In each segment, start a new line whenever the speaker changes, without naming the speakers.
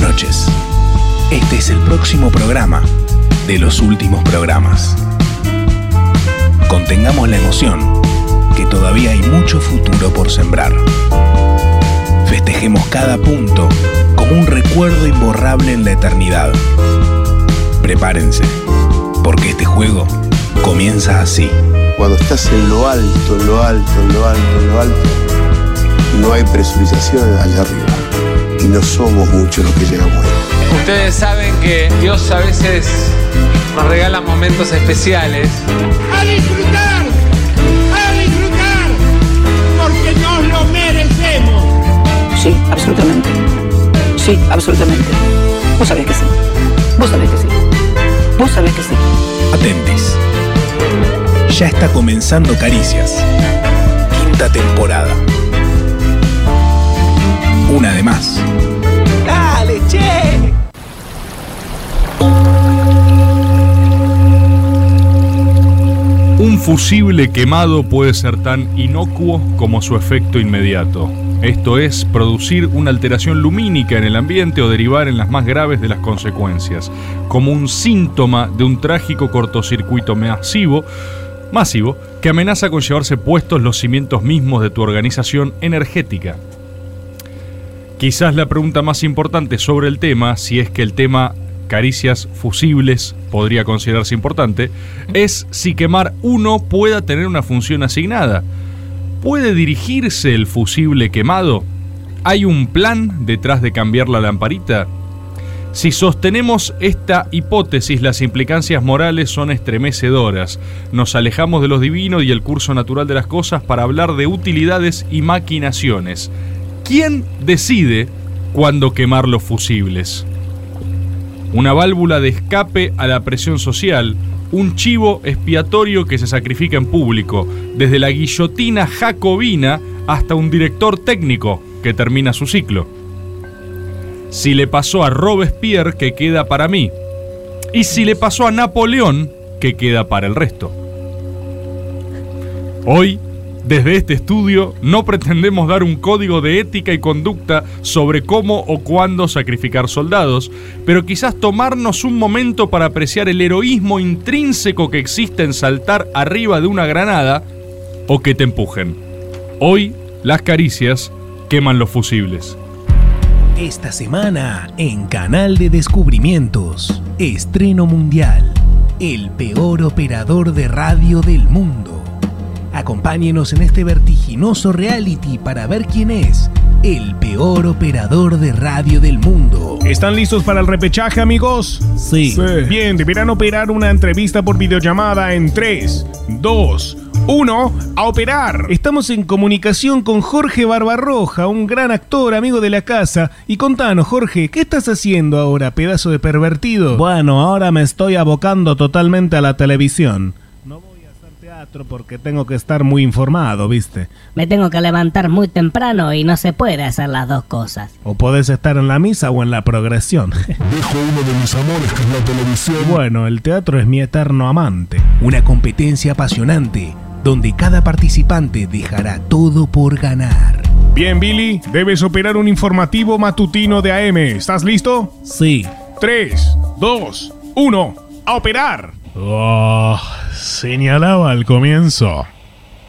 noches. Este es el próximo programa de los últimos programas. Contengamos la emoción, que todavía hay mucho futuro por sembrar. Festejemos cada punto como un recuerdo imborrable en la eternidad. Prepárense, porque este juego comienza así.
Cuando estás en lo alto, en lo alto, en lo alto, en lo alto, no hay presurización allá arriba. Y no somos muchos los que llegamos ahí.
Ustedes saben que Dios a veces nos regala momentos especiales.
a disfrutar, a disfrutar, porque nos lo merecemos.
Sí, absolutamente. Sí, absolutamente. Vos sabés que sí. Vos sabés que sí. Vos sabés que sí.
Atentis. Ya está comenzando Caricias. Quinta temporada. Una de más.
Un fusible quemado puede ser tan inocuo como su efecto inmediato. Esto es, producir una alteración lumínica en el ambiente o derivar en las más graves de las consecuencias, como un síntoma de un trágico cortocircuito masivo, masivo que amenaza con llevarse puestos los cimientos mismos de tu organización energética. Quizás la pregunta más importante sobre el tema, si es que el tema caricias fusibles podría considerarse importante, es si quemar uno pueda tener una función asignada. ¿Puede dirigirse el fusible quemado? ¿Hay un plan detrás de cambiar la lamparita? Si sostenemos esta hipótesis, las implicancias morales son estremecedoras. Nos alejamos de los divinos y el curso natural de las cosas para hablar de utilidades y maquinaciones. ¿Quién decide cuándo quemar los fusibles? Una válvula de escape a la presión social, un chivo expiatorio que se sacrifica en público, desde la guillotina jacobina hasta un director técnico que termina su ciclo. Si le pasó a Robespierre, que queda para mí. Y si le pasó a Napoleón, que queda para el resto. Hoy, desde este estudio, no pretendemos dar un código de ética y conducta sobre cómo o cuándo sacrificar soldados, pero quizás tomarnos un momento para apreciar el heroísmo intrínseco que existe en saltar arriba de una granada o que te empujen. Hoy, las caricias queman los fusibles.
Esta semana en Canal de Descubrimientos, estreno mundial, el peor operador de radio del mundo. Acompáñenos en este vertiginoso reality para ver quién es el peor operador de radio del mundo.
¿Están listos para el repechaje, amigos?
Sí.
Bien, deberán operar una entrevista por videollamada en 3, 2, 1, a operar. Estamos en comunicación con Jorge Barbarroja, un gran actor, amigo de la casa. Y contanos, Jorge, ¿qué estás haciendo ahora, pedazo de pervertido?
Bueno, ahora me estoy abocando totalmente a la televisión.
No voy a hacer teatro porque tengo que estar muy informado, ¿viste?
Me tengo que levantar muy temprano y no se puede hacer las dos cosas.
O podés estar en la misa o en la progresión.
Dejo uno de mis amores que es la televisión.
bueno, el teatro es mi eterno amante.
Una competencia apasionante donde cada participante dejará todo por ganar.
Bien, Billy, debes operar un informativo matutino de AM. ¿Estás listo?
Sí.
3, 2, 1, a operar.
Oh, señalaba al comienzo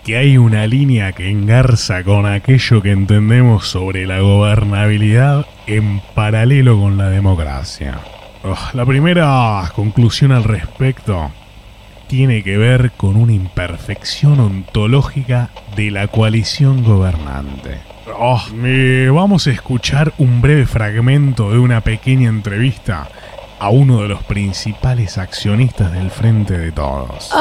que hay una línea que engarza con aquello que entendemos sobre la gobernabilidad en paralelo con la democracia. Ugh, la primera conclusión al respecto tiene que ver con una imperfección ontológica de la coalición gobernante. Oh, eh, vamos a escuchar un breve fragmento de una pequeña entrevista a uno de los principales accionistas del Frente de Todos.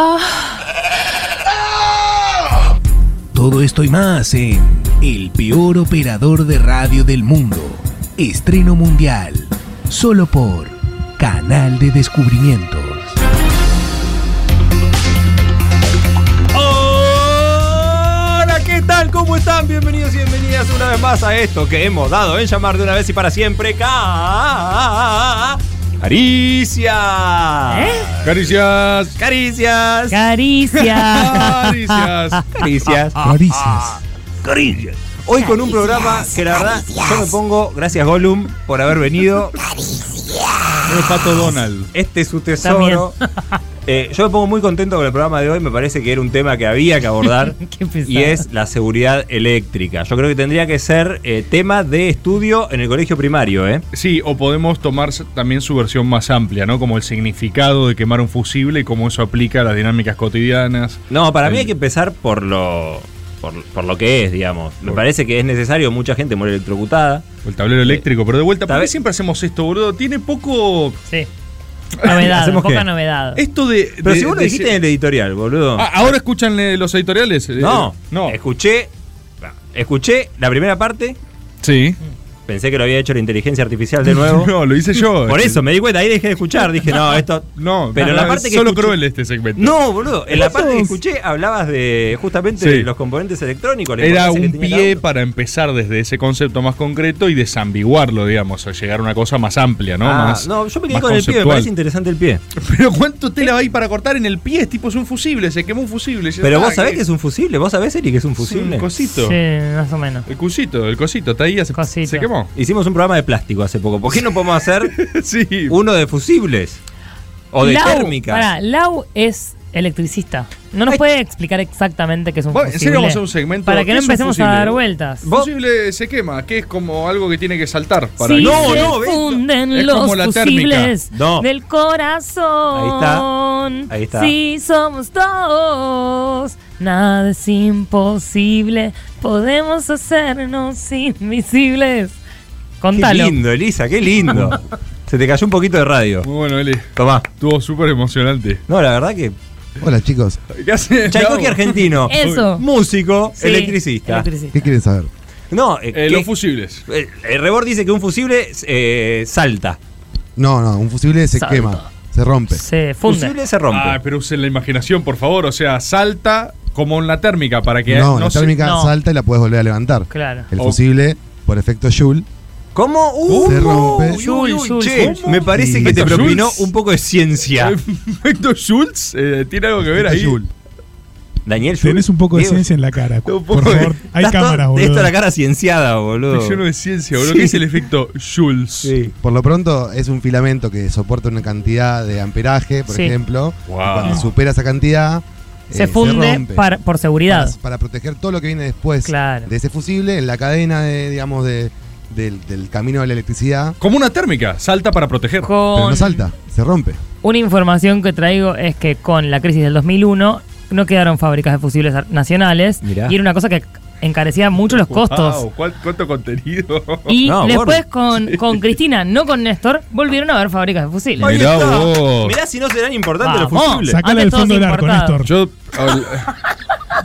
Todo esto y más en El peor operador de radio del mundo. Estreno mundial. Solo por Canal de Descubrimientos.
Hola, ¿qué tal? ¿Cómo están? Bienvenidos y bienvenidas una vez más a esto que hemos dado en llamar de una vez y para siempre Ca- Caricias.
Caricias.
Caricias.
Caricia.
Caricias.
Caricias.
Caricias.
Hoy con un programa que la verdad yo me pongo, gracias Gollum por haber venido.
Pero Pato Donald.
Este es su tesoro. Eh, yo me pongo muy contento con el programa de hoy, me parece que era un tema que había que abordar y es la seguridad eléctrica. Yo creo que tendría que ser eh, tema de estudio en el colegio primario, ¿eh?
Sí, o podemos tomar s- también su versión más amplia, ¿no? Como el significado de quemar un fusible y cómo eso aplica a las dinámicas cotidianas.
No, para mí
El-
hay que empezar por lo por, por lo que es, digamos. Me parece que es necesario, mucha gente muere electrocutada.
El tablero eléctrico, pero de vuelta, ¿por
Tal
qué
vez-
siempre hacemos esto, boludo? Tiene poco.
Sí. Novedad,
¿Hacemos
poca
qué?
novedad.
Esto de.
Pero
de-
si vos lo
de-
dijiste en el editorial, boludo.
Ah, ¿Ahora escuchan eh, los editoriales? Eh,
No,
no.
Escuché, escuché la primera parte.
Sí.
Pensé que lo había hecho la inteligencia artificial de nuevo.
No, lo hice yo.
Por eso me di cuenta, ahí dejé de escuchar. Dije, no, esto.
No,
pero en la parte que.
solo
escuché-
cruel este segmento.
No, boludo. En la parte que
Sos-
escuché hablabas de justamente
Sí.
de los componentes electrónicos. la
Era
importancia que
un
tenía
pie para empezar desde ese concepto más concreto y desambiguarlo, digamos, a llegar a una cosa más amplia, ¿no?
cada uno. Ah,
más,
no, yo me quedé
más
con el pie, me
conceptual.
parece interesante el pie.
Pero ¿cuánto tela hay para cortar en el pie? Es tipo, es un fusible, se quemó un fusible. ya
Pero
está,
vos sabés que es un fusible, vos sabés, Eri, que es un fusible.
un cosito.
Sí, más o menos.
El cosito, el cosito, está ahí, hace- se quemó.
Hicimos un programa de plástico hace poco. ¿Por qué no podemos hacer uno de fusibles? O de
Lau,
térmicas.
pará, Lau es electricista. No nos puede explicar exactamente qué es un
Bueno,
fusible.
en serio vamos a hacer un segmento.
Para
¿Qué
que no
es un
empecemos a
fusible?
dar vueltas.
Fusible se quema, que es como algo que tiene que saltar. Para
Si
que-
se funden
Es
los
como la térmica.
fusibles
No.
del corazón.
Ahí está. Ahí está.
Si somos dos, nada es imposible. Podemos hacernos invisibles.
Qué
Contalo.
lindo, Elisa, qué lindo. Se te cayó un poquito de radio.
Muy bueno, Eli.
Tomá.
Estuvo súper emocionante.
No, la verdad que.
Hola chicos,
¿Qué hace?
Tchaikovsky
Lau?
argentino.
Eso.
Músico,
Sí,
electricista.
electricista.
¿qué quieren saber?
No, eh,
Eh,
que-
los fusibles.
eh, el rebord dice que un fusible eh, salta.
No, no, un fusible se
Salta.
quema, se rompe.
Se
Fusible se rompe.
Ah, pero usen la imaginación, por favor. O sea, salta como en la térmica para
¿eh?
que
no, la
se-
térmica salta y la puedes volver a levantar.
Claro.
El
O-
fusible, por efecto Joule,
¿Cómo? Uh,
se rompe.
uy, uy, uy, che, me parece que te
Efecto
propinó
Schultz.
un poco de ciencia.
Efecto Schultz eh, tiene algo que ver ahí.
Daniel Schultz.
Tenés un poco de
Diego,
ciencia en la cara.
Un
Por
poco de-
favor, hay
estás
cámaras,
todo- Esto
boludo.
es la cara cienciada, boludo.
Estoy lleno de ciencia, boludo.
Sí.
¿Qué es el efecto Schultz?
por lo pronto es un filamento que soporta una cantidad de amperaje, por
Sí.
ejemplo. y
Wow.
cuando supera esa cantidad,
Se
eh,
funde
rompe.
para- por seguridad.
Para, para proteger todo lo que viene después
Claro.
de ese fusible en la cadena de, digamos, de- del, del camino de la electricidad.
Como una térmica, salta para proteger.
Pero
Con-
no salta, se rompe.
Una información que traigo es que con la crisis del 2001 no quedaron fábricas de fusibles ar- nacionales
Mirá.
y era una cosa que encarecía mucho los costos.
Wow, ¿cuál- ¿Cuánto contenido?
Y después con, con Cristina, no con Néstor, volvieron a haber fábricas de fusiles.
Ahí
Mirá
está.
vos.
Mirá si no serán importantes
Vamos.
los fusibles.
Sacala Antes del fondo todos del arco, importados. Néstor.
Yo. al-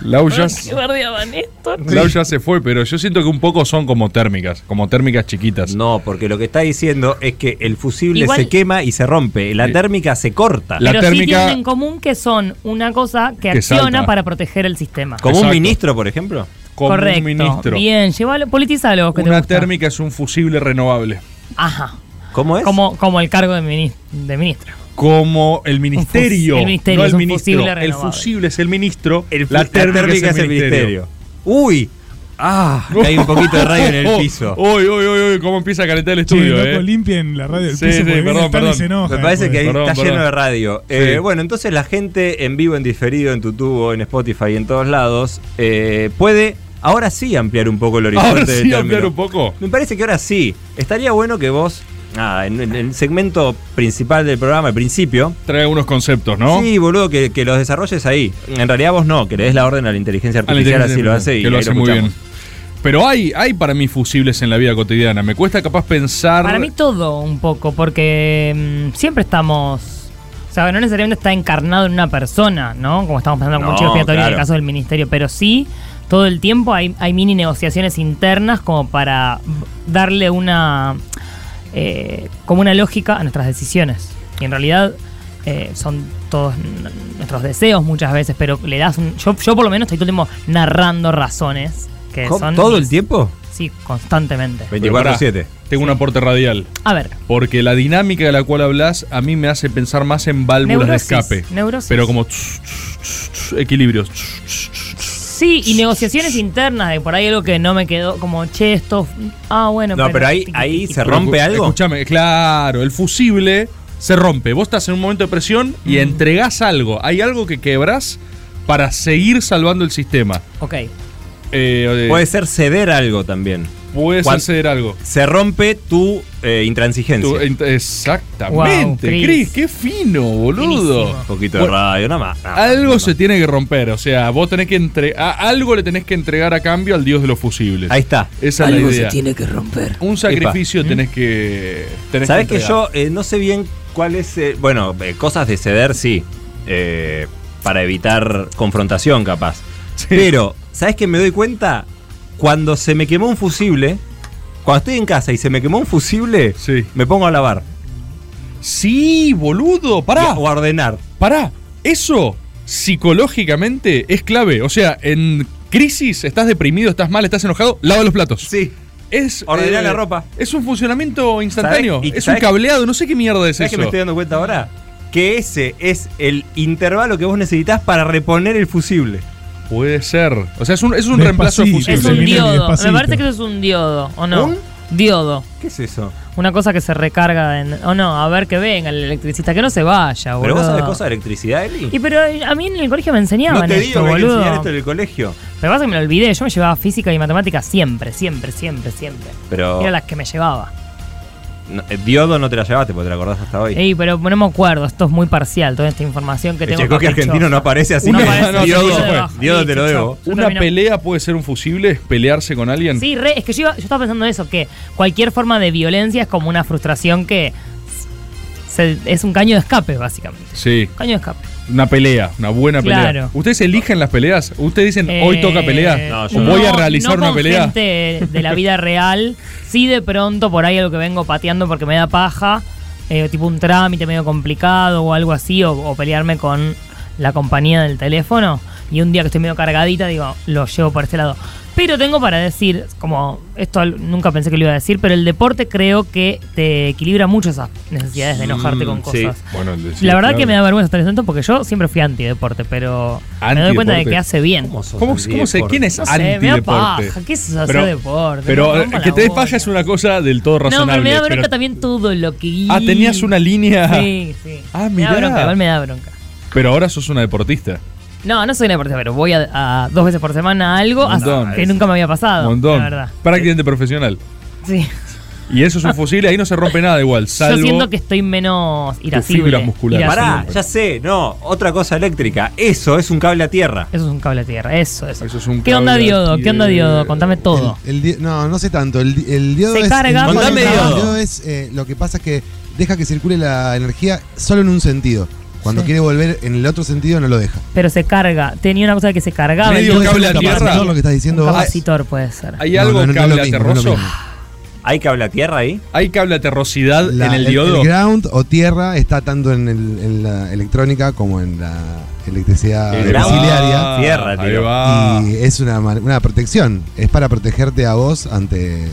Lau ya,
Qué bardeaba Néstor.
Lau ya se fue, pero yo siento que un poco son como térmicas, como térmicas chiquitas.
No, porque lo que está diciendo es que el fusible
Igual-
se quema y se rompe. La térmica se corta.
Pero sí tienen en común que son una cosa que,
Que
acciona
salta.
para proteger el sistema.
Como un
Exacto.
ministro, por ejemplo.
Como un
Correcto.
ministro.
Bien, llévalo, politizalo. Que te
Una
gusta.
térmica es un fusible renovable.
Ajá.
¿Cómo
Como, como el cargo de, mini- de ministro.
Como el ministerio.
fus- el ministerio
no
es
el
un
ministro.
fusible
el
renovable.
fusible es el ministro.
El fu-
la térmica, es el ministerio.
Uy. Ah, acá hay un poquito de radio en
Oh,
el piso.
Uy, uy, uy, uy, cómo empieza a calentar el
Che,
estudio,
loco,
eh.
limpien la radio del
Sí,
piso
sí,
porque viene
perdón,
Tani y
perdón.
se enoja
Me parece que
después.
ahí
Perdón,
está
perdón.
lleno de radio.
Sí.
Eh, bueno, entonces la gente en vivo, en diferido, en tu tubo, en Spotify y en todos lados eh, puede ahora sí ampliar un poco el horizonte
Ahora
de
sí,
término.
ampliar un poco.
Me parece que ahora sí. Estaría bueno que vos, nada, en, en el segmento principal del programa, al principio,
Trae algunos conceptos, ¿no?
Sí, boludo, que, que los desarrolles ahí. En realidad vos no, que le des la orden a la inteligencia
A la
artificial,
inteligencia
así lo
artificial,
hace y
que lo
ahí
hace muy bien.
escuchamos.
Pero hay, hay para mí fusibles en la vida cotidiana. Me cuesta capaz pensar.
Para mí todo un poco, porque mm, siempre estamos... O sea, no necesariamente está encarnado en una persona, ¿no? Como estamos pensando con
No,
Cuchillo Expiatorio en
claro.
el caso del ministerio, pero sí, todo el tiempo hay, hay mini negociaciones internas como para darle una... eh, como una lógica a nuestras decisiones. Y en realidad eh, son todos n- nuestros deseos muchas veces, pero le das un... Yo, yo por lo menos estoy todo el tiempo narrando razones que
¿Cómo?
son...
¿Todo
mis-
el tiempo?
Sí, constantemente.
Pero pará,
24-7.
Tengo un aporte radial.
A ver.
Porque la dinámica de la cual hablas a mí me hace pensar más en válvulas
Neurosis,
de escape.
neurosis.
Pero como tss, tss, tss, equilibrios. tss, tss, tss.
Sí, y negociaciones internas de por ahí algo que no me quedó como, che, esto. Ah, bueno,
No, pero ahí, ahí se rompe
Escu-
algo.
Escúchame, claro, el fusible se rompe. Vos estás en un momento de presión y entregás algo. Hay algo que quebrás para seguir salvando el sistema. Eh,
Ok.
Puede ser ceder algo también.
Puede
Cuan-
ser ceder algo.
Se rompe tu eh, intransigencia.
Tu int- exactamente, Wow, Chris. Chris, qué fino, boludo. Finísimo.
Un poquito de
Bueno, ah,
radio, Ah, nada más. nada más.
Algo se tiene que romper, o sea, vos tenés que entregar. Algo le tenés que entregar a cambio al dios de los fusibles.
Ahí está.
Esa es la
Algo se
idea.
tiene que
romper. Un sacrificio
Epa.
tenés que. Tenés
¿Sabes que,
entregar.
yo eh, no sé bien cuál es. eh, bueno, eh, cosas de ceder, sí. eh, para evitar confrontación, capaz. Pero, ¿sabes que me doy cuenta? Cuando se me quemó un fusible, cuando estoy en casa y se me quemó un fusible, me pongo a lavar.
Sí, boludo, pará.
O a ordenar.
Pará, eso psicológicamente es clave. O sea, en crisis, estás deprimido, estás mal, estás enojado, lava los platos.
Sí.
Es,
Ordená
eh,
la ropa.
Es un funcionamiento instantáneo.
¿Sabés? Y
Es un
¿sabés?
cableado, no sé qué mierda es eso.
¿Sabés que me estoy dando cuenta ahora? Que ese es el intervalo que vos necesitas para reponer el fusible.
Puede ser. O sea, es un, es un reemplazo de fusible.
Es un diodo. Me parece que eso es un diodo, ¿o no?
¿Un?
Diodo.
¿Qué es eso?
Una cosa que se recarga en. O no, a ver que venga el electricista, que no se vaya, Ah, boludo.
¿Pero vos sabés cosas de electricidad, Eli?
Y pero eh, a mí en el colegio me enseñaban
no te
esto,
digo que hay que
boludo.
enseñar esto en el colegio.
Pero pasa que me lo olvidé, yo me llevaba física y matemáticas siempre, siempre, siempre, siempre.
Pero
Era las que me llevaba.
no, eh, diodo no te la llevaste porque te la acordás hasta hoy.
Ey, pero no me acuerdo, esto es muy parcial, toda esta información que
El
tengo.
checoque
caprichosa.
argentino no aparece así
No
que-
aparece,
no,
Diodo,
Diodo,
Diodo,
Diodo te lo
sí,
debo.
yo
¿Una
termino-
pelea puede ser un fusible? ¿Es ¿Pelearse con alguien?
Sí, re, es que yo, iba- yo estaba pensando eso, que cualquier forma de violencia es como una frustración que se- es un caño de escape, básicamente.
Sí.
Caño de escape.
Una pelea, una buena pelea.
Claro.
¿Ustedes eligen las peleas? ¿Ustedes dicen hoy
Eh,
toca pelea? ¿O voy a realizar
no
una
con
pelea?
gente de la vida real, sí de pronto por ahí algo que vengo pateando porque me da paja, eh, tipo un trámite medio complicado o algo así, o, o pelearme con la compañía del teléfono. Y un día que estoy medio cargadita, digo, lo llevo por este lado. Pero tengo para decir, como esto al- nunca pensé que lo iba a decir, pero el deporte creo que te equilibra mucho esas necesidades de enojarte con
Mm,
cosas.
sí. Bueno, el de- sí,
la verdad
claro.
que me da vergüenza estar en tanto porque yo siempre fui anti-deporte, pero me doy cuenta de
¿Antideporte?
que hace bien.
¿Cómo sos ¿Cómo- cómo se- antideporte? quién es
No sé, me da
antideporte?
paja, ¿Qué es eso de
Pero-
hacer deporte?
Pero
Me
eh,
rompa
que
la
te des
bola.
paja es una cosa del todo
No, pero
razonable.
me da
pero-
bronca también todo lo que.
Ah, tenías una línea.
Sí, sí.
Ah,
Me da
mirá.
bronca, igual me da bronca.
pero ahora sos una deportista.
No, no soy una deportista, pero voy a, a dos veces por semana a algo
Un
hasta-
montón.
que nunca me había pasado.
Montón.
Ah, La verdad.
Prácticamente profesional.
Sí.
Y eso es un fusible, ahí no se rompe nada igual, salvo.
Yo siento que estoy menos irascible.
fibras musculares.
irascible.
Pará,
Ya sé, no, otra cosa eléctrica. Eso es un cable a tierra.
Eso es un cable a tierra, eso, eso.
es un
¿Qué onda diodo? ¿Qué onda diodo? Contame todo.
El di- no, no sé tanto. El, di- el diodo
Se
es.
carga
el-
por
el
el trabajo.
diodo es. eh, lo que pasa es que deja que circule la energía solo en un sentido. Cuando
Sí.
quiere volver en el otro sentido, no lo deja.
Pero se carga. Tenía una cosa que se cargaba.
Medio
entonces-
cable a Un tierra. capacitor, lo que estás diciendo
Un
vos.
capacitor puede ser.
¿Hay
No,
algo
no, no, no es lo
cable
mismo, no es lo
aterroso?
mismo.
¿Hay cable a tierra ahí?
¿Hay cable aterrosidad
La-
en el,
el,
diodo?
el ground o tierra está tanto en, el- en la electrónica como en la electricidad
El ground.
domiciliaria.
Ah, Tierra, ahí tío. va.
Y es una, mar- una protección. Es para protegerte a vos ante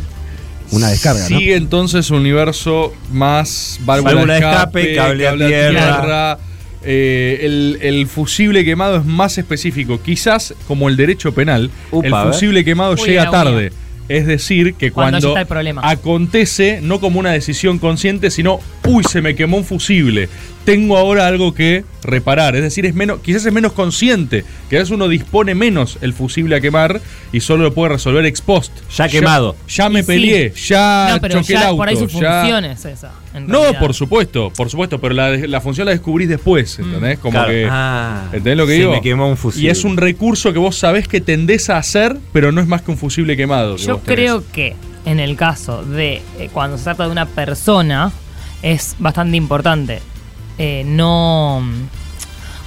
una descarga, ¿no?
Sigue entonces un universo más válvula,
Válvula
de
de
escape,
escape, cable a tierra.
eh, el, el fusible quemado es más específico, quizás como el derecho penal,
Upa, a
el
ver.
cuchillo quemado
Uy,
llega
la
tarde.
uña.
Es decir, que
Cuando ya
cuando,
está el problema.
acontece, no como una decisión consciente, sino, uy, se me quemó un fusible. Tengo ahora algo que reparar. Es decir, es menos, quizás es menos consciente. Quizás uno dispone menos el fusible a quemar y solo lo puede resolver ex post.
Ya quemado.
Ya, me
Y sí.
peleé, ya
No, pero
choqué
ya
Ah, el auto.
por ahí su
ya-
función es esa. en
No,
realidad.
por supuesto, por supuesto, pero la, la función la descubrís después, ¿entendés? Como
Mm, Claro.
que.
Ah.
¿Entendés lo que
Se
digo?
me quemó un fusible.
Y es un recurso que vos sabés que tendés a hacer, pero no es más que un fusible quemado. que
Yo
vos tenés.
creo que en el caso de eh, cuando se trata de una persona, es bastante importante eh, no.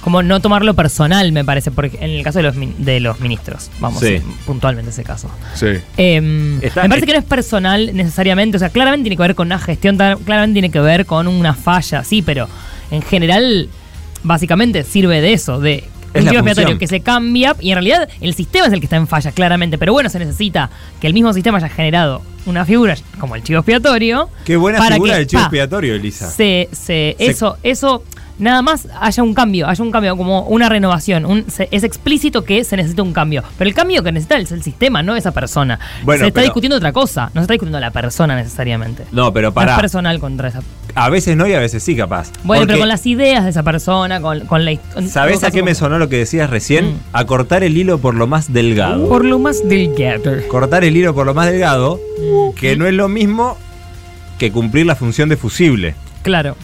Como no tomarlo personal, me parece, porque en el caso de los, min- de los ministros, vamos,
Sí.
puntualmente ese caso.
Sí.
Em,
Está-
me parece que no es personal necesariamente, o sea, claramente tiene que ver con una gestión, tar- claramente tiene que ver con una falla, sí, pero en general, básicamente sirve de eso, de
Es
un
la
chivo expiatorio
función.
que se cambia y en realidad el sistema es el que está en falla, claramente, pero bueno, se necesita que el mismo sistema haya generado una figura como el chivo expiatorio
Qué buena
Para
figura
que,
del chivo
pa,
expiatorio, Elisa.
se, se,
Se-
eso, eso nada más haya un cambio, haya un cambio, como una renovación. un- se- es explícito que se necesita un cambio. Pero el cambio que necesita es el sistema, no esa persona.
Bueno,
se está
pero-
discutiendo otra cosa, no se está discutiendo la persona necesariamente.
No, pero
No es
pará.
personal contra esa.
A veces no y a veces sí, capaz.
Bueno,
Porque-
pero con las ideas de esa persona, con, con la hist- en
¿Sabés
todo
a qué
caso,
me sonó lo que decías recién?
Mm.
A cortar el hilo por lo más delgado.
Por lo más delgado.
Cortar el hilo por lo más delgado, que no es lo mismo que cumplir la función de fusible.
Claro.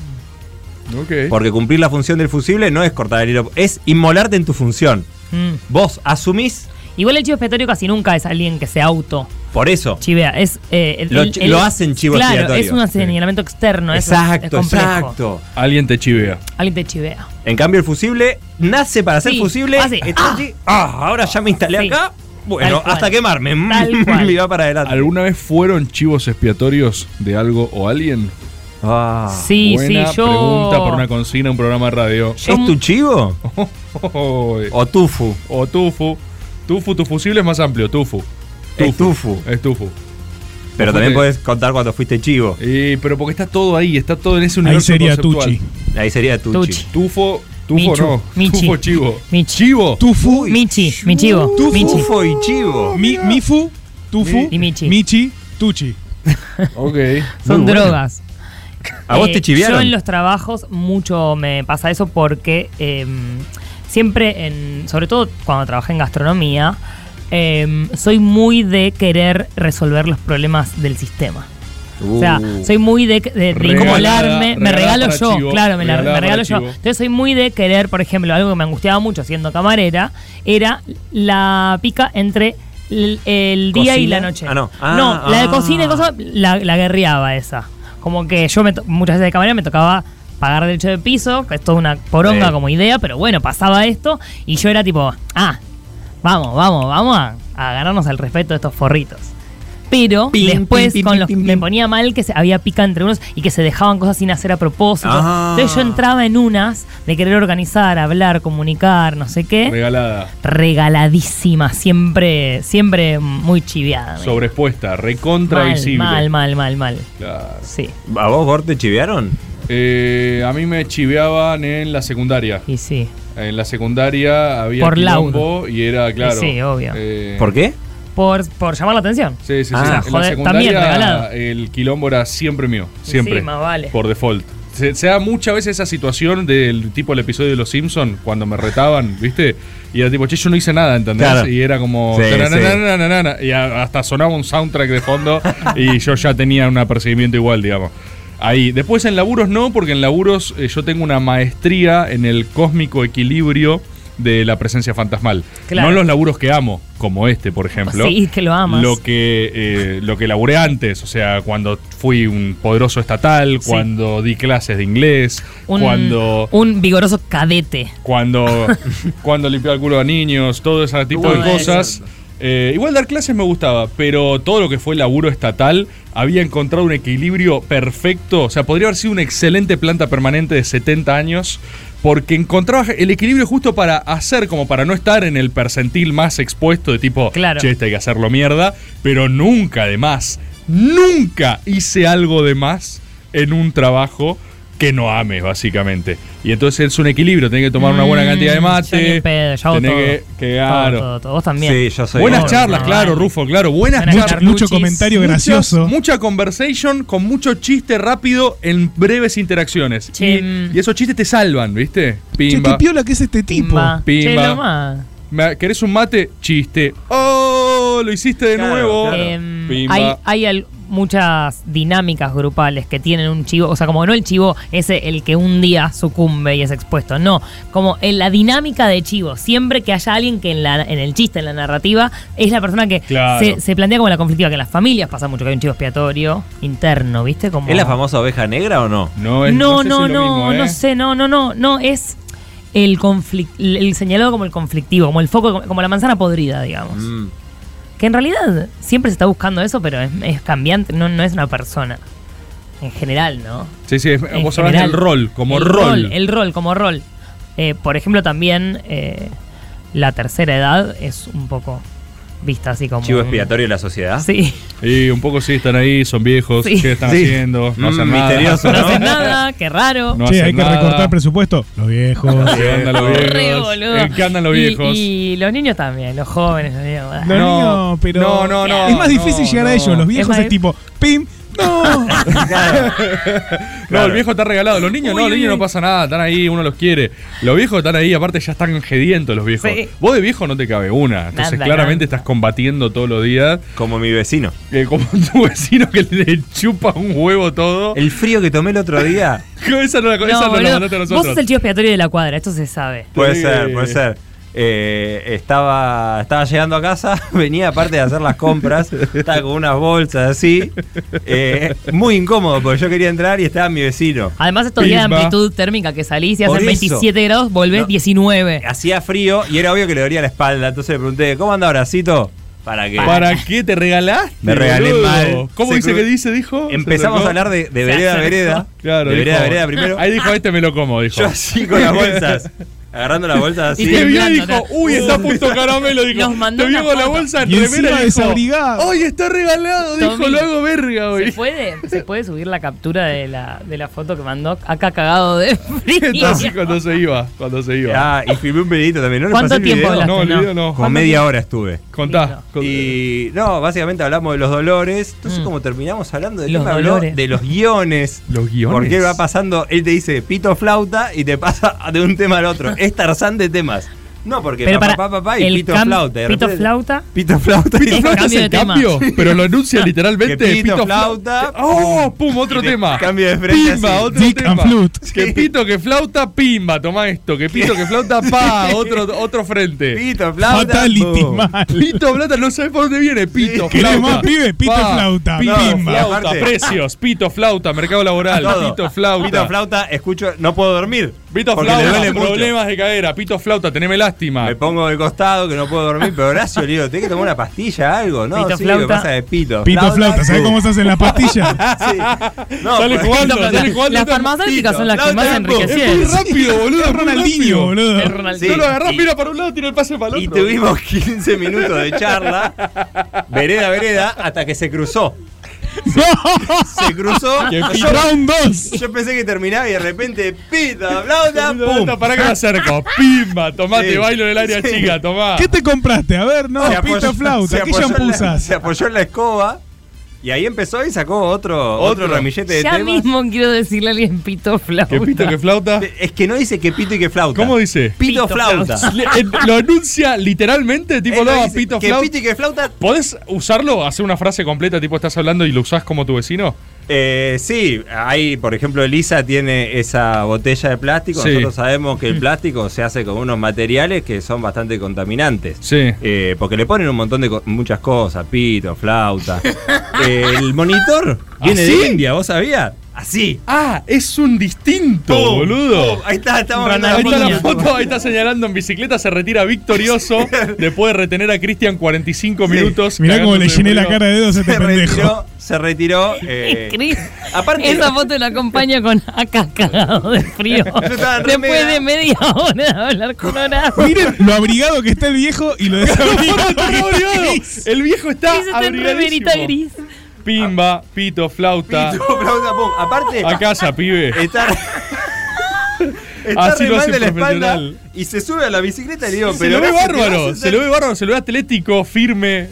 Porque cumplir la función del fusible no es cortar el hilo, es inmolarte en tu función.
Mm.
Vos asumís
Igual el chivo expiatorio casi nunca es alguien que se auto
por eso.
chivea. Es, eh, el-
Lo
el-
ch-
el-
lo hacen chivo
Claro,
expiatorio.
es un señalamiento externo. eso es- es
exacto,
complejo.
exacto. Alguien te chivea.
Alguien te chivea.
En cambio, el fusible nace para ser
Sí,
fusible.
hace,
está
ah.
allí, ah, ahora ya me instalé
Sí.
acá. Bueno,
Tal cual.
hasta quemarme.
Tal cual.
Y va para adelante.
¿Alguna vez fueron chivos expiatorios de algo o alguien?
Ah,
Sí,
Buena
sí, yo-
pregunta por una consigna, un programa de radio.
¿Es tu
chivo?
o
tufu.
O tufu. Tufu, tu fusible es más amplio, tufu.
Es tufu.
Es tufu.
Pero también podés contar cuando fuiste chivo.
Eh, pero porque está todo ahí, está todo en ese
Ahí
universo
sería
conceptual.
Ahí sería Tucci. Tucci.
Tufo, tufo
Michu,
no.
Michi.
Tufo chivo.
Michi.
Chivo.
Tufu. Michi. Mi chivo.
Tufu.
Michi.
Tufo
y chivo.
Mi, mifu, tufu,
Y Michi.
michi, tuchi.
Ok.
Son drogas. Eh,
¿A vos te chivearon?
Yo en los trabajos mucho me pasa eso porque eh, siempre, en, sobre todo cuando trabajé en gastronomía, eh, soy muy de querer resolver los problemas del sistema. O sea,
Uh.
soy muy de, de- de
Regalada,
inmolarme, me
regalada
regalo
para
yo,
chivo,
claro, me, la- me
regalada
regalo
para
yo.
chivo.
Entonces soy muy de querer, por ejemplo, algo que me angustiaba mucho siendo camarera, era la pica entre el, el día y
¿Cocina?
la noche.
Ah, no. Ah,
no, la de
ah.
cocina y cosas, la, la guerreaba esa. Como que yo me to- muchas veces de camarera me tocaba pagar derecho de piso, que es toda una poronga
Sí.
como idea, pero bueno, pasaba esto y yo era tipo, ah, vamos, vamos, vamos a, a ganarnos el respeto de estos forritos. Pero
Pim,
después
pim, pim,
con los, me ponía mal que se, había pica entre unos y que se dejaban cosas sin hacer a propósito.
Ah.
Entonces yo entraba en unas de querer organizar, hablar, comunicar, no sé qué.
Regalada.
Regaladísima, siempre, siempre muy chiviada. me
Sobreexpuesta, recontra
mal,
visible.
mal, mal, mal, mal. Sí.
¿A vos, Gor, te chivearon?
Eh, a mí me chiveaban en la secundaria.
Y sí.
En la secundaria había
Por laudo.
quilombo y era, claro.
Y sí, obvio.
eh,
¿Por qué? Ah.
Por, por llamar la atención.
Sí, sí, sí.
O sea,
en la
joder,
secundaria
también regalado.
el quilombo era siempre mío.
Y
Siempre.
sí, más vale.
Por default. Se, se da muchas veces esa situación del tipo el episodio de Los Simpsons cuando me retaban, ¿viste? Y era tipo, che, yo no hice nada, ¿entendés?
Claro.
Y era como.
Sí,
"Tarananananana", Y a- hasta sonaba un soundtrack de fondo y yo ya tenía un apercibimiento igual, digamos. Ahí. Después en laburos no, porque en laburos eh, yo tengo una maestría en el cósmico equilibrio de la presencia fantasmal.
Claro.
No los laburos que amo, como este, por ejemplo.
Sí, que lo amas.
Lo que, eh, lo que laburé antes, o sea, cuando fui un poderoso estatal,
Sí.
cuando di clases de inglés,
Un-
cuando...
Un vigoroso cadete.
Cuando, cuando limpiaba el culo a niños, todo ese tipo
Uy,
de cosas. Eh, igual dar clases me gustaba, pero todo lo que fue laburo estatal había encontrado un equilibrio perfecto. O sea, podría haber sido una excelente planta permanente de 70 años, porque encontraba el equilibrio justo para hacer, como para no estar en el percentil más expuesto de tipo,
Claro.
che, este hay que hacerlo mierda, pero nunca de más. Nunca hice algo de más en un trabajo que no ames, básicamente. Y entonces es un equilibrio, tenés que tomar una buena
Mm,
cantidad de
yo ni en
mate.
pedo, yo hago
tenés
todo.
que, que-
Todo,
claro.
todo, todo. Vos también.
Sí, yo soy Buenas charlas, claro, Rufo, claro. Buenas
Buenas
charlas.
charlas. Mucho comentario
Muchas-
gracioso.
Mucha conversation con mucho chiste rápido en breves interacciones. Y,
mm.
y esos chistes te salvan, ¿viste?
Che, qué
Pimba.
piola que es este tipo.
Pimba. Pimba.
Che, lo más.
Me- ¿Querés un mate? Chiste. ¡Oh! Lo hiciste de
Claro,
nuevo.
claro. Em,
Pimba.
Hay, hay al- muchas dinámicas grupales que tienen un chivo, o sea, como no el chivo ese el que un día sucumbe y es expuesto, no, como en la dinámica de chivo, siempre que haya alguien que en, la, en el chiste, en la narrativa, es la persona que
Claro.
se, se plantea como la conflictiva, que en las familias pasa mucho que hay un chivo expiatorio interno, ¿viste? Como,
¿Es la famosa oveja negra o no?
No,
no, no, no,
¿eh?
¿eh?
no sé, no, no, no, no, es el, conflic- el el señalado como el conflictivo, como el foco, como la manzana podrida, digamos.
Mm.
Que en realidad siempre se está buscando eso, pero es, es cambiante, no, no es una persona. En general, ¿no?
Sí, sí, es-
En
vos hablas
general.
del rol, como
El
rol.
El rol, como rol. Eh, por ejemplo, también eh, la tercera edad es un poco vista así como.
Chivo
un-
expiatorio de la sociedad.
Sí.
Y un poco sí, están ahí, son viejos,
Sí.
¿qué están
Sí.
haciendo? No
Mm,
hacen nada.
misterioso,
No hacen nada, qué raro.
No
che,
hacen
hay que
nada.
recortar presupuesto. Los viejos.
¿Qué onda los viejos?
Re, boludo.
¿En qué andan los
Y-
viejos?
Y, los niños también, los jóvenes. Los niños,
Los niños, pero.
no, no, no,
Es más
no,
difícil llegar a
no.
ellos. Los
Es
viejos
más
es,
dif-
tipo, ¡pim! ¡No!
No, el viejo está regalado. Los niños no, los niños no pasa nada, están ahí, uno los quiere. Los viejos están ahí, aparte ya están gedientos los viejos.
Sí.
Vos de viejo no te cabe una. Entonces
Nada,
claramente estás combatiendo todos los días. Eh,
Como mi vecino.
como tu vecino que le chupa un huevo todo.
El frío que tomé el otro día.
esa no la
No,
esa no la
boludo,
mandaste a
Vos sos
nosotros.
el chivo expiatorio de la cuadra, esto se sabe.
Puede
Sí.
ser, puede ser. Eh, estaba, estaba llegando a casa, venía aparte de hacer las compras, estaba con unas bolsas así. eh, muy incómodo porque yo quería entrar y estaba mi vecino.
Además, estos días de
Pimba.
amplitud térmica que salís y
Por
hacen
eso.
27 grados, volvés 19.
Hacía frío y era obvio que le dolía la espalda. Entonces le pregunté, ¿cómo anda Horacito? ¿Para qué?
¿Para qué te regalaste?
Me regalé
boludo?
mal.
¿Cómo
Se
dice
cru-
que dice, dijo?
Empezamos
¿Se
a hablar de- de
Se
vereda a
acercó.
vereda.
Claro,
De vereda a
dijo-
vereda primero.
Ahí dijo, este me lo como, dijo.
Yo así con las bolsas. Agarrando las bolsas así.
Y te vio y dijo, uy, está puesto caramelo. Dijo,
Nos mandó
te vio
una
con la
foto.
bolsa en
Y
remera
encima
dijo,
desabrigado.
Hoy está regalado, Ah, dijo,
Tommy,
lo hago verga,
¿Se
güey.
puede, ¿Se puede subir la captura de la, de la foto que mandó acá cagado de frío?
Entonces cuando se iba, cuando se iba.
Ah, y filmé un videito también. ¿No les
¿Cuánto
pasé el
tiempo
video?
hablaste?
No, el
No.
video no.
Como
¿Cuánto
media
tiempo?
hora estuve.
Contá. con-
Y no, básicamente hablamos de los dolores. Entonces, como terminamos hablando de
Mm. Los
tema, habló
dolores.
de los guiones.
Los guiones.
Porque él va pasando, él te dice pito flauta y te pasa de un tema al otro. es Tarzán de temas. No, porque
Pero
papá,
para
papá, papá y
el
pito
cam-
flauta. y de
Pito
repente-
flauta.
Pito flauta. y-
Pito flauta es
cambio
el
de tema.
cambio, pero lo anuncia
Que
literalmente.
pito flauta,
¡Oh! ¡Pum! Otro
y te
tema.
cambia de frente
Pimba,
así.
otro
Dick
tema.
and flute.
Que pito, que flauta, pimba. Toma esto. Que pito, que flauta, pa. Otro, otro frente.
Pito flauta.
Fatality,
boom.
mal.
Pito, flauta, no sabes por dónde viene. Pito,
¿Querés
flauta.
más, pibe? Pito, flauta,
Pito,
pimba.
flauta,
Aparte-
precios. Pito, flauta, mercado laboral.
Todo.
Pito, flauta.
Pito flauta, escucho, no puedo dormir.
Pito
porque le
flauta,
duele mucho.
problemas de cadera. Pito, flauta, teneme lástima.
Me pongo de costado que no puedo dormir, pero Horacio le digo, tenés que tomar una pastilla, algo, ¿no?
Pito
sí, lo que
flauta.
pasa de pito.
Pito flauta, ¿sabes
sí.
cómo se hacen las pastillas?
Sí. No, pues.
Sale
pero-
jugando, sale jugando.
Las farmacéuticas son las que más
Es muy
enriquecieron.
rápido, boludo. Es muy
Ronaldinho,
rápido.
boludo.
Es Ronaldinho.
No lo agarrás,
Y-
mira para un lado, tira el pase para el
Y
otro.
tuvimos 15 minutos de charla, vereda a vereda, hasta que se cruzó. Se, se cruzó.
Qué
Yo,
Round 2.
yo pensé que terminaba y de repente, pito, flauta, pum.
Puta, para que me acerco. Pimba, tomate,
Sí.
bailo en el área
Sí.
chica, tomá.
¿Qué te compraste? A ver, no,
Se apoyó-
pito
se
flauta. ¿Qué
apoyó en
shampoo
la-
usás?
Se apoyó en la escoba y ahí empezó y sacó otro, otro,
Otro.
ramillete de
Ya
temas.
mismo quiero decirle a alguien pito flauta.
¿Qué pito, que flauta?
Es que no dice que pito y que flauta.
¿Cómo dice?
Pito,
Pito
flauta.
flauta.
Le- en- lo anuncia literalmente, tipo,
Él lo
no,
dice,
pito,
que
flauta.
pito y que flauta.
¿Podés usarlo? ¿Hacer una frase completa, tipo, estás hablando y lo usás como tu vecino?
Eh, sí, ahí, por ejemplo, Elisa tiene esa botella de plástico.
Sí. Mm.
Nosotros sabemos que el plástico se hace con unos materiales que son bastante contaminantes.
Sí.
Eh, porque le ponen un montón de co- muchas cosas, pito, flauta. Eh, el monitor viene
¿Ah, ¿sí?
de India, ¿vos sabías? Así.
Ah, es un distinto,
Pum,
boludo.
pum, Ahí está, estamos
Ronald
hablando
Ahí
de
está la
Niño.
foto, ahí está señalando en bicicleta, se retira victorioso después de retener a Cristian 45 minutos.
Mirá cómo le
cagándose
llené la
frío.
cara de dedos a este
Se
pendejo.
retiró, se retiró. eh,
Cris,
aparte-
Esa foto la acompaña con acá cagado de frío.
estaba en
Después
remera.
de media hora de hablar con Horacio.
Miren lo abrigado que está el viejo y lo desabrigado.
Está todo abrigado. El viejo está
Dice está en remerita
abrigadísimo.
gris.
Pimba, pito, Ah. flauta.
pito, flauta, pum. Aparte,
A casa, pibe.
Está, está
Así
re
lo
mal
hace
de la espalda
profesional.
y se sube a la bicicleta y le digo,
Se
pero
lo ve
Horacio, ¿qué
bárbaro,
vas a
se
hacer?
lo ve bárbaro, se lo ve atlético, firme,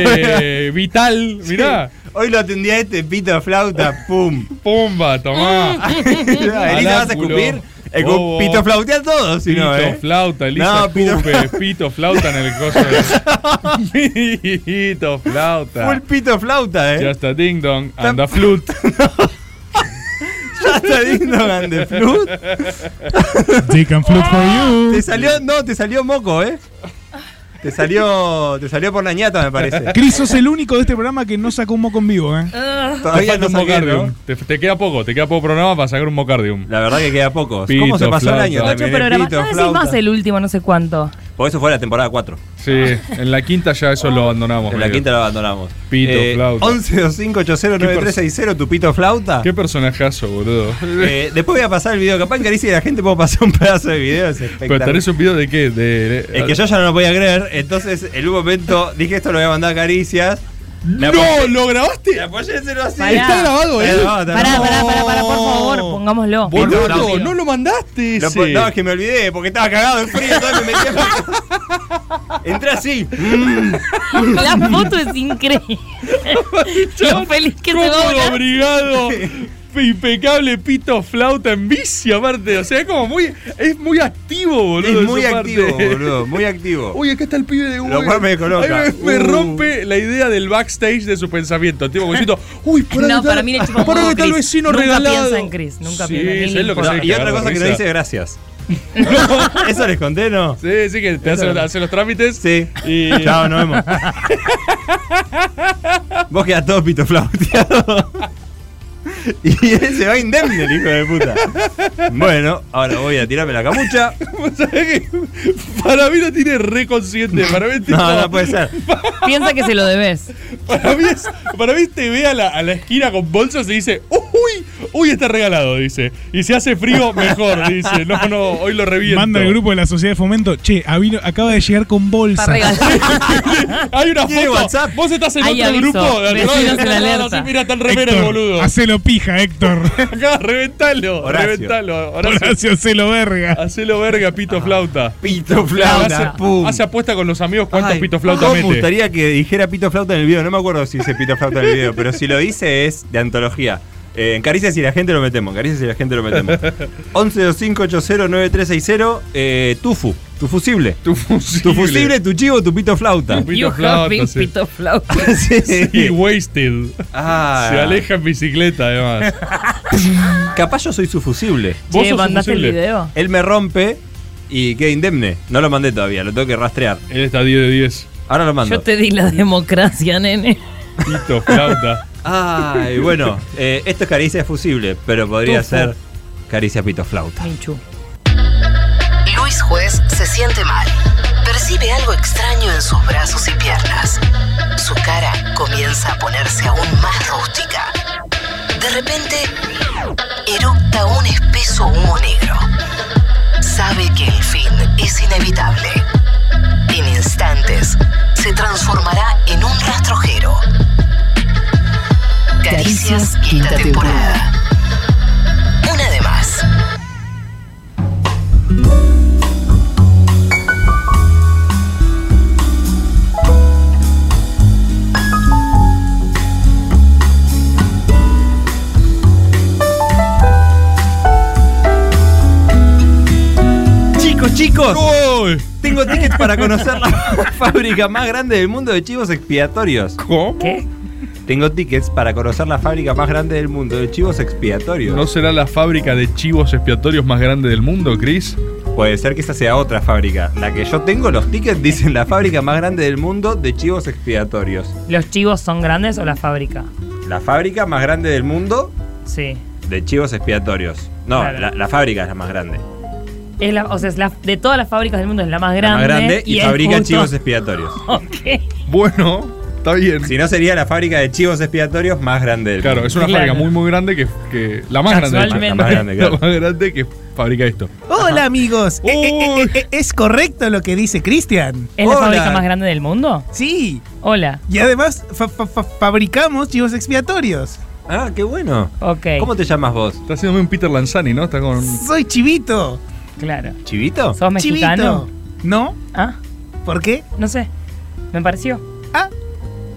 eh, vital.
Sí.
Mirá,
Hoy lo atendí a este pito flauta, pum.
pumba, tomá.
Elisa, ¿vas a
Alámbulo.
escupir? El
Bobo.
pito flautea a todos, si
Pito,
no, ¿eh?
flauta, Elisa
No, pito-
escupe, pito. flauta en el coso. de- pito,
Fue
flauta.
el pito flauta,
Ya
¿eh?
está ding dong, anda flute.
Ya está lindo, man, de flut.
Dick and flute for you.
Te salió, no, te salió moco, ¿eh? Te salió, te salió por la ñata, me parece.
Cris, sos el único de este programa que no sacó un moco en vivo, ¿eh?
Te
Todavía
falta
no
un
saqué,
mocardium.
¿no?
Te, te queda poco, te queda poco programa para sacar un mocardium.
La verdad que queda poco.
Pito,
¿Cómo se pasó el
flauta.
año
Ocho
Ocho
también? eh?
programas.
Pito,
No Ah, decís
flauta.
más el último, no sé cuánto.
Porque eso fue la temporada 4.
Sí, en la quinta ya eso lo abandonamos.
En la
medio.
quinta lo abandonamos. Eh,
Pito, flauta.
1125809360, tu pito flauta.
Qué personajazo, boludo.
Eh, después voy a pasar el video. Capaz que Alicia y la gente puedo pasar un pedazo de video. Es
Pero
espectacular.
tenés un video de qué? De,
Es que yo ya no lo podía creer. Entonces, en un momento dije esto lo voy a mandar a Caricias.
¡No! ¿Lo grabaste?
Apóyenselo así.
Pará.
Está grabado,
Está
eh.
grabado, está Pará,
Pará, pará, pará, por favor, pongámoslo.
Boludo, no, lo mandaste.
Lo
ese.
po- no, es que me olvidé porque estaba cagado en frío. Entonces me metí a- Entré así. Mm.
La foto es increíble. Lo feliz que se
Cómodo,
va a ver.
brigado. Impecable pito flauta en bici, aparte. O sea, es como muy. Es muy activo, boludo.
Es muy
esa
activo,
parte.
boludo. Muy activo.
Uy, acá está el pibe de Uber.
Lo cual me descoloca.
Ahí me, me
Uh.
rompe la idea del backstage de su pensamiento. Tipo, como diciendo, uy, por ahí
No,
está-
para mí le chupa un
por ahí
huevo
está el
Chris.
vecino
Nunca
regalado.
piensa en Chris, nunca
Sí,
piensa en
¿sabés
él.
lo que
No,
se
y otra
caga de
cosa que no
risa?
dice gracias. Eso les conté, ¿no?
Sí, sí, que te
Eso
hace,
no.
hace los trámites.
Sí.
Y...
Chao, nos vemos. Vos quedás todo pito flauteado. y él se va indemne, el hijo de puta. Bueno, ahora voy a tirarme la camucha.
¿Vos sabés que para mí lo tiene re consciente. Para mí, tipo,
No, no puede ser.
Piensa que se lo debes.
Para mí, es- para mí te ve a la, a la esquina con bolsas y dice, uy, uy, está regalado, dice. Y si hace frío, mejor, dice. No, no, hoy lo reviento.
Manda el grupo de la sociedad de fomento. Che, Avino acaba de llegar con bolsa.
Hay una
¿Tiene
foto.
WhatsApp?
Vos estás en
Hay
otro
aviso.
grupo. de al lado,
Vecinos en
al lado,
alerta.
así, mira, está el remero, el
Héctor,
boludo.
hacelo pija, Héctor.
Acá, reventalo,
Horacio.
reventalo.
Horacio, hacelo verga.
Hacelo verga, pito flauta.
Ah, Pito flauta.
Hace-
Pum.
Hace apuesta con los amigos cuántos
Ay,
pito flauta
¿cómo
mete.
Me gustaría que dijera pito flauta en el video. No me acuerdo si dice pito flauta en el video, pero si lo dice es de antología. Eh, en Caricias y la gente lo metemos. En Caricias y la gente lo metemos. 1125809360. Eh, tufu. Tu fusible.
Tu fusible.
Tu fusible, tu chivo, tu pito flauta.
Pito
You
flauta,
have been
sí.
pito flauta.
Sí.
Y wasted.
Ah.
Se aleja en bicicleta, además.
Capaz yo soy su fusible.
¿Vos
Che,
sos
¿mandaste el
fusible?
video?
Él me rompe y queda indemne. No lo mandé todavía, lo tengo que rastrear.
Él está 10 de 10.
Ahora lo
Yo
mando.
te di la democracia, nene.
Pito flauta. Ah.
Ay, bueno, eh, esto es caricia fusible, pero podría
Tufu.
ser caricia pito flauta.
Minchu.
Luis Juez se siente mal. Percibe algo extraño en sus brazos y piernas. Su cara comienza a ponerse aún más rústica. De repente, eructa un espeso humo negro. Sabe que el fin es inevitable. En instantes, se transformará en un rastrojero. Caricias, quinta temporada. Una de más.
Chicos, chicos,
¡Uy!
tengo ticket para conocer la fábrica más grande del mundo de chivos expiatorios.
¿Cómo?
¿Qué?
Tengo tickets para conocer la fábrica más grande del mundo de chivos expiatorios.
¿No será la fábrica de chivos expiatorios más grande del mundo, Chris?
Puede ser que esa sea otra fábrica. La que yo tengo, los tickets dicen la fábrica más grande del mundo de chivos expiatorios.
¿Los chivos son grandes o la fábrica?
La fábrica más grande del mundo
Sí.
de chivos expiatorios. No,
Claro.
la, la fábrica es la más grande.
Es la- o sea, es la- de todas las fábricas del mundo es la más
la
grande.
más grande y,
es
fabrica
justo-
chivos expiatorios.
Ok.
Bueno, está bien.
Si no, sería la fábrica de chivos expiatorios más grande del
Claro,
mundo.
es una
Claro.
fábrica muy, muy grande que. que- la más grande.
Casualmente.
La más grande,
La
claro.
más grande que fabrica esto.
Hola amigos, Eh, eh, eh, eh, ¿es correcto lo que dice Cristian?
¿Es la
Hola.
fábrica más grande del mundo?
Sí,
Hola.
y además fa- fa- fa- fabricamos chivos expiatorios.
Ah, qué bueno.
Ok.
¿Cómo te llamas vos?
Está haciendo un Peter Lanzani, ¿no? Está con.
Soy chivito.
Claro.
¿Chivito?
¿Sos mexicano?
Chivito. ¿No?
Ah,
¿Por qué?
no sé. Me pareció.
Ah,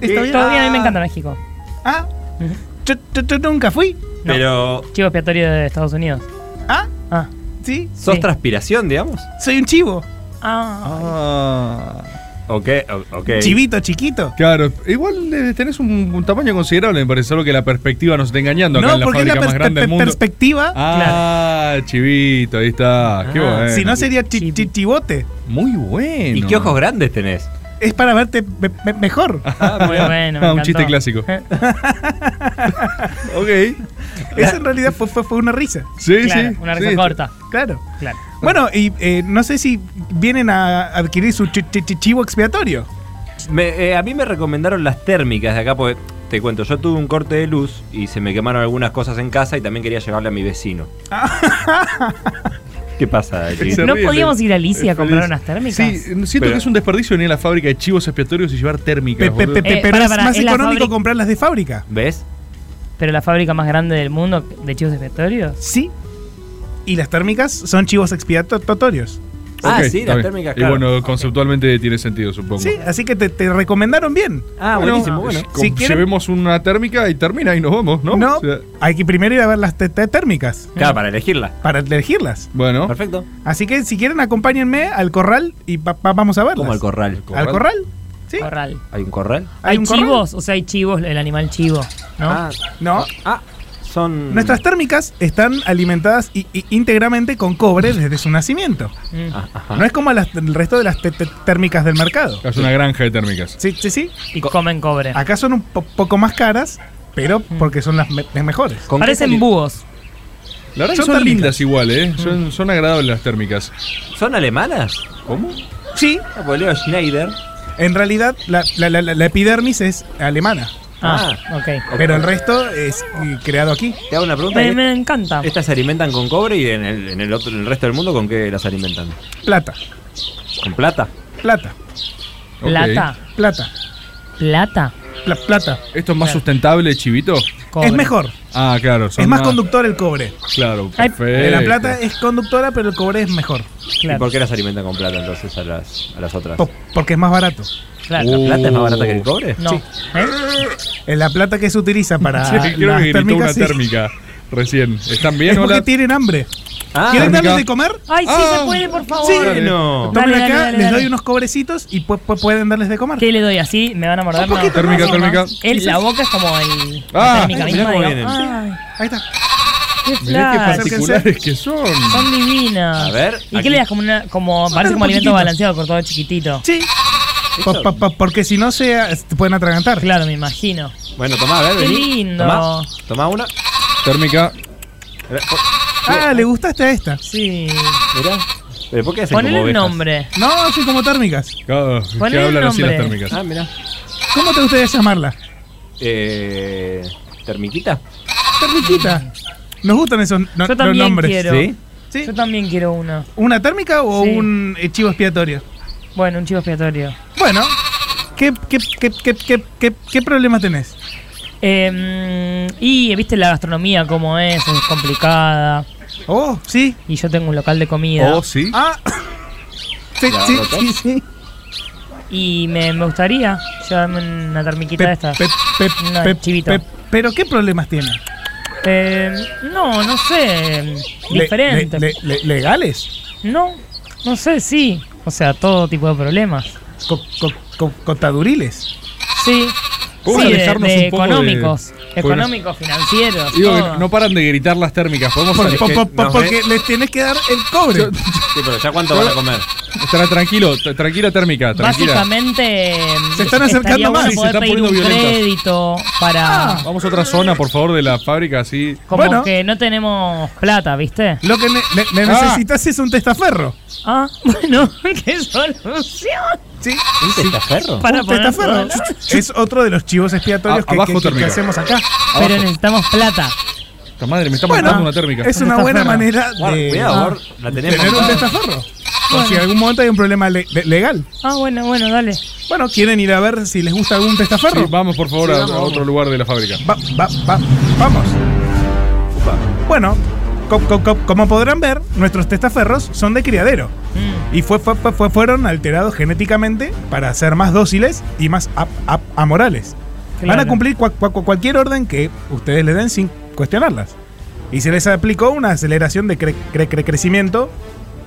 está bien.
Todo bien, a mí me encanta México.
Ah,
Ujú.
yo, yo- yo nunca fui.
No.
Pero.
Chivo expiatorio de Estados Unidos.
Ah,
Ah.
sí,
¿Sos
Sí.
transpiración, digamos?
soy un chivo.
Ah.
Ah.
Ok, o- ok.
Chivito chiquito.
Claro, igual eh, tenés un, un tamaño considerable, me parece, solo que la perspectiva nos está engañando acá
No,
en la
porque es
fábrica
la
más
perspe-
grande del mundo.
perspectiva.
Ah, chivito, ahí está. Qué
Ah,
bueno.
Si no sería chi- chi- chivote.
Muy bueno.
¿Y qué ojos grandes tenés?
Es para verte me- me- mejor.
Muy bueno. me
Ah, un
Eh.
encantó.
chiste clásico.
Eh,
Ok.
Esa en realidad fue, fue, fue una risa.
Sí,
Claro, sí, una risa sí. corta.
Claro. Bueno, y eh, no sé si vienen a adquirir su chi- chi- chi- chivo expiatorio.
Me- eh, a mí me recomendaron las térmicas de acá, porque te cuento, yo tuve un corte de luz y se me quemaron algunas cosas en casa y también quería llevarle a mi vecino. ¿Qué pasa, David?
¿No podíamos ir a Alicia a comprar unas térmicas?
Sí, siento
Pero-
que es un desperdicio venir a la fábrica de chivos expiatorios y llevar térmicas.
Pe- pe-
boludo.
pe- pe- Eh, pero pará, es pará, más es la económico fábrica-
comprarlas de fábrica.
¿Ves?
Pero la fábrica más grande del mundo de chivos expiatorios.
Sí. Y las térmicas son chivos expiatorios.
Ah,
Ok, está bien. Y bueno, conceptualmente tiene sentido, supongo.
Sí, así que te, te recomendaron bien.
Ah, buenísimo, bueno.
Si
Com-
quieren-
Llevemos una térmica y termina y nos vamos, ¿no?
No,
O sea,
hay que primero ir a ver las te- te- térmicas.
Claro, para elegirla.
Para elegirlas.
Bueno.
Perfecto.
Así que si quieren, acompáñenme al corral y pa- pa- vamos a verlas.
¿Cómo al corral?
¿Al corral? Sí.
Corral.
¿Hay un corral?
¿Hay,
¿Hay un corral?
chivos? O sea, hay chivos, el animal chivo, ¿no?
Ah, No.
Ah, son.
Nuestras térmicas están alimentadas i- i- íntegramente con cobre desde su nacimiento.
Mm.
No es como las- el resto de las te- te- térmicas del mercado.
Es una granja de térmicas.
Sí, sí, sí.
Y comen cobre.
Acá son un po- poco más caras, pero porque son las, me- las mejores.
Parecen búhos.
La verdad que son,
Son térmicas.
lindas igual, ¿eh? Son, son agradables las térmicas.
¿Son alemanas?
¿Cómo?
Sí.
Ah, pues Schneider.
En realidad, la, la- la- la epidermis es alemana.
Ah, ok.
Pero el resto es eh, creado aquí.
Te hago una pregunta.
Me, me encanta.
¿Estas se alimentan con cobre y en el, en el otro, en el resto del mundo con qué las alimentan?
Plata.
¿Con plata?
Plata.
Ok.
Plata.
Plata.
Plata.
Pla- plata.
¿Esto es más
Claro.
sustentable, chivito?
Cobre.
Es mejor.
Ah, claro. son
es más conductor el cobre.
Claro,
Ay,
perfecto.
La plata es conductora, pero el cobre es mejor.
¿Y por qué las alimentan con plata entonces a las, a las otras?
Oh.
Po- porque es más barato.
Claro. Uh.
¿La plata es más barata que el cobre?
No. ¿Eh?
Sí. Es la plata que se utiliza para.
Sí, creo
las
que gritó una
térmicas, sí.
térmica recién. ¿Están bien?
Es porque
Hola.
tienen hambre.
Ah,
¿Quieren
térmica.
darles de comer?
Ay, sí,
Ah,
se puede, por favor.
Sí.
No.
Tomen
Dale, dale,
acá,
dale,
les
dale.
doy unos cobrecitos y pu- pu- pueden darles de comer.
¿Qué le doy así? ¿Me van a morder?
Un poquito
Térmica,
no,
térmica.
no. El- la boca es como el, la
Ah,
térmica
mirá
misma.
cómo
digo,
vienen.
Ay,
Ahí está.
qué
Mirá qué
flash.
particulares que son.
Son divinas.
A ver,
¿Y
aquí.
qué le das como una. como
Son
parece como alimento
poquititos.
balanceado cortado chiquitito?
Sí. Pa- pa- pa- porque si no se te pueden atragantar.
Claro, me imagino.
Bueno, tomá, a ver,
Qué
vení.
lindo.
Tomá, tomá una.
Térmica.
Ah, le gustaste a esta.
Sí.
Mirá. ¿Pero por qué hacen
Ponele
como
un
ovejas?
nombre.
No, soy como térmicas.
Claro, que
Ponle un
hablan así las
nombre.
térmicas.
Ah, mirá.
¿Cómo te gustaría llamarla?
Eh, ¿Termiquita?
Térmiquita. Nos gustan esos no-
Yo
los
también
nombres.
quiero.
¿Sí?
Sí.
Yo también quiero una.
¿Una térmica o
Sí.
un eh, chivo expiatorio?
Bueno, un chivo expiatorio.
Bueno, ¿qué, qué, qué, qué, qué, qué- qué problema tenés?
Eh, mm, y viste la gastronomía como es, es complicada.
Oh, sí.
Y yo tengo un local de comida.
Oh, sí.
Ah. Sí,
Ya,
sí,
roto.
sí, sí.
Y me, me gustaría llevarme una termiquita
Pe-
de estas.
pe- pe-
No,
pe-
chivito.
pe- pero ¿qué problemas tiene?
Eh, no, no sé.
Le-
Diferente.
le- le- le- ¿Legales?
No, no sé, sí. O sea, todo tipo de problemas.
Co- co- co- ¿Contaduriles?
Sí.
Vamos
Sí, eh.
a
de-
alejarnos
de
un poco de-
económicos.
porque nos-
Económicos, financieros.
Digo que
todo.
no paran de gritar las térmicas. Podemos
Por-
salir.
por-
Eh,
por-
nos
porque les tenés que dar el cobre.
Sí, pero ¿ya cuánto van a comer?
Estará tranquilo, t- tranquila térmica, tranquila.
Básicamente.
Se están Ah,
estaría
acercando más.
bueno
Sí, se
poder
están
pedir
poniendo
un
violentos.
crédito para.
Vamos a otra zona, por favor, de la fábrica, así.
Como
Bueno.
que no tenemos plata, ¿viste?
Lo que ne- ne- ne-
Ah.
necesitas es un testaferro.
Ah, bueno, qué solución.
Sí.
¿Un testaferro?
Para
Un
poner todo,
testaferro.
¿no?
Es otro de los chivos expiatorios
A-
que,
abajo
que- que- que
térmica.
hacemos acá.
Pero necesitamos plata.
Esta madre, me está
Bueno,
matando una térmica.
Es una buena
Testaferro.
manera
Guarda,
de
cuidado,
ah,
Bor, la tenés
tener un
montada.
testaferro. Por si en algún momento hay un problema le- le- legal.
Ah, bueno, bueno, dale.
Bueno, ¿quieren ir a ver si les gusta algún
Sí,
testaferro?
vamos, por favor, a- a, otro lugar de la fábrica.
Va- va- va- vamos. Bueno, co- co- co- como podrán ver, nuestros testaferros son de criadero
Mm,
y fue, fue- fue- fue- fueron alterados genéticamente para ser más dóciles y más ap- ap- amorales. Van a
claro.
cumplir cua- cua- cua- cualquier orden que ustedes le den sin cuestionarlas. Y se les aplicó una aceleración de cre- cre- cre- crecimiento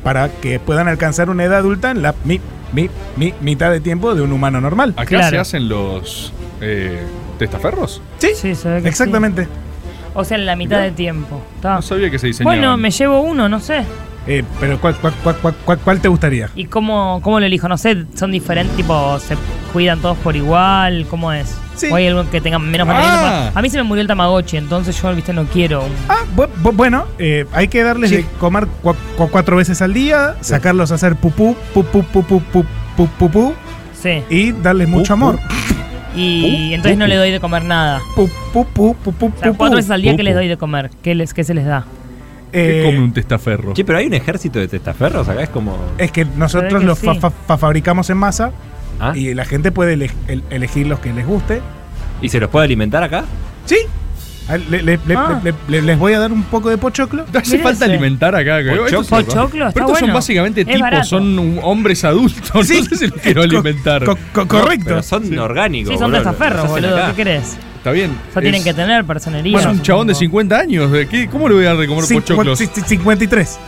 para que puedan alcanzar una edad adulta en la mi- mi- mi- mitad de tiempo de un humano normal.
¿Acá
Claro.
se hacen los eh, testaferros?
Sí,
Sí, se ve que
exactamente.
sí. O sea, en la mitad de tiempo. Está.
No sabía que se diseñaban.
Bueno, me llevo uno, no sé.
Eh, pero ¿cuál, cuál, cuál- cuál- cuál- cuál te gustaría?
¿Y cómo, cómo lo elijo? No sé, son diferentes, tipo, se cuidan todos por igual, ¿cómo es? ¿O hay algo que tenga menos material?
Ah.
A mí se me murió el Tamagotchi, entonces yo, viste, no quiero. un-
Ah, bu- bu- bueno, eh, hay que darles de comer cua- cua- cuatro veces al día, sacarlos a hacer pupú, pupú, pupú, pupú, pupú, pupú,
Sí.
y darles mucho amor.
Y entonces no le doy de comer nada. O sea, cuatro veces al día,
pu,
¿qué
pu.
les doy de comer? ¿Qué, les, qué se les da?
Eh,
¿Qué come un testaferro?
Che, pero hay un ejército de testaferros acá, es como.
Es que
Pero
nosotros
es que
los fa-
sí.
fa- fa- fabricamos en masa
Ah.
y la gente puede ele- el- elegir los que les guste.
¿Y se los puede alimentar acá?
Sí. Ah, le- le- le-
Ah.
le- le- les voy a dar un poco de pochoclo.
No hace falta alimentar acá. que-
Pochoclo.
estos son-
Pochoclo,
pero
está
estos son
bueno.
básicamente
Es
tipos,
barato.
son um, hombres adultos.
Sí.
No sé si los quiero alimentar.
co- co-
No,
correcto.
pero son
Sí.
orgánicos.
Sí, son
boludo,
testaferros,
los hacen
boludo.
acá.
¿Qué querés?
Está bien.
Ya tienen
es-
que tener personería.
Es un chabón de 50 años. ¿de qué? ¿Cómo le voy a dar de comer
Cincu-
pochoclos?
sí, sí, 53.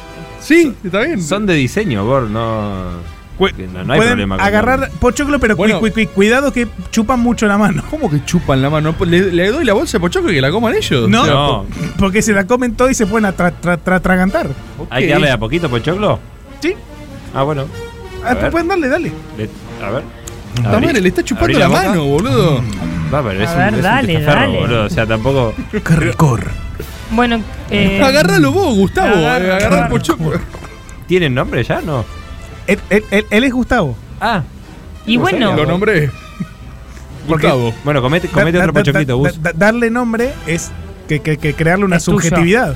Sí, está bien.
Son de diseño, Gor, no. No, no hay
Pueden
problema. con-
agarrar pochoclo, pero cu-
Bueno.
cu- cu- cuidado que chupan mucho la mano.
¿Cómo que chupan la mano? Le, le doy la bolsa de pochoclo y que la coman ellos.
No,
O sea,
porque se la comen todo y se pueden atra- tra- tra- atragantar.
¿Hay que darle de a poquito, Pochoclo?
Sí.
Ah, bueno.
Ah,
A
te
ver.
pueden darle, dale.
Le- a ver.
Puta
Abrí-
madre, le está chupando
abrí
la,
boca.
mano, boludo.
No, pero es
A
un,
ver,
es un
dale,
testaferro,
dale.
boludo. O sea, tampoco.
Qué ricor.
Bueno, eh,
Agárralo vos, Gustavo.
Agarra,
eh, agarrá
agarra.
el pochoclo.
¿Tienen nombre ya? No.
Él, él- él- él es Gustavo.
Ah.
Y
no
bueno.
sabía,
Lo nombré.
Porque-
Gustavo.
Bueno, comete,
Da-
Este, comete
da-
otro
da-
pochoclito,
da-
Gus.
da- darle nombre es que, que- que crearle una
Es tuyo.
subjetividad.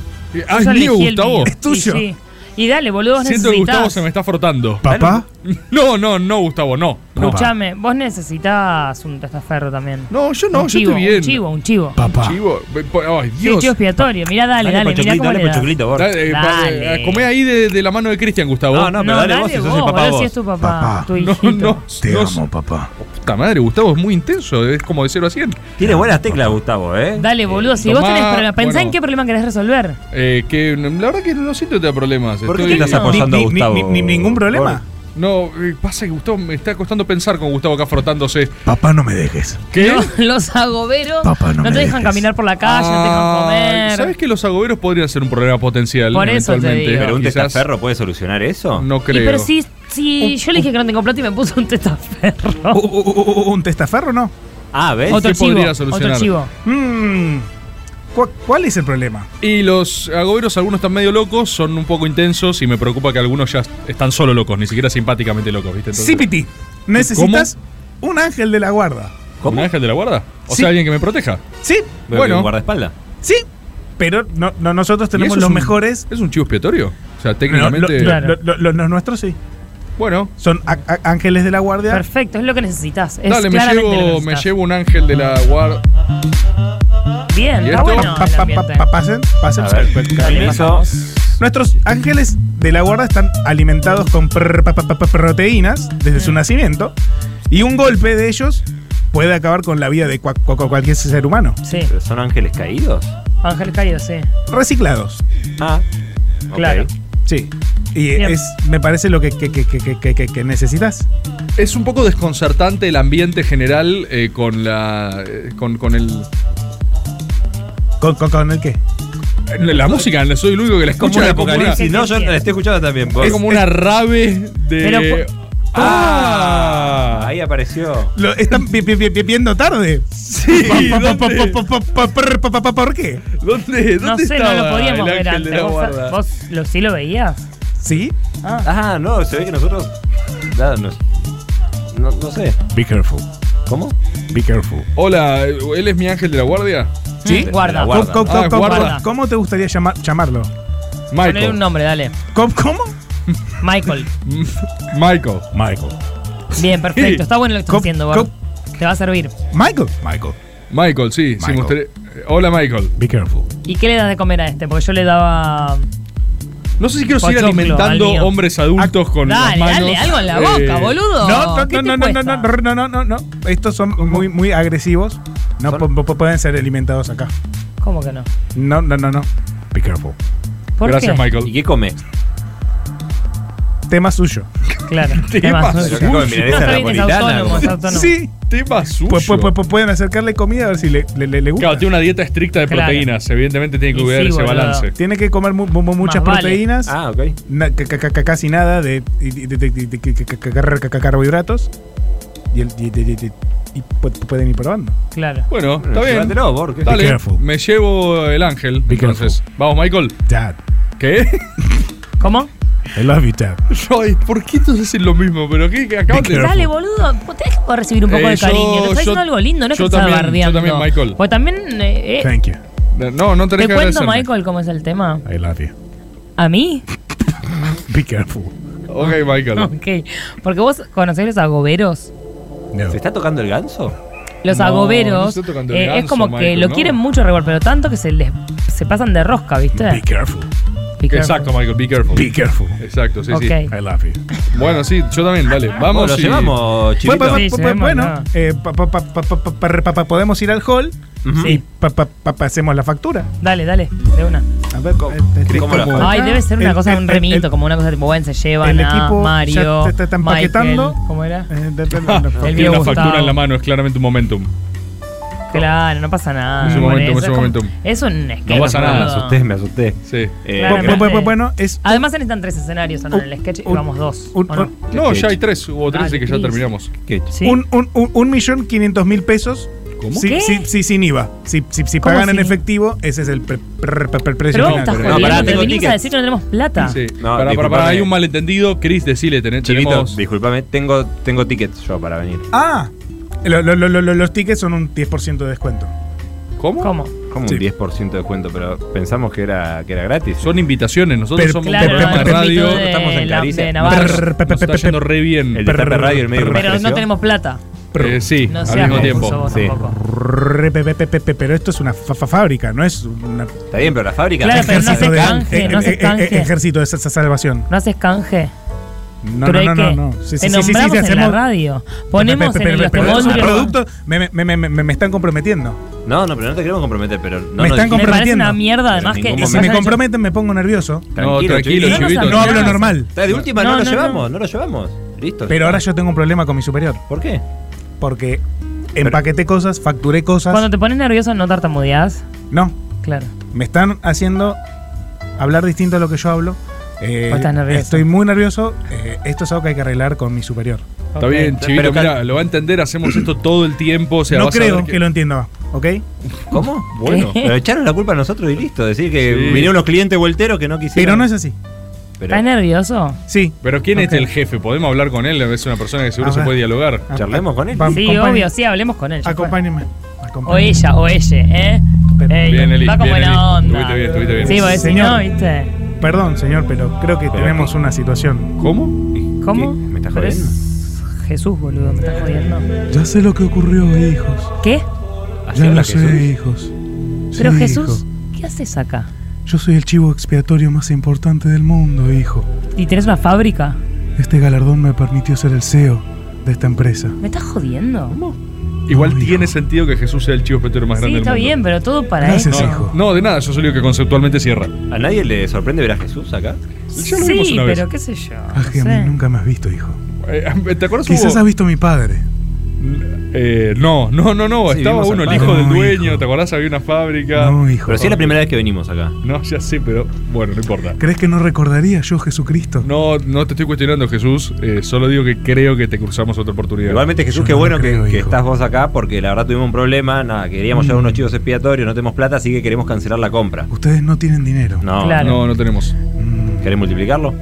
Ah, es
yo
mío,
elegí el
Gustavo.
mío.
Es
Sí,
tuyo.
sí. Y dale, boludo, vos
Siento que Gustavo
necesitas.
se me está frotando.
¿Papá?
No, no, no, Gustavo, no. No,
Escuchame, vos necesitas un testaferro también.
No, yo no,
un
yo
chivo,
estoy bien.
Un chivo, un chivo.
Papá. Chivo. eh, po- Ay,
Sí,
Dios.
chivo expiatorio. Mirá, dale, dale, mirá cómo
dale
le das.
pochoclito, Gor.
Dale, eh, pa-
Dale.
eh, comé ahí de, de la mano de Cristian, Gustavo.
No, no, pero dale, vos, si sos el papá
boludo, si
vos.
es tu papá, tu
No,
hijito.
no,
Te
no,
amo, papá.
Puta madre, Gustavo es muy intenso, es como de 0 a 100.
Tiene buenas teclas, Gustavo, ¿eh?
Dale, boludo, si
tomá,
vos tenés problemas, pensá
bueno.
en qué problema querés resolver.
Eh, que no, la verdad que no siento que tenga problemas.
¿Por qué
Estoy-
te estás
no,
apoyando a
ni- ni-
Gustavo?
ni- ni ningún problema.
No, eh, pasa que Gustavo me está costando pensar con Gustavo acá frotándose.
Papá, no me dejes.
¿Qué?
Los agoberos
Papá, no
no,
me
te dejan
dejes.
caminar por la calle, no te dejan comer.
Ah, ¿Sabes que los agoberos podrían ser un problema potencial?
Por eso te
eventualmente?
digo.
¿Pero un
Quizás-
testaferro puede solucionar eso?
No
Y
creo.
pero si, si yo le dije que no tengo plata y me puso un testaferro.
U- u- u- u- ¿Un testaferro no?
Ah, ¿ves?
Otro
¿Qué
chivo,
podría solucionar?
otro chivo.
Mm, ¿cu- ¿Cuál es el problema?
Y los agoberos, algunos están medio locos, son un poco intensos y me preocupa que algunos ya están solo locos, ni siquiera simpáticamente locos, ¿viste? Entonces-
CPT. Necesitas un ángel de la guarda.
¿Un ángel de la guarda? O
Sí.
sea, alguien que me proteja.
Sí,
Veo que
bueno.
un guardaespaldas.
sí. Pero no, no- nosotros
¿Y eso
tenemos
es
los
un-
mejores.
¿Es un chivo expiatorio? O sea,
No, lo-
técnicamente.
lo- lo- lo- lo- los nuestros sí.
Bueno,
Son a- a- ángeles de la guardia.
Perfecto, es lo que necesitas. Es
dale, me
claramente lo que
llevo, me
necesitas.
llevo un ángel de la guarda.
Bien,
¿Y
está
esto?
bueno
Pa-
el
pa- pa-
ambiente.
pa- pasen, pasen.
A ver,
Caminen.
permiso.
Nuestros ángeles de la guarda están alimentados con pr- pa- pa- pa- pa- proteínas desde
Mm.
su nacimiento y un golpe de ellos puede acabar con la vida de cua- cua- cua- cualquier ser humano.
Sí,
¿Pero son ángeles caídos?
Ángel Caído, sí.
¿Eh,
Reciclados,
Ah. ok.
Claro.
sí. Y
Bien.
es, me parece lo que, que- que- que- que- que- que- que necesitas.
Es un poco desconcertante el ambiente general eh, con la. eh, con, con el.
¿Con, con- con el qué?
La música, soy el único que la
Como
escucha.
un
es como una-
apocalipsis. No, yo la estoy escuchando también. Gor.
Es como una rave de.
Pero cu-
Ah, ahí apareció.
Lo están vi- vi- vi- viendo tarde.
Sí,
Pa- pa- pa-
¿dónde,
pa- pa- pa- pa- pa- pa- ¿Por qué?
¿dónde, dónde
No sé, no lo
estaba
podíamos
el
ver
ángel de
antes.
la
¿Vos,
guarda?
vos lo, sí lo veías?
¿Sí?
Ah, no, se ve que nosotros. Nada, nos- no, no sé.
Be careful.
¿Cómo?
Be careful.
Hola, eh, ¿él es mi ángel de la guardia?
Sí. Mm, Guarda.
La
¿Cómo,
guarda.
cómo-
Ah,
cómo-
guarda.
cómo- cómo te gustaría llamar- llamarlo?
Ponle un
Michael.
nombre, dale.
¿Cómo? cómo?
Michael.
Michael.
Michael.
Bien, perfecto. Está bueno lo que estás
Cop-
haciendo, Gor.
cop-
Te va a servir.
Michael. Michael.
Michael, sí. sí, me
Michael.
gustaría- eh, Hola, Michael.
Be careful.
¿Y qué le das de comer a este? Porque yo le daba.
No sé si quiero seguir
Pochoclo,
alimentando
al mío.
hombres adultos con las
Dale,
manos.
dale, algo en la boca,
Eh,
boludo.
No, no,
¿Qué te
no, no, no, no,
cuesta?
no, no, no, no, no. Estos son muy, muy agresivos. No
Son-
po- po- pueden ser alimentados acá.
¿Cómo que no?
No, no, no, no.
Be careful.
¿Por
Gracias,
qué?
Michael.
¿Y qué come?
tema suyo.
Claro.
Tema
suyo. Come milanesa
Está bien, es napolitana, autónomo, es autónomo.
Sí.
Tema suyo.
Pues, pues- pues pueden acercarle comida a ver si le, le- le- le gusta.
Claro, tiene una dieta estricta de
Claro.
proteínas. Evidentemente tiene que cuidar ese balance.
Tiene que comer mu- mu- mu- muchas
Más vale.
proteínas.
Ah, ok.
na- ca- ca- ca- casi nada de, de- de- de- de- de- de- ca- ca- ca- ca- carbohidratos. Y, el- y- de- de- de- y pu- pueden ir probando.
Claro.
Bueno, está bien.
llévatelo, Borg. Be
Dale,
careful.
me llevo el ángel. entonces, vamos, Michael.
Dad.
¿Qué?
¿Cómo?
I love you, Dad.
Ay, ¿por qué todos dicen lo mismo? Pero qué qué acaban de
Dale, boludo, vos tenés que poder recibir un poco
Eh,
de
yo-
cariño. Nos estás
yo-
diciendo algo lindo, no es
yo
que te estás
también, yo
bardeando.
también, Michael.
Pues también. eh, eh,
Thank you.
No, no tenés
te
que
cuento,
agradecerme.
Michael, cómo es el tema.
I love you.
¿A mí?
Be careful.
Ok, Michael.
Ok. Porque vos conocés los agoberos.
¿Se está tocando el ganso?
Los
No, no
agoberos
estoy tocando el
eh, es
ganso,
como que
Michael,
lo
no.
quieren mucho revolver, pero tanto que se les se pasan de rosca, ¿viste?
Be careful.
Be careful.
Exacto, Michael, be careful.
Be careful.
Exacto, sí,
Ok. Ah.
sí.
I
love you.
Bueno, sí, yo también, dale. Vamos.
lo
y-
llevamos,
Bueno, pa- pa- pa- Pues, bueno, eh, pa- pa- pa- pa- pa- pa- pa- pa- pa- podemos ir al hall y pa- pa- pa- pasemos la factura.
Dale, dale, de una.
A ver, ¿cómo,
¿Cómo la Ay, debe ser una cosa de un remito, como una cosa tipo, bueno, se llevan
el
a
equipo
Mario,
ya te- Eh, te está empaquetando.
Michael, ¿Cómo era? El
Tiene
viejo
una factura
Gustavo.
en la mano, es claramente un momentum.
Claro, no pasa nada.
Es un
Ah, Bueno,
momentum,
eso
es un
como-
momentum.
Es un
No
sketch,
pasa nada.
boludo.
me asusté.
Eh,
Sí.
Claramente.
Bueno, bueno, es-
Además se necesitan tres escenarios ¿no? en el sketch y vamos dos. ¿o no?
No, ya hay tres, hubo tres
Dale,
y que ya
Cris.
terminamos.
Sí.
Un, un, un, un millón quinientos mil pesos.
¿Cómo?
Sí,
¿Qué?
sí, sí, sin IVA. Si, si, si
¿Cómo
pagan en
sin IVA?
efectivo, ese es el pre- pre- pre- pre- precio
Pero vos me estás
final.
jodiendo, te vinimos a decir que no tenemos plata.
Sí.
No,
para, para, para,
disculpame.
hay un malentendido. Chris, decile, tenés,
Chivito,
tenemos.
discúlpame, tengo, tengo tickets yo para venir.
Ah, lo- lo- lo- lo- los tickets son un 10% de descuento.
¿Cómo?
¿Cómo?
Como
Sí.
un 10% de descuento, pero pensamos que era, que era gratis. ¿eh?
Son invitaciones, nosotros
Pero-
somos
Claro,
un programa de
no, es
radio.
invito de Estamos en la- Caricia. de
Nos
Navarro.
está- nos está yendo re bien.
El de Tape Radio, el medio
Pero no tenemos plata.
Eh, sí,
No
al
seas
mismo
confuso
tiempo.
vos
Sí.
tampoco.
Re- pe- pe- pe- pe- Pero esto es una fa- fa- fábrica, no es una.
Está bien, pero la fábrica.
Claro, pero no
ejército
haces
de-
canje, no
eh,
haces
eh, eh,
canje.
Ejército de sa- sa- salvación.
No haces canje.
No,
Trueque.
no, no, no, no. Sí, sí,
Te
sí, sí,
nombramos
sí, sí,
en la
hacemos-
radio. Ponemos
Pe- pe-
en
pe-
los
pe- pero es un
temoldrios-
producto, me, me- me- me- me están comprometiendo.
No, no, pero no te queremos comprometer, pero no
me
nos-
están
Me parece
comprometiendo.
una mierda, además
en
que.
ningún
Y si me comprometen, me pongo nervioso.
Tranquilo,
tranquilo,
Chivito.
Chivito,
No hablo normal.
Está, De última no,
No,
lo
no,
llevamos, no. lo llevamos. Listo.
Pero ahora yo tengo un problema con mi superior.
¿Por qué?
Porque empaqueté cosas, facturé cosas.
Cuando te pones nervioso, no tartamudeás.
No,
Claro.
me están haciendo hablar distinto a lo que yo hablo. Eh,
Vos estás nervioso.
Estoy muy nervioso. Eh, esto es algo que hay que arreglar con mi superior.
Está bien, Chivito, mira, lo va a entender, hacemos esto todo el tiempo. O sea,
no
vas a ver
creo
que-
que... lo entienda, ¿ok?
¿Cómo? Bueno, pero echaron la culpa a nosotros y listo. Decir que
Sí.
vinieron unos clientes volteros que no quisieron.
Pero no es así.
Pero-
¿Estás nervioso?
Sí.
Pero ¿quién
Ok.
es el jefe? ¿Podemos hablar con él? Es una persona que seguro
A
se
ver.
puede dialogar.
A-
Charlemos con él.
Pa-
Sí,
acompañe-
obvio, sí, hablemos con él. ya fue.
Acompáñenme.
O ella, o ella, ¿eh? Ey,
Bien, Eli,
va con
bien,
buena
Eli.
onda.
Estuviste bien, estuviste bien.
Sí, porque si
Señor.
no, ¿viste?
Perdón, señor, pero creo que tenemos una situación.
¿Cómo?
¿Cómo?
¿Qué? ¿Me estás
Pero
jodiendo?
es Jesús, boludo, me estás jodiendo.
Ya sé lo que ocurrió, hijos.
¿Qué?
Ya lo sé,
hijos.
Pero Jesús, ¿qué haces acá?
Yo soy el chivo expiatorio más importante del mundo, hijo.
¿Y tenés una fábrica?
Este galardón me permitió ser el CEO de esta empresa.
¿Me estás jodiendo?
Igual tiene sentido que Jesús sea el chivo petero más
Sí,
grande
está
del mundo.
bien, pero todo para
Gracias,
eso.
hijo.
¿Eh? No, de nada, yo soy el que conceptualmente cierra.
¿A nadie le sorprende ver a Jesús acá?
Ya lo vimos
Sí,
una vez.
pero qué sé yo. no
Aje, a
sé.
mí nunca me has visto, hijo.
Eh, ¿Te acuerdas
Quizás
hubo-
has visto a mi padre.
Eh, no, no, no, no.
Sí,
Estaba
vimos
uno,
al
el
padre.
hijo del
No,
dueño. ¿Te acordás? Había una fábrica.
No, hijo.
Pero sí es la primera vez que venimos acá.
No, ya sé, pero bueno, no importa.
¿Crees que no recordaría yo Jesucristo?
No, no te estoy cuestionando, Jesús. eh, solo digo que creo que te cruzamos otra oportunidad.
Igualmente, Jesús,
Yo
qué
no
bueno
lo creo,
que, que
hijo.
estás vos acá porque la verdad tuvimos un problema. Nada, queríamos
Mm.
llevar unos chivos expiatorios, no tenemos plata, así que queremos cancelar la compra.
Ustedes no tienen dinero.
No, Mm.
Claro.
No, no tenemos.
¿querés multiplicarlo?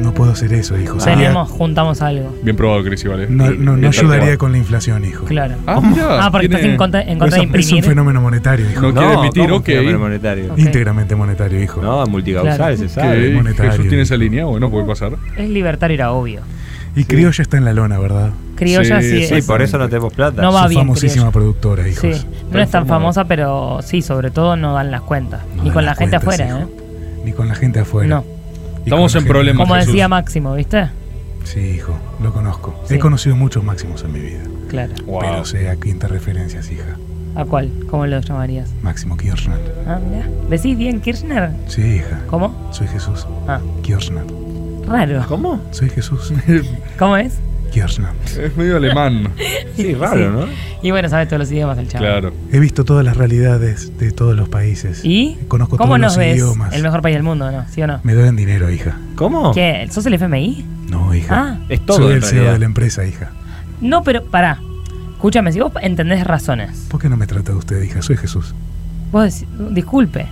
No puedo hacer eso, hijo. Sería-
Tenemos, juntamos algo.
Bien probado, Cris, eh. y ¿vale?
No, no, no
Bien
ayudaría
tratado.
con la inflación, hijo.
Claro.
Ah, mirá,
Ah, porque
tiene-
estás en contra, en
Es
contra de
un- es un
imprimir.
fenómeno monetario, hijo.
No, quiere
No,
emitir,
¿cómo
ok.
que fenómeno monetario.
Ok.
Íntegramente monetario, hijo.
No, multicausal,
Claro.
se
Ok,
sabe.
monetario.
Jesús tiene esa línea, bueno, puede pasar.
Es libertario, era obvio.
Y Criolla está en la lona, ¿verdad?
Criolla sí,
Sí,
es.
Sí, por eso no tenemos plata.
No va
Su
bien,
famosísima
Criolla.
productora,
Sí,
hijos.
no es tan
Transformado.
famosa, pero sí, sobre todo no dan las cuentas.
No
Ni
dan
con la
las
gente
cuentas,
afuera, ¿eh?
hijo. Ni con la gente afuera.
No.
Y
Estamos
con la
en
gente-
¿eh?
problemas.
Como
Jesús.
decía Máximo, ¿viste?
Sí, hijo, lo conozco.
Sí.
He conocido muchos máximos en mi vida.
Claro.
Wow.
Pero sé a quién te referencias, hija.
¿A cuál? ¿Cómo lo llamarías?
Máximo Kirchner.
Ah, mirá. ¿Decís bien Kirchner?
Sí, hija.
¿Cómo?
Soy Jesús.
Ah,
Kirchner.
Raro.
¿Cómo?
Sí, Jesús.
¿Cómo es?
Kirchner. Es medio alemán.
Sí,
Sí. Y bueno, sabes todos los idiomas el chaval.
Claro.
He visto todas las realidades de todos los países.
¿Y?
Conozco
¿Cómo
todos
nos
los
ves?
idiomas.
El mejor país del mundo, ¿no? ¿Sí o no?
Me deben dinero, hija.
¿Cómo?
¿Qué? ¿Sos el FMI?
No, hija.
Ah. Es
todo,
Soy
en
el CEO
realidad.
de la empresa, hija.
No, pero pará. Escúchame, si vos entendés razones,
¿Por qué no me trata de usted, hija? Soy Jesús.
vos decís, disculpe.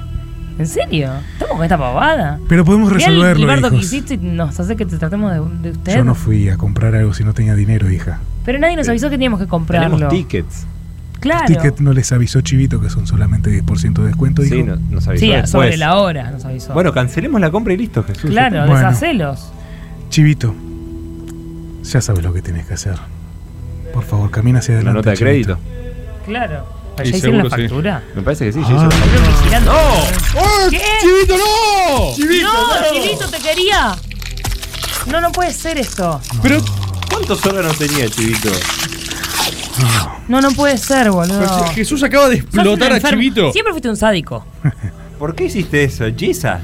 ¿En serio? ¿Estamos con esta pavada?
Pero podemos
Mirá el
resolverlo,
libardo que
hijos.
hiciste y nos hace que te tratemos de, de usted.
Yo no Eh, fui a comprar algo si no tenía dinero, hija.
Pero nadie nos avisó que teníamos que comprarlo.
Tenemos tickets.
Claro.
Ticket no les avisó Chivito que son solamente 10% de descuento, dijo.
Sí, no- nos avisó
Sí,
después.
sobre la hora nos avisó.
Bueno, cancelemos la compra y listo, Jesús.
claro,
Bueno.
deshacelos.
Chivito, ya sabes lo que tienes que hacer. Por favor, camina hacia
Una
adelante.
nota de
Chivito.
crédito.
Claro. Pero
Y
ya hicieron la
seguro sí.
factura.
Me parece que sí, ya
Ah.
hizo la factura.
Mirando-
¿Qué? ¡Chivito, no!
no, Chivito, te quería. No, no puede ser esto.
Pero, ¿cuántos órganos tenía, Chivito?
No, no puede ser, boludo.
Pero si Jesús acaba de
Sos un
explotar a
enfermo.
Chivito.
Siempre fuiste un sádico.
¿Por qué hiciste eso, Giza?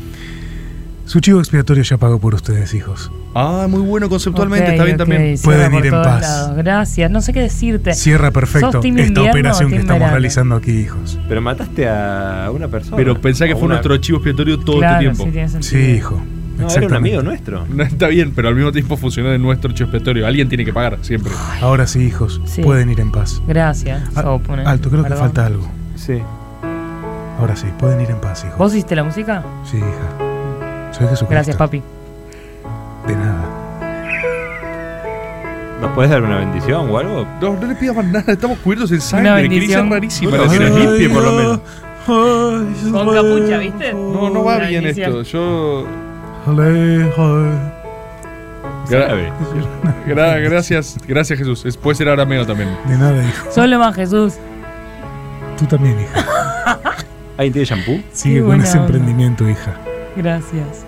Su chivo expiatorio ya pagó por ustedes, hijos.
Ah, muy bueno conceptualmente,
Ok,
está bien
ok,
también.
cierra
Pueden
por
ir en
todos
paz.
lados. Gracias, no sé qué decirte.
Cierra perfecto
¿Sos team
esta
invierno o
operación que
team
estamos
verano?
realizando aquí, hijos.
Pero mataste a una persona.
Pero pensá que
A
fue
una-
nuestro archivo expiatorio todo
Claro,
este
sí, tiene
tiempo.
sentido. Sí,
hijo.
No, era un amigo nuestro.
No, está bien, pero al mismo tiempo funcionó de nuestro archivo expiatorio. Alguien tiene que pagar, siempre.
Ah.
Ahora sí, hijos,
Sí.
pueden ir en paz.
Gracias.
Ah,
Sopone.
alto, creo que
Perdón.
falta algo.
Sí.
Ahora sí, pueden ir en paz, hijos.
¿Vos hiciste la música?
Sí, hija. Soy Jesucristo.
Gracias, papi.
De nada.
¿Nos puedes dar una bendición o algo?
No, no le pidas más nada, estamos cubiertos en
Una
sangre.
bendición.
Cristian rarísima,
Bueno,
la tenés
ay,
limpia por lo
Dios.
menos.
Con capucha, ¿viste?
No, no va bien esto. Yo.
eh.
Grave.
Gra- gracias, gracias Jesús. Es- puede ser arameo también.
De nada, hijo.
Solo más Jesús.
Tú también, hija.
¿Alguien tiene shampoo?
Sigue
Qué
con
buena
ese
onda.
emprendimiento, hija.
Gracias.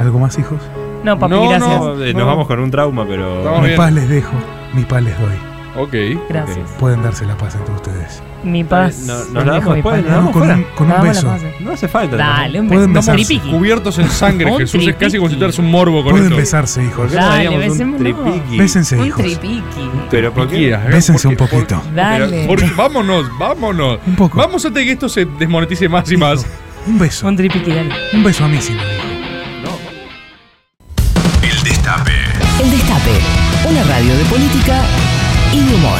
¿Algo más, hijos?
No, papi,
No,
gracias.
No, eh,
No.
Nos vamos con un trauma, pero.
Estamos
mi
bien.
paz les dejo, mi paz les doy.
Ok.
Gracias.
Pueden darse la paz entre ustedes.
Mi paz.
No, nos
Te
la
dejo
damos
mi
después,
paz.
nos damos
Con
fuera.
un, con un
Dame la
beso.
paz.
No hace falta.
Dale, un beso.
Pueden
Como
besarse.
tripiqui.
Cubiertos en sangre,
Un
Jesús. Es casi como si
tripiqui.
tuvieras un morbo con
Pueden
esto.
besarse, hijos.
¿Por qué no
Dale,
haríamos un
besémonos.
tripiqui?
Bésense,
Un
hijos.
tripiqui.
Pero ¿por
Piqui,
qué?
hagamos
Bésense un
porque-
poquito.
Dale.
Porque, vámonos, vámonos.
Un poco.
Vamos antes de que esto se desmonetice más y más.
Un beso.
Un tripiqui, dale.
Un beso a mí, si no, hijo.
El Destape, una radio de política y de humor.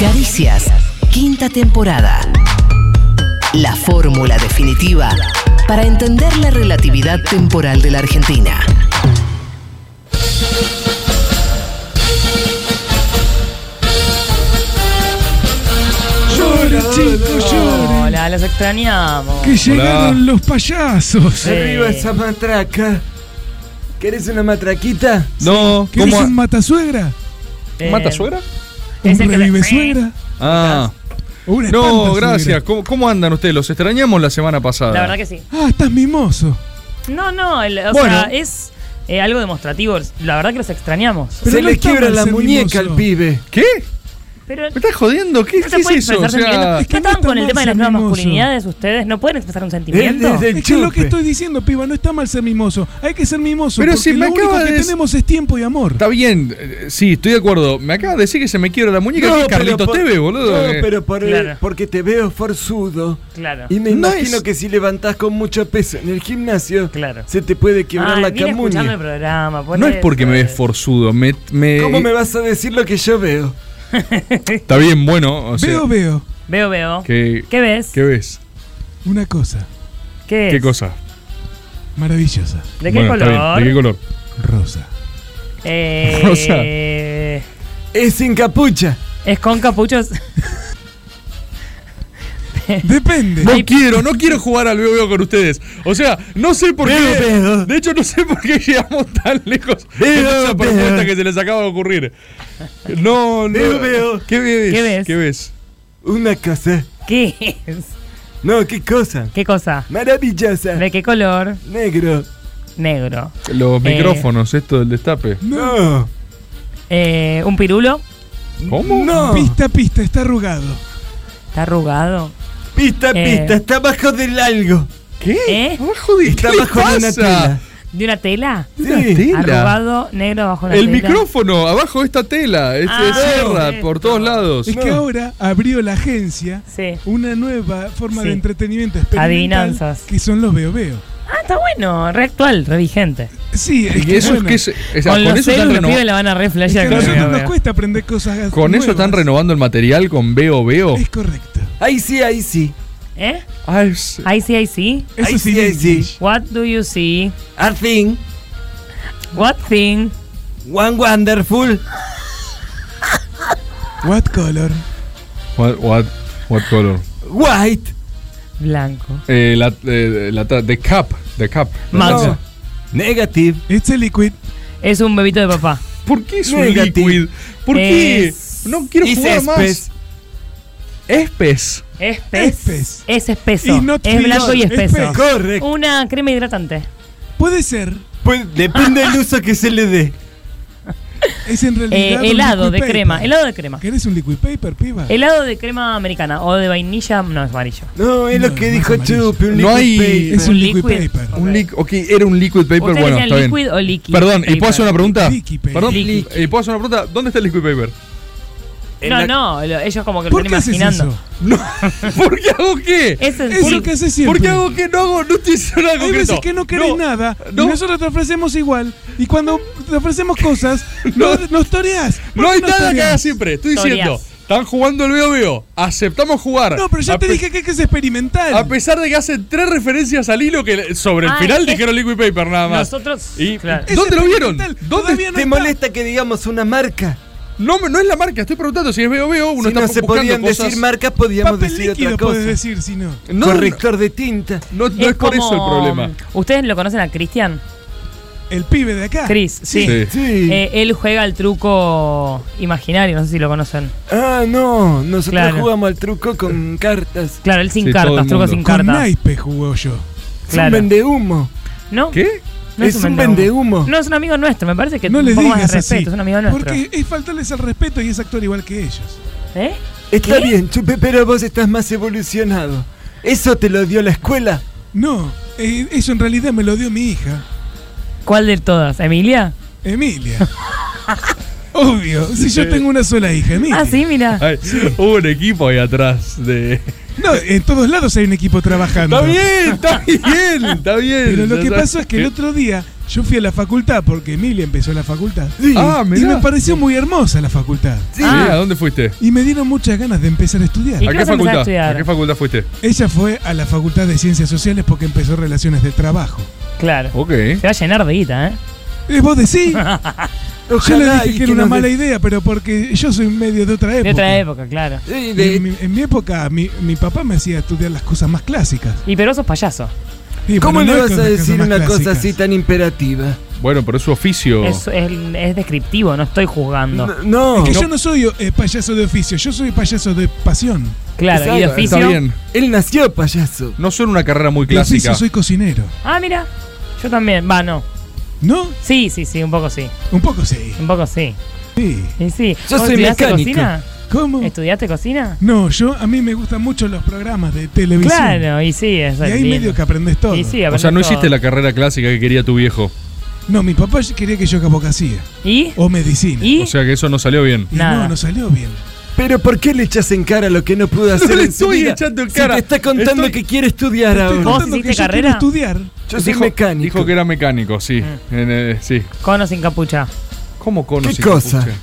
Caricias, quinta temporada. La fórmula definitiva para entender la relatividad temporal de la Argentina.
Hola, chicos, lloren.
Hola, los extrañamos.
Que llegaron
Hola.
los payasos.
Sí.
matraca. ¿Querés una matraquita?
No,
¿Querés
¿cómo?
un matasuegra?
Eh,
¿Mata suegra?
Es
¿Un
el que-
revive suegra?
Ah.
¿O un
No,
espantasuegra?
gracias. ¿Cómo, cómo andan ustedes? Los extrañamos la semana pasada.
La verdad que sí.
Ah, estás mimoso.
No, no, el- o
Bueno.
sea, es eh, algo demostrativo. La verdad que los extrañamos.
Pero
Se
no
le
está
quiebra
mal
la
ser
muñeca al
mimoso.
pibe.
¿Qué?
Pero
¿Me estás jodiendo? ¿Qué,
no
qué
se puede
es eso? O
expresar
sea,
sentimientos.
es que
¿No
no
estaban
está
con el
mal
tema de
ser
las nuevas
mimoso.
masculinidades ustedes? ¿No pueden expresar un sentimiento?
Es desde el
Es que es lo que
chupe.
estoy diciendo, piba, no está mal ser mimoso. Hay que ser mimoso.
Pero
porque
si me
lo único
acaba
que
de-
tenemos es tiempo y amor.
está bien. eh, Sí, estoy de acuerdo. Me acaba de decir que se me quiebra la muñeca. que es Carlitos
por-
TV, boludo.
No,
Eh,
pero por-
Claro.
porque te veo forzudo.
Claro.
Y me
No
imagino
es-
que si levantás con mucho peso en el gimnasio,
Claro.
se te puede quebrar
Ay,
la
vine escuchando el
camuña.
programa. por
No es
eso,
porque me
eh.
ves forzudo. Me, me-
¿Cómo me vas a decir lo que yo veo?
Está bien, bueno. O sea,
veo, veo.
Veo, veo. ¿Qué,
que-
ves?
¿Qué ves?
Una cosa
¿Qué,
¿Qué
es?
cosa?
maravillosa.
¿De qué
Bueno, está bien,
color?
¿De qué color?
Rosa.
Eh,
Es sin capucha.
Es con capuchos.
Depende.
No quiero, no quiero jugar al veo veo con ustedes. O sea, no sé por
Veo,
qué.
veo.
De hecho, no sé por qué llegamos tan lejos de
Veo,
esa propuesta
veo.
que se les acaba de ocurrir. No, no.
Veo, veo.
¿Qué ves?
¿Qué ves?
¿Qué ves?
Una cosa.
¿Qué es?
No, qué cosa.
¿Qué cosa?
Maravillosa.
¿De qué color?
Negro.
Negro.
Los
Eh.
micrófonos, esto del destape.
No.
Eh, ¿Un pirulo?
¿Cómo?
No.
Pista a pista, está arrugado.
¿Está arrugado?
Pista,
Eh.
pista. Está abajo del algo.
¿Qué? Ah,
¿Eh?
Abajo de-
Está
¿Qué le
bajo de una
pasa?
tela.
¿De una tela?
¿De una tela?
Arrugado, negro bajo la
El
tela.
micrófono abajo de esta tela. Es,
Ah,
es cierra
perfecto.
por todos lados.
Es que
No.
ahora abrió la agencia una nueva forma de
Sí.
entretenimiento experimental
Adivinanzas.
que son los veo veo.
Ah, está bueno, re actual, re vigente.
Sí, es
Y
que
eso es
bueno.
que es- o sea,
con,
con
los
eso están
celos los
renova-
pibes la van a re
Es que
flashear
a
con el
nosotros nos
video.
cuesta aprender cosas
Con eso están renovando el material con Veo Veo.
Es correcto.
Ahí sí, ahí sí.
¿Eh?
Ahí sí,
ahí sí.
Eso I sí, see, I sí. see.
What do you see?
A thing.
What thing?
One wonderful.
What color?
What, what, what color?
White.
Blanco.
Eh, la, eh, la ta- the cap. The cap.
Max.
No.
Negative.
It's a liquid.
Es un bebito de papá.
¿Por qué es un liquid? ¿Por qué? No quiero jugar más. Espes.
Espes. Es espeso.
Is not
Es blanco
clear.
y espeso.
Espeso. Correcto.
Una crema hidratante.
Puede ser.
Pues, depende del uso que se le dé.
Es en realidad.
Eh,
un
helado
liquid
de
paper.
crema. Helado de crema.
¿Querés un liquid paper, piba?
Helado de crema americana o de vainilla, no es amarillo.
No, es lo que dijo Chupi, un
No hay.
Es un liquid paper.
Un liquid- ok, era un liquid paper.
¿Ustedes
Bueno,
decían
está bien.
liquid o liquid
Perdón, ¿y
paper?
puedo hacer una pregunta?
Liquid paper.
Perdón,
Liquid.
¿y puedo hacer una pregunta? ¿Dónde está el liquid paper?
No,
la-
no, lo- ellos como que lo
¿Por
están
qué haces
imaginando.
eso? ¿Por qué hago qué?
Es el
Es lo que hace siempre.
¿Por qué hago qué? No hago, no estoy diciendo nada
Hay
concreto.
veces que no querés nada y nosotros te ofrecemos igual. Y cuando te ofrecemos cosas, no, nos toreás. ¿Por
No
qué
hay
nos
nada que
toreás?
haga siempre. Estoy diciendo, están jugando el veo veo. Aceptamos jugar.
No, pero ya
A
te
pe-
dije que, que es experimental.
A pesar de que hacen tres referencias al hilo que sobre el
Ah,
final
es-
dijeron liquid paper nada más.
Nosotros.
Y-
Es
¿Dónde lo vieron?
experimental,
¿Dónde
¿Te molesta que digamos una marca?
No, no es la marca, estoy preguntando si es veo veo. Uno
Si
está
no se
buscando
podían
cosas-
decir marcas, podíamos
Papel
decir
líquido
otra cosa.
podés decir,
si no.
No,
Corrector de tinta.
No, no es, por eso el problema.
¿Ustedes lo conocen a Cristian?
El pibe de acá.
Chris, sí.
Sí.
Eh, él juega el truco imaginario, no sé si lo conocen.
Ah, no. Nosotros
Claro.
jugamos al truco con cartas.
Claro, él sin Sí, cartas, todo el truco mundo. sin
Con
cartas.
naipe jugó yo.
Claro.
Es un vendehumo.
¿No?
¿Qué?
No
es un vendehumo.
No es un amigo nuestro, me parece que
No
un
le
poco más
digas
de respeto,
así.
es un amigo nuestro.
Porque es faltarles el respeto y es actuar igual que ellos.
¿Eh?
Está bien, Chupe, pero vos estás más evolucionado. ¿Eso te lo dio la escuela?
No, eh, eso en realidad me lo dio mi hija,
¿Cuál de todas? ¿Emilia?
Emilia. Obvio, si yo tengo una sola hija, Emilia.
Ah, sí, mira.
Ay, Hubo un equipo ahí atrás de.
No, en todos lados hay un equipo trabajando.
Está bien, está bien, está bien.
Pero lo
Ya
que
sabes
pasó es que el otro día yo fui a la facultad porque Emilia empezó la facultad.
Ah,
y
mirá.
me pareció muy hermosa la facultad.
Sí,
Ah.
¿a dónde fuiste?
Y me dieron muchas ganas de empezar a estudiar.
¿A Ah. qué facultad? ¿A qué facultad fuiste?
Ella fue a la facultad de ciencias sociales porque empezó relaciones de trabajo.
Claro.
Ok.
Se va a llenar de guita, ¿eh?
Eh, vos decís. yo le
Ojalá
dije
y
que,
que
era una
nos
mala
des-
idea, pero porque yo soy medio de otra época.
De otra época, claro.
En, mi, en mi época, mi, mi papá me hacía estudiar las cosas más clásicas.
Y pero sos payaso.
Sí,
¿Cómo
bueno,
le
no
vas
es
a
que- que son
decir
más
una cosa
clásicas.
así tan imperativa?
Bueno, pero es su
Oh.
oficio.
Es, es- es descriptivo, no estoy juzgando.
No.
Es que yo no soy eh, payaso de oficio, yo soy payaso de pasión.
Claro, y de
Está
oficio.
bien.
Él nació payaso.
No son una carrera muy
De oficio
clásica.
soy cocinero.
Ah, mira. Yo también. Va, no.
¿No?
Sí, sí, sí, un poco sí.
Un poco sí.
Un poco sí.
Sí.
Y sí.
Yo
¿Vos
soy
estudiaste
mecánico.
cocina?
¿Cómo?
¿Estudiaste cocina?
No, yo a mí me gustan mucho los programas de televisión.
Claro, y sí, es
Y ahí
lindo.
medio que aprendes todo.
Y sí,
o
aprendés
sea, no
todo.
hiciste la carrera clásica que quería tu viejo.
No, mi papá quería que yo haga abogacía.
¿Y?
O medicina.
¿Y?
O sea, que eso no salió bien.
Y no, no salió bien.
Pero ¿por qué le echas en cara lo que no pudo hacer?
le
en su
estoy
vida?
echando en
Si
cara.
te está contando
Estoy-
que quiere estudiar
Te estoy
ahora.
contando ¿Vos que hiciste yo quiero carrera?
estudiar.
Yo soy
Dijo-
mecánico.
Dijo que era mecánico, sí. En, eh, sí.
Con o sin capucha.
¿Cómo con o
¿Qué
sin
cosa?
capucha?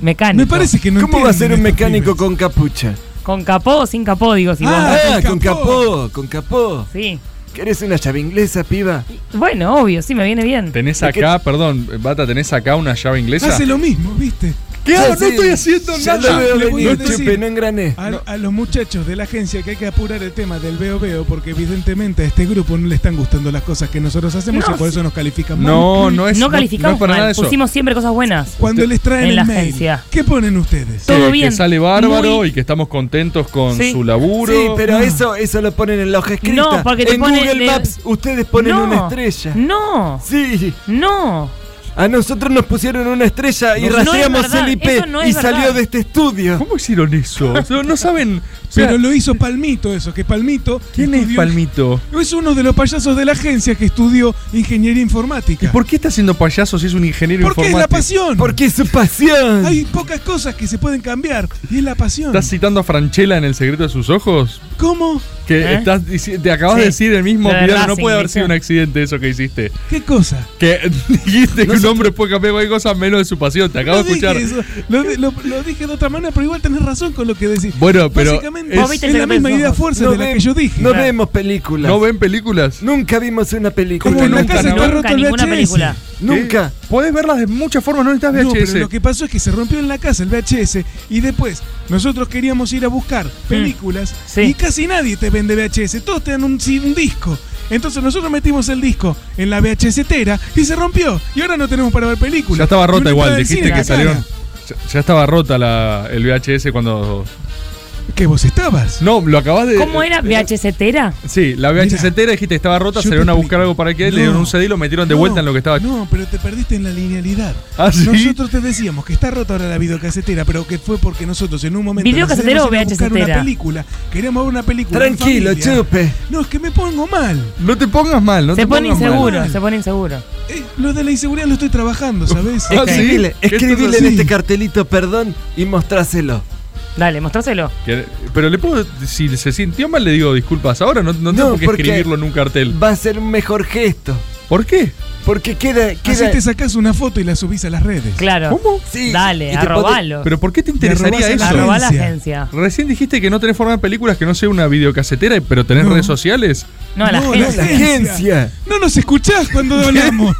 Mecánico.
¿Cómo va a ser un mecánico con capucha?
¿Con capó o sin capó, digo, si
Ah,
vos-
con capó, con capó.
Sí.
¿Querés una llave inglesa, piba?
Bueno, obvio, sí, me viene bien.
¿Tenés acá, perdón, Bata, tenés acá una llave inglesa?
Hace lo mismo, ¿viste?
¿Qué hago?
Ah, sí.
No estoy haciendo
Ya
nada.
lo veo
Le voy a
venir,
decir.
Chepe, no engrané.
A, a los muchachos de la agencia que hay que apurar el tema del veo veo porque evidentemente a este grupo no le están gustando las cosas que nosotros hacemos
No,
y por
sí.
eso nos califican mal.
No, no es-
No
no- no
calificamos
es para
mal,
nada eso.
pusimos siempre cosas buenas.
Cuando les traen
en
el
la
mail,
agencia.
¿qué ponen ustedes?
Todo
que
bien,
sale bárbaro
muy-
y que estamos contentos con
Sí.
su laburo. Mm.
Sí, pero eso, eso lo ponen en la hoja escrita.
No, porque te
en
ponen
Google
de-
Maps ustedes ponen
No,
una estrella.
No.
Sí.
No.
A nosotros nos pusieron una estrella y
No, no es
rastreamos
verdad,
el IP
eso no es
y salió
verdad.
de este estudio.
¿Cómo hicieron eso? No, no saben.
Pero lo hizo Palmito eso, que Palmito...
¿Quién es Palmito?
Es uno de los payasos de la agencia que estudió ingeniería informática.
¿Y por qué está haciendo payaso si es un ingeniero
Porque es la
informático?
pasión.
Porque es su pasión.
Hay pocas cosas que se pueden cambiar y es la pasión.
¿Estás citando a Franchella en El secreto de sus ojos?
¿Cómo?
Que
¿Eh?
estás dici- te acabas
Sí.
de decir el mismo
Lo de
video, no
Racing,
puede haber sido
¿viste?
un accidente eso que hiciste.
¿Qué cosa?
Que dijiste que un hombre puede cambiar cualquier cosa menos de su pasión, te acabo
Lo
de escuchar.
dije, eso. Lo, de- lo- lo dije de otra manera, pero igual tenés razón con lo que decís.
Bueno, pero
Básicamente,
es-
es,
Vos viste
la
Secreto de
misma
sus
idea
ojos.
fuerza
No
de la
ve-
que yo dije.
No vemos películas.
¿No ven películas?
Nunca vimos una película.
Como en la casa está roto el VHS.
Nunca.
Podés verlas de muchas formas, no necesitas
No,
VHS.
pero lo que pasó es que se rompió en la casa el VHS y después nosotros queríamos ir a buscar
Mm.
películas y casi nadie te vende VHS, todos te dan un, ci- un disco. Entonces nosotros metimos el disco en la VHStera y se rompió. Y ahora no tenemos para ver películas.
Ya estaba
Y uno
rota igual,
entra al cine
dijiste
en
que
la
salieron.
cara.
Ya, ya estaba rota la, el VHS cuando.
¿Que vos estabas?
No, lo acabas de.
¿Cómo era? ¿VHStera?
Sí, la VHStera dijiste que estaba rota,
yo
salieron
te
a buscar algo para que le
No.
dieron un CD y lo metieron de
No,
vuelta en lo que estaba.
No, pero te perdiste en la linealidad.
¿Ah, sí?
Nosotros te decíamos que está rota ahora la videocasetera, pero que fue porque nosotros en un momento
¿Videocasetera
necesitamos
o
ir a buscar
VHSetera?
una película. Queríamos ver una película. en
Tranquilo,
familia.
Chupe.
No, es que me pongo mal.
No te pongas mal, no
se
te
pone
pongas
inseguro,
mal.
se pone inseguro.
Eh, Lo de la inseguridad lo estoy trabajando, ¿sabes?
Ah, ¿sí?
Escribile,
¿Qué estás
escribile en
haciendo?
este cartelito, perdón, y mostráselo.
Dale, mostráselo.
Que- Pero le puedo. Si se sintió mal, le digo disculpas. Ahora no, no tengo
No,
que
porque-
escribirlo en un cartel.
Va a ser un mejor gesto.
¿Por qué?
Porque queda.
Así
queda
te sacás una foto y la subís a las redes.
Claro.
¿Cómo?
Sí,
Dale,
y te podés-
Eh, arrobalo.
¿Pero por qué te interesaría
Le
eso?
robás a la Arroba la agencia. agencia.
Recién dijiste que no tenés forma de películas que no sea una videocasetera, pero tenés redes sociales.
No, a la
No,
agencia.
agencia.
No nos escuchás cuando hablamos.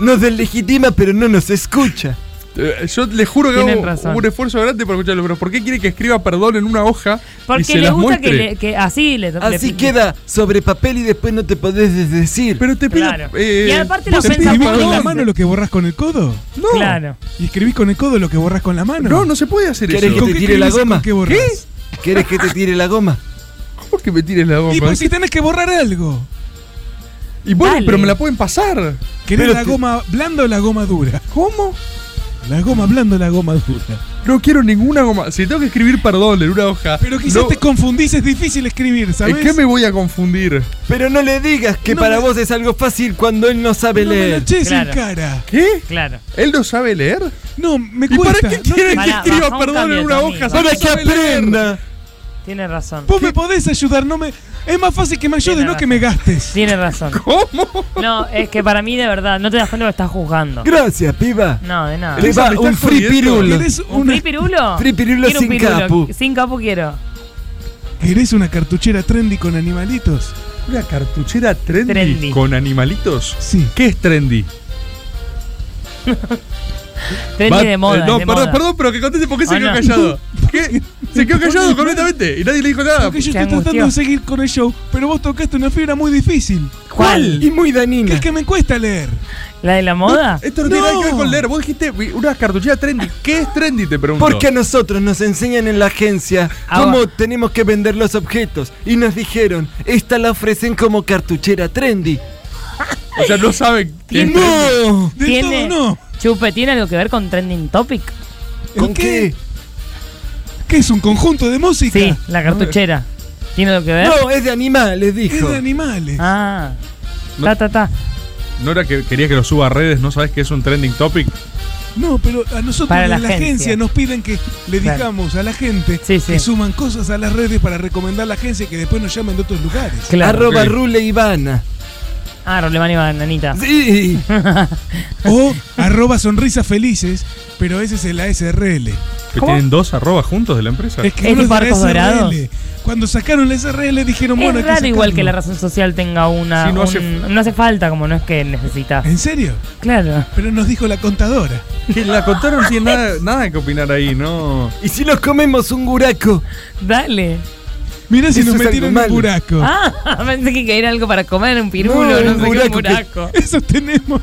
nos deslegitima, pero no nos escucha.
Eh, Yo le juro que
Tienen
hago
razón.
un esfuerzo grande para escucharlo, pero ¿por qué quiere que escriba perdón en una hoja y
Porque
se
le
las
gusta que,
muestre?
le- que así le
Así
le-
queda sobre papel y después no te podés desdecir.
Pero te
Claro.
eh,
Y aparte la
¿Vos
ofensa
escribís
pública.
con la mano lo que borrás con el codo?
No.
Claro.
¿Y escribís con el codo lo que borrás con la mano?
No, no se puede hacer
¿Querés
eso.
que te tire la goma?
¿Qué borrás?
¿Querés que te tire la goma?
¿Por qué me tires la goma?
Y pues si tenés que borrar algo.
Y bueno,
Dale.
pero me la pueden pasar.
¿Querés
Pero
la
te-
goma blanda o la goma dura?
¿Cómo?
La goma blanda o la goma dura.
No quiero ninguna goma. Ah, Si tengo que escribir perdón en una hoja.
Pero quizás
no-
te confundís, es difícil escribir, ¿sabes?
¿En qué me voy a confundir?
Pero no le digas que
No
para
me-
vos es algo fácil cuando él no sabe
No me lo
leer.
eches en cara.
¿Qué?
Claro.
¿Él no sabe leer?
No, me
¿Y
cuesta.
para qué
no
quieren
te-
que
Pará,
escriba
bajá un
perdón en
cambio
una
también,
hoja?
bajá.
si
Para
no
que
sabe leer?
aprenda.
Tiene razón.
Vos me podés ayudar, no me. Es más fácil que me ayudes,
Tiene
no que
razón.
me gastes.
Tiene razón.
¿Cómo?
No, es que para mí de verdad, no te das cuenta que estás juzgando.
Gracias, piba.
No, de nada.
Te
Elisa,
va
Ah. me
un
estás
free
jodiendo.
pirulo.
¿Querés
¿Un
una,
free pirulo?
Free pirulo
Quiero un
sin capu.
Sin capu quiero.
¿Querés una cartuchera trendy con animalitos?
¿Una cartuchera trendy,
Trendy.
con animalitos?
Sí.
¿Qué es trendy?
Trendy
Va-
de moda.
eh, no,
de
perdón,
moda.
perdón, pero que conteste por qué se
Ah,
quedó
no.
callado. ¿Qué? Se quedó callado completamente y nadie le dijo nada.
Porque yo
Te
estoy tratando
angustió.
de seguir con el show, pero vos tocaste una fibra muy difícil.
¿Cuál?
Y muy
Que
danina.
es que me cuesta leer.
¿La de la moda?
Esto no, tiene nada que ver
No.
con leer. Vos dijiste vi- una cartuchera trendy. ¿Qué es trendy? Te pregunto.
Porque a nosotros nos enseñan en la agencia
Ah,
cómo tenemos que vender los objetos. Y nos dijeron, esta la ofrecen como cartuchera trendy.
O sea, no saben qué es trendy.
¡No!
Del
¿Tiene,
todo no.
Chupe, ¿tiene algo que ver con Trending Topic?
¿Con
¿El
qué?
qué? ¿Qué es un conjunto de música?
Sí, la cartuchera. ¿Tiene algo que ver?
No, es de animales,
Es
dijo.
de animales.
Ah.
No.
Ta, ta, ta.
No era que quería que lo suba a redes, no sabes que es un trending topic.
No, pero a nosotros
Para
en
la
la,
agencia.
agencia. nos piden que le
Claro.
digamos a la gente
Sí, sí.
que suman cosas a las redes para recomendar a la agencia y que después nos llamen de otros lugares.
Claro.
Arroba
ok.
Rule Ivana.
Ah, Rolemani Bananita.
Sí.
O arroba sonrisas felices, pero ese es el ASRL.
Que
¿Cómo?
tienen dos arrobas juntos de la empresa.
Es que
¿Es
uno
tipo
de la
Arcos
SRL.
Dorados?
Cuando sacaron la SRL dijeron, bueno, hay
es raro igual que la
sacarlo.
razón social tenga una.
Sí, no
un-
hace-
no hace falta, como no es que necesitas.
¿En serio?
Claro.
Pero nos dijo la contadora.
Que la contaron no tiene nada, nada que opinar ahí, ¿no?
¿Y si nos comemos un guraco?
Dale.
Mirá si
Eso
nos
es algo
metieron en un
malo.
buraco.
Ah, pensé que era algo para comer, un pirulo,
No,
no,
un
sé qué, un
buraco
buraco.
Eso tenemos.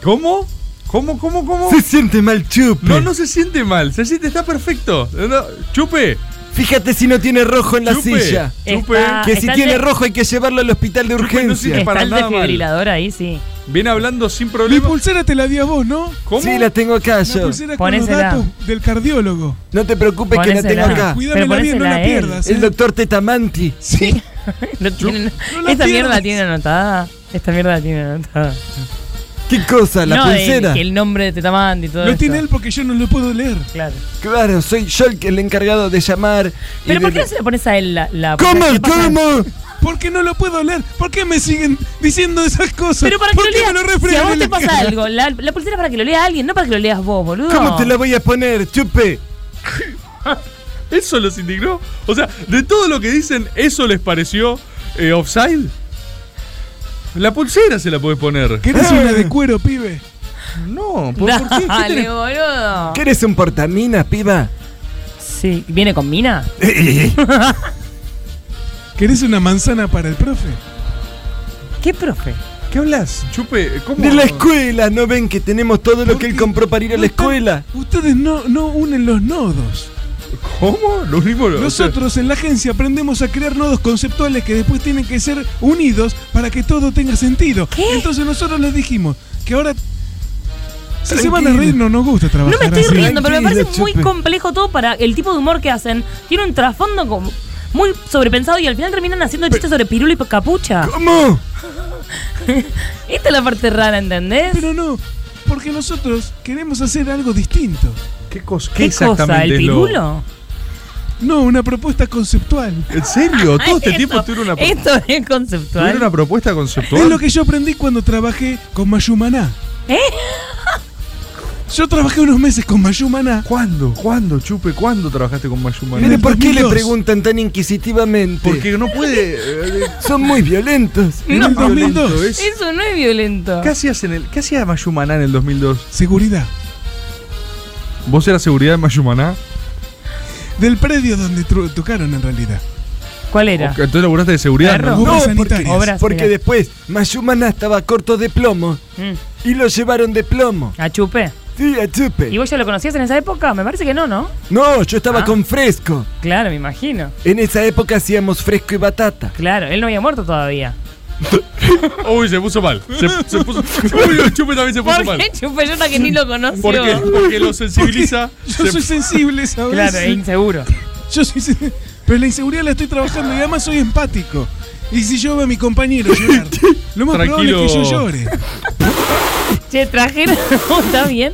¿Cómo? ¿Cómo, cómo, cómo?
Se siente mal chupe.
No, no se siente mal, se siente, está perfecto. No, no, Chupe,
Fíjate si no tiene rojo en la
Chupe.
silla.
Chupe.
Está-
Que si
está el
tiene
de-
rojo hay que llevarlo al hospital de
Chupe, no
urgencia.
sirve
Está
para
el
nada mal.
desfibrilador ahí, sí.
Viene hablando sin
Mi
problema.
pulsera te la di a vos, ¿no?
¿Cómo?
Sí, la tengo acá yo.
La pulsera con los datos del cardiólogo.
No te preocupes que la
Ponésela.
tengo acá.
Cuídamela Pero bien, no la ponésela a él. pierdas, ¿eh?
El doctor Tetamanti.
Sí.
No tienen-
no la
esta mierda
pierdas.
la tiene anotada. Esta mierda la tiene anotada.
¿Qué cosa? ¿La
no, de-
pulsera?
que el nombre de Tetamand y todo
Lo
eso.
tiene él
porque yo no lo puedo leer.
Claro.
Claro, soy yo el, que- el encargado de llamar. y
Pero ¿por
de-
qué no se le pones a él la, la
¿Cómo?
¿Qué pasa?
¿Cómo?
Porque no lo puedo leer. ¿Por qué me siguen diciendo esas cosas?
Pero para que
¿Por
lo
qué
leas.
me lo
si a
refregan
vos
en
te
la
pasa
cara?
algo, la, la pulsera es para que lo lea alguien, no para que lo leas vos, boludo.
¿Cómo te la voy a poner, chupe?
¿Eso los indignó? O sea, de todo lo que dicen, ¿eso les pareció eh, offside? La pulsera se la puede poner.
¿Querés
Ah.
una de cuero, pibe?
No,
¿por- por qué? ¿Qué Dale, tenés? boludo.
¿Qué eres un portamina, piba? Eh,
Sí, ¿viene con mina?
¿Querés una manzana para el profe?
¿Qué profe?
¿Qué hablas? Chupe, ¿cómo?
De la escuela, ¿no ven que tenemos todo lo que él compró para ir a la escuela?
Ustedes no, no unen los nodos.
¿Cómo? Lo mismo lo-
Nosotros en la agencia aprendemos a crear nodos conceptuales que después tienen que ser unidos para que todo tenga sentido. Entonces nosotros les dijimos que ahora... Si se van a
Tranquilo.
reír, no nos gusta trabajar
No me estoy
así.
riendo, pero me parece muy complejo todo para el tipo de humor que hacen. Tiene un trasfondo como muy sobrepensado y al final terminan haciendo chistes sobre pirula y capucha.
¿Cómo?
Esta es la parte rara, ¿entendés?
Pero no, porque nosotros queremos hacer algo distinto.
¿Qué cosa?
¿Qué cosa? ¿El pirulo?
No, una propuesta conceptual.
¿En serio? Todo este
Esto-
tiempo tuvieron una, pro-
Esto es conceptual.
tuvieron una propuesta
Es lo
conceptual.
que yo aprendí cuando trabajé con Mayumaná.
¿Eh?
Yo trabajé unos meses con Mayumaná.
¿Cuándo? ¿Cuándo, Chupe? ¿Cuándo trabajaste con Mayumana?
Mire, ¿por qué le preguntan tan inquisitivamente?
Porque no puede. eh,
Son muy violentos.
En el 2002. es-
Eso no es violento.
¿Qué hacías en el, qué hacía Mayumaná en el 2002?
Seguridad.
¿Vos eras seguridad de Mayumaná?
Del predio donde tru- tocaron en realidad.
¿Cuál
era? Ok, entonces laburaste de seguridad, Perro. ¿no?
No,
Obras
porque,
sanitarias. Obras,
porque
mira.
después Mayumana estaba corto de plomo
Mm.
y lo llevaron de plomo.
¿A Chupe?
Sí, a Chupe.
¿Y vos ya lo conocías en esa época? Me parece que no, ¿no?
No, yo estaba
Ah.
con fresco.
Claro, me imagino.
En esa época hacíamos fresco y batata.
Claro, él no había muerto todavía.
Uy, se puso mal. Se, se puso. Uy, Chupe también se puso
¿Por
mal.
qué Chupe? Yo no que ni lo conoció.
¿Por qué? Porque lo sensibiliza.
Yo soy sensible, ¿sabes?
Claro, es inseguro.
Yo soy sen- Pero la inseguridad la estoy trabajando y además soy empático. Y si yo veo a mi compañero llorar, lo más probable es que yo llore.
Che, trajeron. ¿Está bien?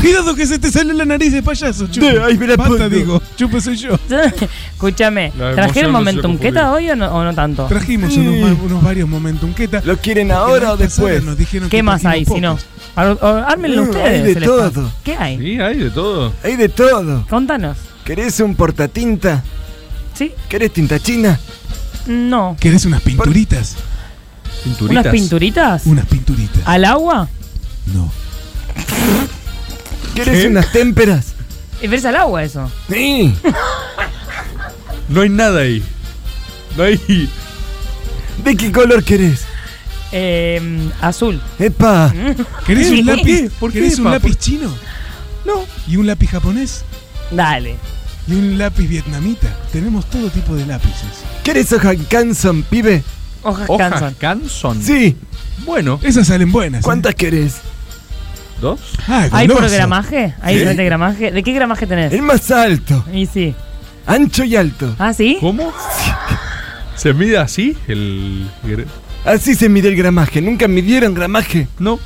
Cuidado que se te sale la nariz de payaso, chupa.
ahí me la
Basta,
pues,
pongo.
digo. Chupa soy yo.
Escúchame,
La
¿trajeron
emoción no se
Momentum
confunde.
Queta hoy o no, o no tanto?
Trajimos unos, ma- unos varios momentum. ¿Qué tal?
¿Lo quieren
ahora o después?
Nos dijeron
¿Qué
que
más hay si no?
trajimos
Ar- ar- Ármenlo
Mm,
ustedes.
hay de
se les pasa.
todo.
¿Qué hay?
Sí, hay de todo.
Hay de todo.
Contanos.
¿Querés un portatinta?
Sí.
¿Querés tinta china?
Mm, No.
¿Querés unas pinturitas?
¿Unas pinturitas?
Unas pinturitas.
¿Al agua?
¿Querés
¿Qué?
unas témperas?
Eh, pero Es al agua eso.
Sí.
No hay nada ahí. No hay.
¿De qué color querés?
Eh, azul.
¡Epa!
Mm.
¿Querés un
¿Por
lápiz?
qué? ¿Por qué,
¿Querés un
pa?
lápiz
¿Por-
chino?
No.
¿Y un lápiz japonés?
Dale.
Y un lápiz vietnamita. Tenemos todo tipo de lápices.
¿Querés hojas Canson, pibe?
Hojas
Hojas Canson. Canson.
Sí.
Bueno.
Esas salen buenas. ¿eh? Ah,
¿Cuántas querés?
¿Dos?
¿Hay por gramaje? ¿Hay
Ah, Sí.
diferente gramaje? ¿De qué gramaje tenés?
El más alto.
Y sí.
Ancho y alto.
¿Ah, sí?
¿Cómo? ¿Se mide así? El.
Así se mide el gramaje. ¿Nunca midieron gramaje?
No.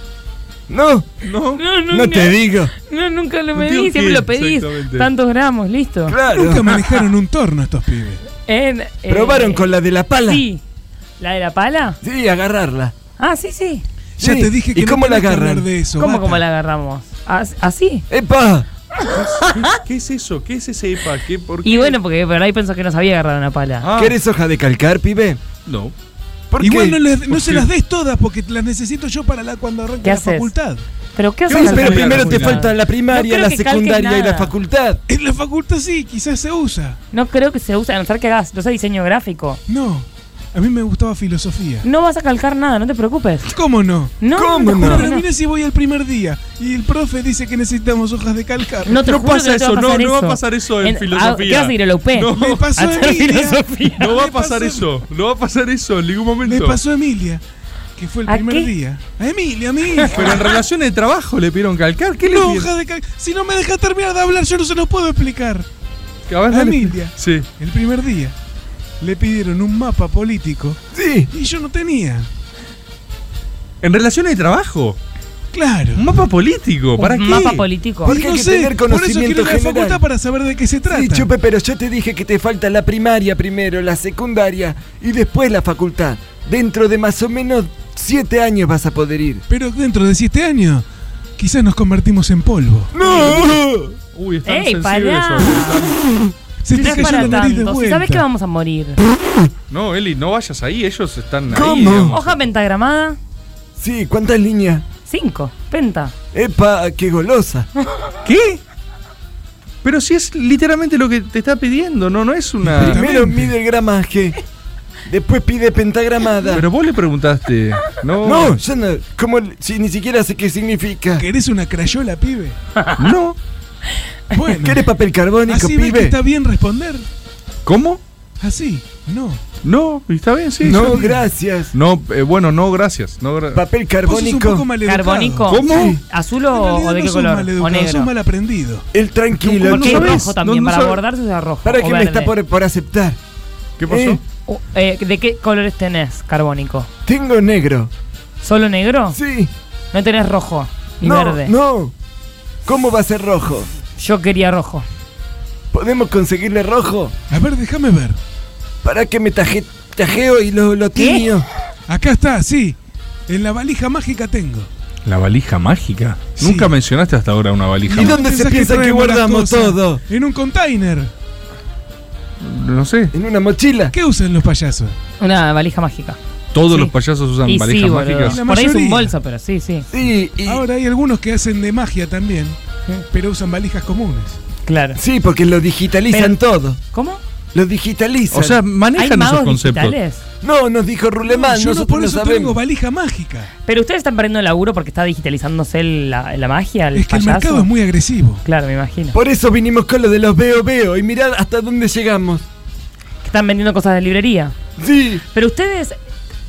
No.
No.
No, no,
No te
no.
digo.
No, nunca lo
No
medí,
digo
siempre
qué,
lo pedís.
exactamente.
Tantos gramos, listo.
Nunca manejaron un torno estos pibes.
En, eh,
¿Probaron con la de la pala?
Sí. ¿La de la pala?
Sí, agarrarla.
Ah, sí, sí.
Ya Sí. te dije que ¿Y no cómo la tenés que agarran? hablar de eso,
¿Cómo,
bata?
cómo la agarramos? ¿As- ¿Así?
¡Epa!
¿Qué es eso? ¿Qué es ese EPA? ¿Qué, por qué?
Y bueno, porque por ahí pensó que no sabía agarrar una pala.
Ah. ¿Querés hoja de calcar, pibe?
No.
¿Por
Igual
qué?
no, les- no
¿Por
se
qué?
las des todas porque las necesito yo para la, cuando arranque
¿Qué
la
haces?
facultad.
¿Pero qué haces?
Sí,
al
pero
salir de
primero te
facultad?
faltan la primaria,
No creo
la
que calques
secundaria y la
nada.
facultad.
En la facultad sí, quizás se usa.
No creo que se use, a no ser que hagas, no sé, diseño gráfico.
No, a mí me gustaba filosofía.
No vas a calcar nada, no te preocupes.
¿Cómo no?
No,
¿Cómo
no, no?
Pero mira si voy al primer día y el profe dice que necesitamos hojas de calcar.
No te No juro pasa que no te va a eso, no, pasar no va a eso. pasar
eso en filosofía.
¿Qué vas a ir a la UP?
No.
Me pasó
a hacer
Emilia.
filosofía.
No va a pasar eso. No va a pasar eso en ningún momento.
Me pasó Emilia. que fue el
¿A
primer
qué?
día. A Emilia, a Emilia.
Pero en relación de trabajo le pidieron calcar. ¿Qué le
Una
pidieron?
hoja de cal- Si no me deja terminar de hablar, yo no se los puedo explicar.
A ver, Ah, dale.
Emilia.
Sí.
El primer día le pidieron un mapa político.
Sí.
Y yo no tenía.
¿En relación de trabajo?
Claro.
Un mapa político. ¿Para qué?
político.
Porque hay que tener
por eso quiero ir
conocimiento
a la facultad
general.
para saber de qué se trata.
Sí, Chupe, pero yo te dije que te falta la primaria primero, la secundaria y después la facultad. Dentro de más o menos siete años vas a poder ir.
Pero dentro de siete años, quizás nos convertimos en polvo.
¡No!
Uy,
están
¡Ey,
sensibles
pará!
¿eh?
Se te
no es
cayó
para
la nariz de
tanto. Si
vuelta.
sabes que vamos a morir.
No, Eli, no vayas ahí. Ellos están ahí. digamos.
Hoja pentagramada,
Sí, ¿cuántas líneas?
5. Penta.
¡Epa, qué golosa!
¿Qué? Pero si es literalmente lo que te está pidiendo, no, no es una.
Primero mide el gramaje, después pide pentagramada.
Pero vos le preguntaste. No.
No, yo no, como si ni siquiera sé qué significa.
¿Querés una crayola, pibe?
No.
Bueno.
¿Querés papel carbónico,
Así ves
pibe?
que está bien responder.
¿Cómo?
Así, no.
No, está bien, sí.
No,
yo-
gracias.
No, eh, bueno, no, gracias. No, gra-
Papel carbónico.
Carbónico.
¿Cómo?
Sí. ¿Azul o, o de qué
no sos
color?
maleducado,
¿O negro?
sos mal aprendido.
El tranquilo.
Porque
no
es
sabes,
rojo también.
no- no
para
sabes.
abordarse es rojo.
Para
o
que me está
verde.
por, por aceptar.
¿Qué
pasó? O- eh, ¿De qué colores tenés carbónico?
Tengo negro.
¿Solo negro?
Sí.
No tenés rojo ni
no,
verde.
no. ¿Cómo va a ser rojo?
Yo quería rojo.
¿Podemos conseguirle rojo?
A ver, déjame ver.
Para que me taje- tajeo y lo, lo tiño.
Acá está, sí. En la valija mágica tengo.
La valija mágica.
Nunca mencionaste hasta ahora una valija
¿Y
mágica.
dónde se
Pensás
piensa que
traemos las
guardamos
cosas?
todo?
En un container.
No sé.
En una mochila.
¿Qué usan los payasos?
Una valija mágica.
Todos los payasos usan
Y
valijas
sí, boludo.
mágicas.
La
Por ahí es un
mayoría.
bolso, pero sí, sí.
Sí, y-
Ahora hay algunos que hacen de magia también, pero usan valijas comunes.
Claro.
Sí, porque lo digitalizan todo.
¿Cómo?
Lo digitalizan.
O sea, manejan esos conceptos.
No, nos dijo Rulemán.
Yo no
nosotros
por
no
eso
sabemos.
tengo valija mágica.
Pero ustedes están perdiendo el laburo porque está digitalizándose el- la, la magia, el
Es que el
payaso.
mercado es muy agresivo.
Claro, me imagino.
Por eso vinimos con lo de los veo veo y mirad hasta dónde llegamos.
Que están vendiendo cosas de librería.
Sí.
Pero ustedes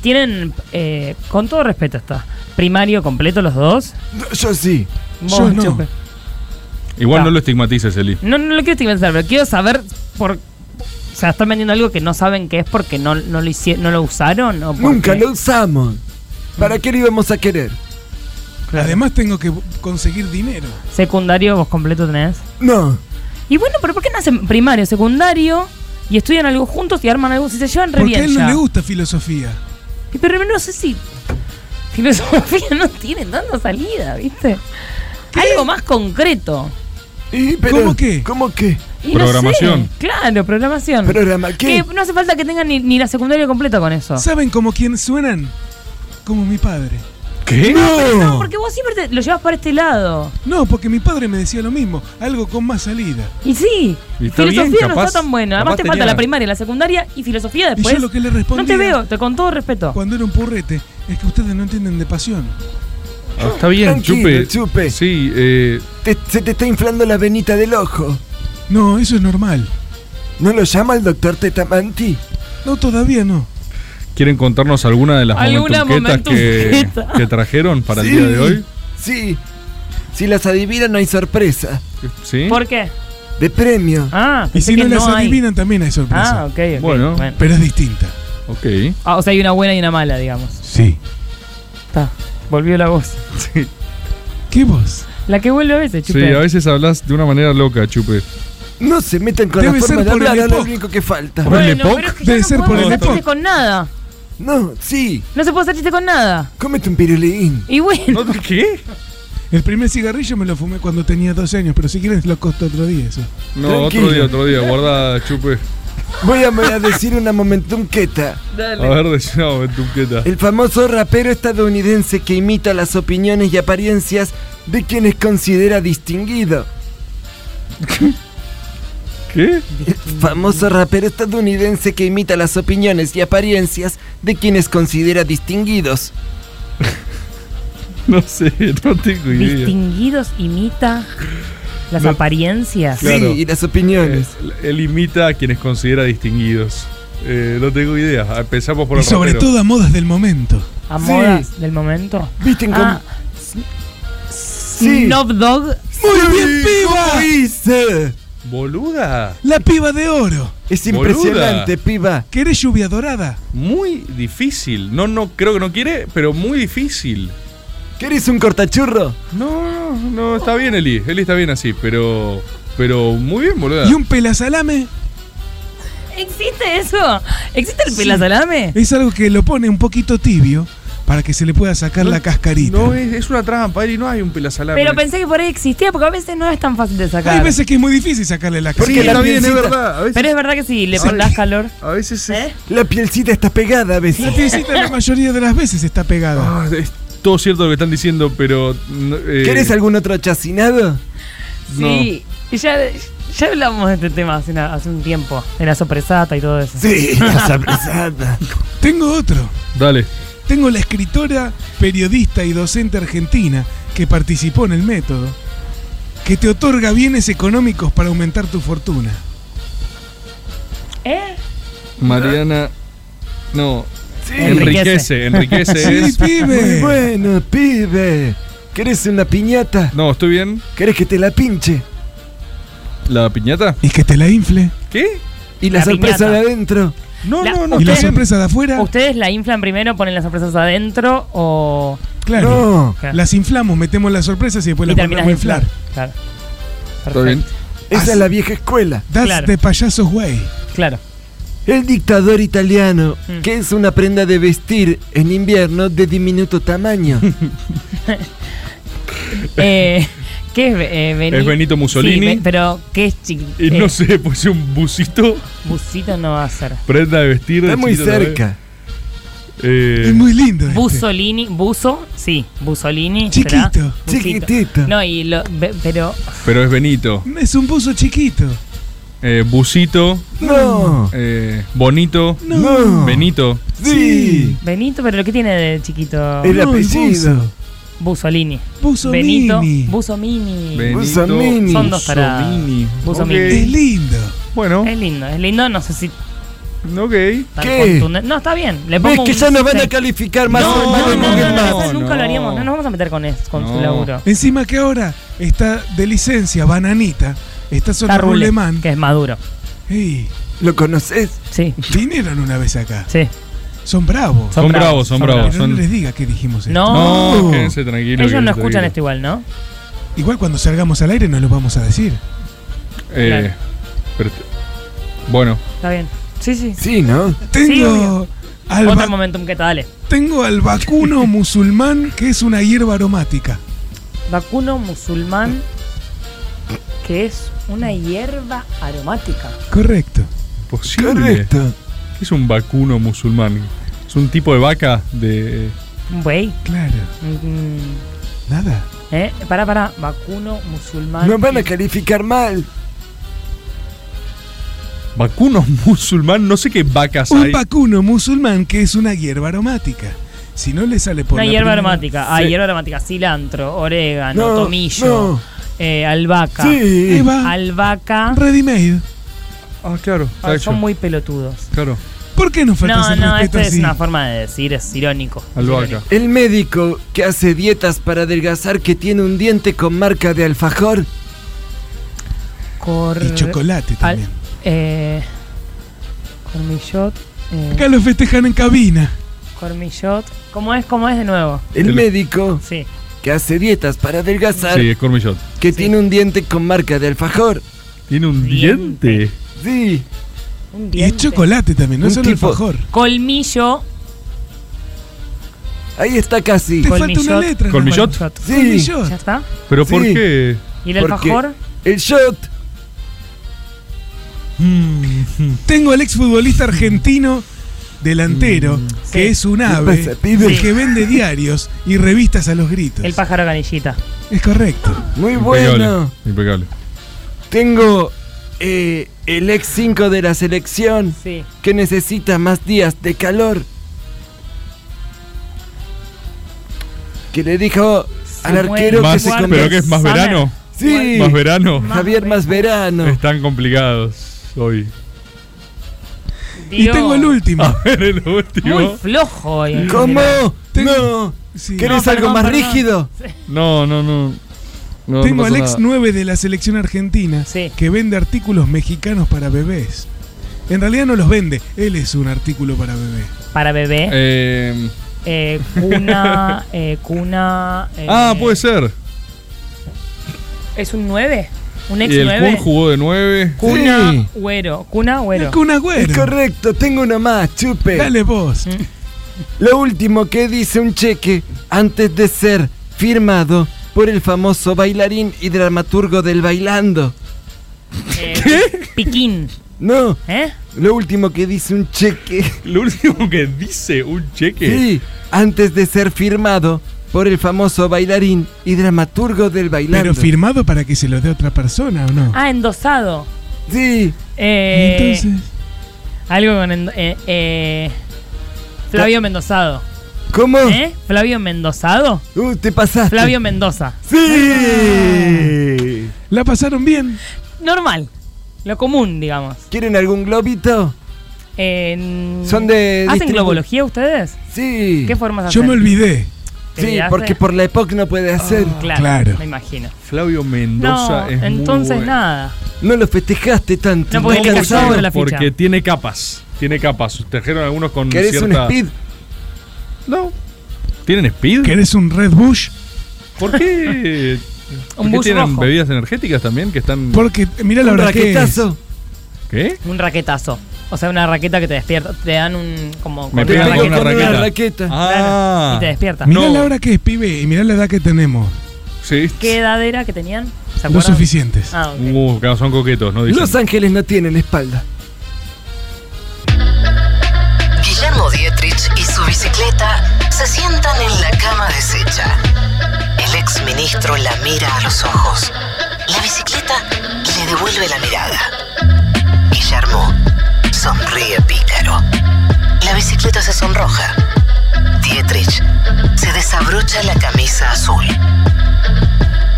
tienen, eh, con todo respeto está, primario completo los dos.
No, Yo sí.
Vos,
Yo no.
Chope.
Igual no lo estigmatices, Eli.
No, no lo quiero estigmatizar, pero quiero saber por... O sea, están vendiendo algo que no saben qué es porque no, no, lo, hici- no lo usaron o por
Nunca
qué.
lo usamos. ¿Para qué lo íbamos a querer?
Además tengo que conseguir dinero.
Secundario vos completo tenés.
No.
Y bueno, pero ¿por qué no hacen primario, secundario y estudian algo juntos y arman algo? Si se llevan re
Porque a
bien
él no
ya.
le gusta filosofía.
Y Pero no sé si filosofía no tiene tanta salida, ¿viste? Algo más concreto.
Y, pero,
¿Cómo qué?
¿Cómo qué?
Y no sé.
Programación.
claro, programación.
Programa,
que
¿qué?
no hace falta que tengan ni, ni la secundaria completa con eso.
¿Saben como quién suenan? Como mi padre.
¿Qué?
No, porque vos siempre te- lo llevas para este lado.
No, porque mi padre me decía lo mismo, algo con más salida.
Y sí,
Y está
filosofía no
bien, capaz-
está tan buena.
capaz
Además te falta
tenía-
la primaria, la secundaria y filosofía
Y
después.
yo lo que le respondí
no te veo, te con todo respeto.
cuando era un purrete es que ustedes no entienden de pasión.
Ah, está bien,
Tranquilo,
chupe.
chupe.
Sí, eh,
Te- se te está inflando la venita del ojo.
No, eso es normal.
¿No lo llama el doctor Tetamanti?
No, todavía no.
¿quieren contarnos alguna de las
Alguna
momentumquetas que,
momentumqueta.
que trajeron para
Sí.
el día de hoy?
Sí. Si las adivinan no hay sorpresa.
¿Sí?
¿Por qué?
De premio.
Ah,
Y
pensé
si no
que
las
hay.
adivinan también hay sorpresa.
Ah, ok, ok.
Bueno.
Pero es distinta.
Ok.
Ah, o sea, hay una buena y una mala, digamos.
Sí.
Está. Volvió la voz.
Sí.
¿Qué vos?
La que vuelve a veces,
Sí,
chupe.
a veces hablas de una manera loca, chupe.
No se metan con
Debe
la forma
ser
de
por el
hablar, es lo
epoc.
único que falta.
Por el
Bueno,
epoc,
pero es que
debe
ya
ser
no
por el
podemos hacer
epoc.
chistes con nada.
No, sí.
No se puede hacer chistes con nada.
Cómete un piruleín.
Y bueno,
¿No, ¿Qué?
El primer cigarrillo me lo fumé cuando tenía 12 años, pero si quieren lo costo otro día eso.
No,
Tranquilo.
otro día, otro día. Guarda, chupe.
Voy a, voy a decir una momentumqueta.
A ver, decime una momentumqueta.
El famoso rapero estadounidense que imita las opiniones y apariencias de quienes considera distinguido.
¿Qué?
El famoso rapero estadounidense que imita las opiniones y apariencias de quienes considera distinguidos.
No sé, no tengo idea.
distinguidos imita las
No.
apariencias.
Claro.
Sí, y las opiniones.
Eh, Él imita a quienes considera distinguidos. Eh, no tengo idea. Ah, Empezamos por
Y
el
sobre
rapero.
todo a modas del momento.
a
Sí.
modas del momento.
Visten
con-
Ah, s- Snoop Dogg.
¡Muy bien, piba! hice?
Boluda.
La piba de oro.
Es
Boluda. impresionante,
piba.
¿Querés lluvia dorada?
Muy difícil. No, no, creo que no quiere, pero muy difícil.
¿Querés un cortachurro?
No, no, no, está bien Eli. Eli está bien así, pero. Pero muy bien, boluda.
¿Y un pelasalame?
¿Existe eso? ¿Existe el pelasalame?
Es algo que lo pone un poquito tibio para que se le pueda sacar la cascarita.
No, es, es una trampa, Eli, no hay un pelasalame.
Pero pensé que por ahí existía porque a veces no es tan fácil de sacar.
Hay veces que es muy difícil sacarle la
Porque
cascarita.
está bien, es verdad. a veces-
Pero es verdad que si le
Sí.
pones calor.
A veces
¿Eh?
La pielcita está pegada a veces.
La piecita la mayoría de las veces está pegada.
Ah, es todo cierto lo que están diciendo, pero. no, eh,
¿Querés algún otro chacinado?
Sí, y ya, ya hablamos de este tema hace, una- hace un tiempo, de la sopresata y todo eso.
Sí, la sopresata.
Tengo otro.
Dale.
Tengo la escritora, periodista y docente argentina que participó en el método, que te otorga bienes económicos para aumentar tu fortuna.
¿Eh?
Mariana. No.
Sí.
Enriquece, enriquece es.
Muy bueno, pibe. ¿Querés una piñata?
No, estoy bien.
¿Querés que te la pinche?
¿La piñata?
Y que te la infle.
¿Qué?
Y la,
La
sorpresa
piñata.
de adentro.
No,
La-
¿Y la sorpresa de afuera?
¿Ustedes la inflan primero, ponen las sorpresas adentro o.?
Claro.
Claro.
Las inflamos, metemos las sorpresas y después
Y
las
terminas
volvemos
de
a inflar.
inflar. Claro.
¿Está bien?
Esa es la vieja escuela.
Das
Claro.
de payasos, güey.
Claro. Mm.
El dictador italiano, que es una prenda de vestir en invierno de diminuto tamaño.
Eh, ¿Qué es eh, Beni-
Es Benito Mussolini.
Sí, Be- pero ¿qué es chiquito?
Y no sé, pues, puse un busito,
Busito no va a ser.
prenda de vestir.
Está
de
muy
chiquito, ¿no ves?
cerca.
Eh,
lindo.
este.
este.
Busolini, buzo, sí, Busolini.
Chiquito,
¿será? Busito.
chiquitito.
No, y lo, be- pero
pero es Benito.
Es un buzo chiquito.
Eh, busito.
No.
Eh, bonito.
No.
Benito.
Sí.
Benito, pero ¿qué tiene de chiquito?
El
No, es
apellido.
Busolini.
Busolini.
Benito, Busomini.
Benito.
Busomini.
Son dos taradas.
Busomini.
Busomini.
Ok.
Es lindo.
Bueno,
Es lindo, es lindo, no sé si
ok.
tan
¿Qué?
contundente- No, está bien. Le
¿Ves
pongo
que
un
ya nos van a
seis.
calificar más
No,
o
no,
menos
no,
en
no,
Google
no,
Maps?
eso nunca
no.
lo haríamos, no nos vamos a meter con eso, con su
No.
laburo.
Encima que ahora está de licencia, bananita. Está
Está
solo
Rule,
Rulemán.
que es maduro.
Ey,
¿Lo conoces?
Sí,
vinieron una vez acá.
sí.
Son bravos.
Son bravos, son bravos.
Pero no
son-
les diga que dijimos esto.
No,
No,
No.
quédense tranquilos.
ellos no
quédense
escuchan esto
tranquilos.
igual, ¿no?
Igual cuando salgamos al aire no lo vamos a decir.
Eh, pero te- bueno,
Está bien. Sí, sí.
Sí, ¿no?
Tengo, al,
Otro
va-
momentum que te dale.
tengo al vacuno musulmán que es una hierba aromática.
Vacuno musulmán, que es una hierba aromática.
Correcto.
posible.
Correcto.
¿Qué es un vacuno musulmán? Es un tipo de vaca de.
Un Güey.
Claro.
Mm,
Nada.
Eh, pará, pará. Vacuno musulmán.
Nos van a calificar mal.
Vacuno musulmán, no sé qué vacas
Un
hay.
vacuno musulmán que es una hierba aromática. Si no le sale por
Una
la
hierba
primera-
aromática. Ah, hierba aromática. Cilantro, orégano,
No,
tomillo,
no.
eh, albahaca.
Ahí
Sí.
va.
Albahaca.
Ready made.
Ah, claro.
Ah,
tacho,
son muy pelotudos.
Claro,
¿Por qué nos faltas
No,
el
no,
respeto
esta es
así?
una forma de decir, es irónico.
albahaca.
El médico que hace dietas para adelgazar que tiene un diente con marca de alfajor.
Cor-
Y chocolate
al-
también.
eh, cormillot. eh,
Acá lo festejan en cabina.
cormillot. ¿Cómo es? ¿Cómo es de nuevo?
El
El-
médico
Sí.
que hace dietas para adelgazar
Sí, es cormillot.
que tiene un diente con marca de alfajor.
Tiene un
Diente.
diente.
Sí.
Un
Y es
diente.
chocolate también, no
Un
es solo
tipo-
alfajor.
Colmillo.
Ahí está casi.
Te falta una
Colmillot.
letra.
Colmillot.
Shot.
nomás.
Sí.
¿Ya
Colmillot.
está?
Pero ¿por
Sí.
qué?
¿Y el
Porque-
alfajor?
El shot.
Mm.
Mm,
Tengo al exfutbolista argentino delantero,
Mm,
sí.
que es un
¿Qué
ave,
pasa, pibe?
el que vende diarios y revistas a los gritos.
El pájaro canillita.
es correcto.
Muy
Impecable.
bueno.
Impecable.
Tengo eh, el ex 5 de la selección
Sí.
que necesita más días de calor. Que le dijo al
Samuel
arquero que
Más-
se
Juan-
pero que es más
Summer.
verano.
Sí.
Más verano.
Javier más verano.
Están complicados hoy.
Y
Dios,
tengo el último.
Ah, A ver, el último. eh.
Muy flojo hoy.
¿Cómo? No.
Sí.
¿Querés
No, perdón,
algo más
perdón.
rígido?
No, no, no. no
Tengo
no
al
pasa
ex
nada.
9 de la selección argentina que vende artículos mexicanos para bebés. En realidad no los vende, él es un artículo para bebé.
Para bebé.
Eh,
Eh, cuna. eh, cuna. eh,
ah,
pues.
puede ser.
¿Es un 9? ¿Un ex
Y el
9?
Kun jugó de 9.
Cuna Güero. Cuna Güero.
Es correcto, tengo una más, chupe.
Dale
vos.
Lo último que dice un cheque antes de ser firmado por el famoso bailarín y dramaturgo del bailando.
Eh, Piquín.
No.
¿Eh?
Lo último que dice un cheque.
Lo último que dice un cheque.
Sí, antes de ser firmado por el famoso bailarín y dramaturgo del bailando.
Pero firmado para que se lo dé a otra persona o no.
Ah, endosado.
Sí.
Eh,
Entonces.
Algo con. endo- eh, eh, Flavio Mendozado.
¿Cómo?
¿Eh? ¿Flavio Mendozado?
Uh, te pasaste.
Flavio Mendoza.
Sí.
La pasaron bien.
Normal. Lo común, digamos.
¿Quieren algún globito?
En-
Son de
¿Hacen
distribu-
globología ustedes?
Sí.
¿Qué formas
Yo
hacen?
me olvidé.
¿Te
Sí,
olvidaste? Oh,
porque por la época no puede hacer.
claro, Claro. me imagino.
Flavio Mendoza
No,
es muy
entonces
bueno.
nada.
No lo festejaste tanto.
No, porque le
¿Por
cayó
qué?
sobre la ficha.
Porque tiene capas. Tiene capas. Trajeron algunos con
¿Querés
cierta...
un speed?
No. ¿Tienen speed?
¿Querés un Red Bush?
¿Por qué? ¿Por qué
bus
tienen
rojo.
bebidas energéticas también que están...?
Porque, mira la
Un
verdad que es.
raquetazo.
¿Qué?
Un raquetazo. O sea, una raqueta que te despierta. Te dan un. Como,
Me
como-
pegan
te
con una
pegan
raqueta.
Claro,
Ah.
y te despierta.
Mirá la hora que es, pibe, y mirá la edad que tenemos.
Sí.
¿Qué edad era que tenían? ¿Se
Lo
acuerdan?
suficiente.
Ah, ok.
Uh, claro, son coquetos, ¿no? Dicen.
Los ángeles no tienen espalda.
Guillermo Dietrich y su bicicleta se sientan en la cama deshecha. El exministro la mira a los ojos. La bicicleta le devuelve la mirada. Guillermo sonríe pícaro. La bicicleta se sonroja. Dietrich se desabrocha la camisa azul.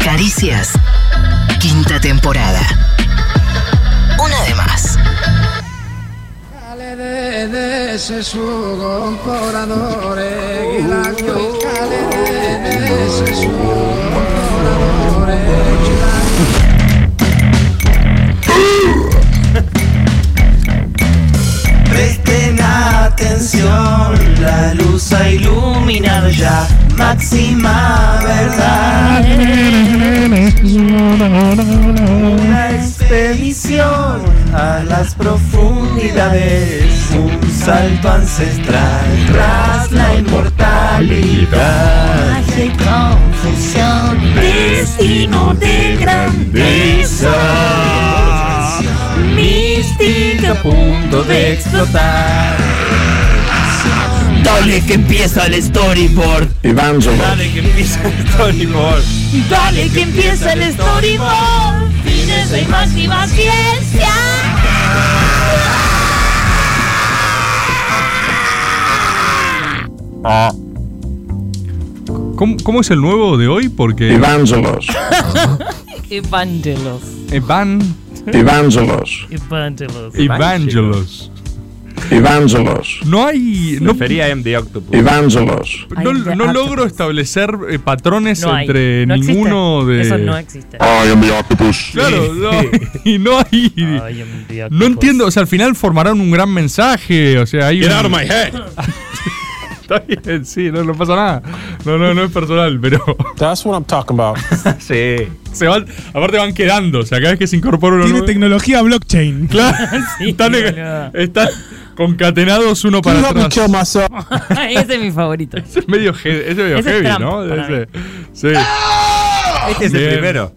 Caricias, quinta temporada. Una de más.
Presten atención, la luz ha iluminado ya máxima verdad. Una expedición a las profundidades, un salto ancestral tras la inmortalidad. Hay confusión, destino de grandeza, mística a punto de explotar. Dale que empieza el storyboard. Dale que empieza el storyboard.
Dale que empieza el storyboard. Fines de máxima ciencia.
Ah. ¿Cómo, cómo es el nuevo de hoy? Porque. Evangelos.
Evangelos.
Evan.
Evangelos. Evangelos.
Evangelos.
Evangelos.
No hay. No,
Prefería M de Octopus.
Evangelos. No,
Ay, de
no logro establecer eh, patrones
No hay.
entre
No existe.
ninguno de.
Eso no
existe.
I am the octopus. Claro, no. Y no hay. No entiendo. O sea, al final formarán un gran mensaje. O sea, hay.
Get
un-
out of my head.
Está bien, sí, no, no pasa nada. No, no, no es personal, pero. That's what I'm talking about. sí. Se van, aparte van quedando, o sea, cada vez que se incorpora uno.
Tiene
nuevo-
tecnología blockchain.
Claro, están, están concatenados uno para
Let me
atrás.
show
Ese es mi favorito.
Ese es medio, he- ese es medio
Ese es
heavy,
Trump
¿no?
para
Ese- sí.
Este es el
Bien.
primero.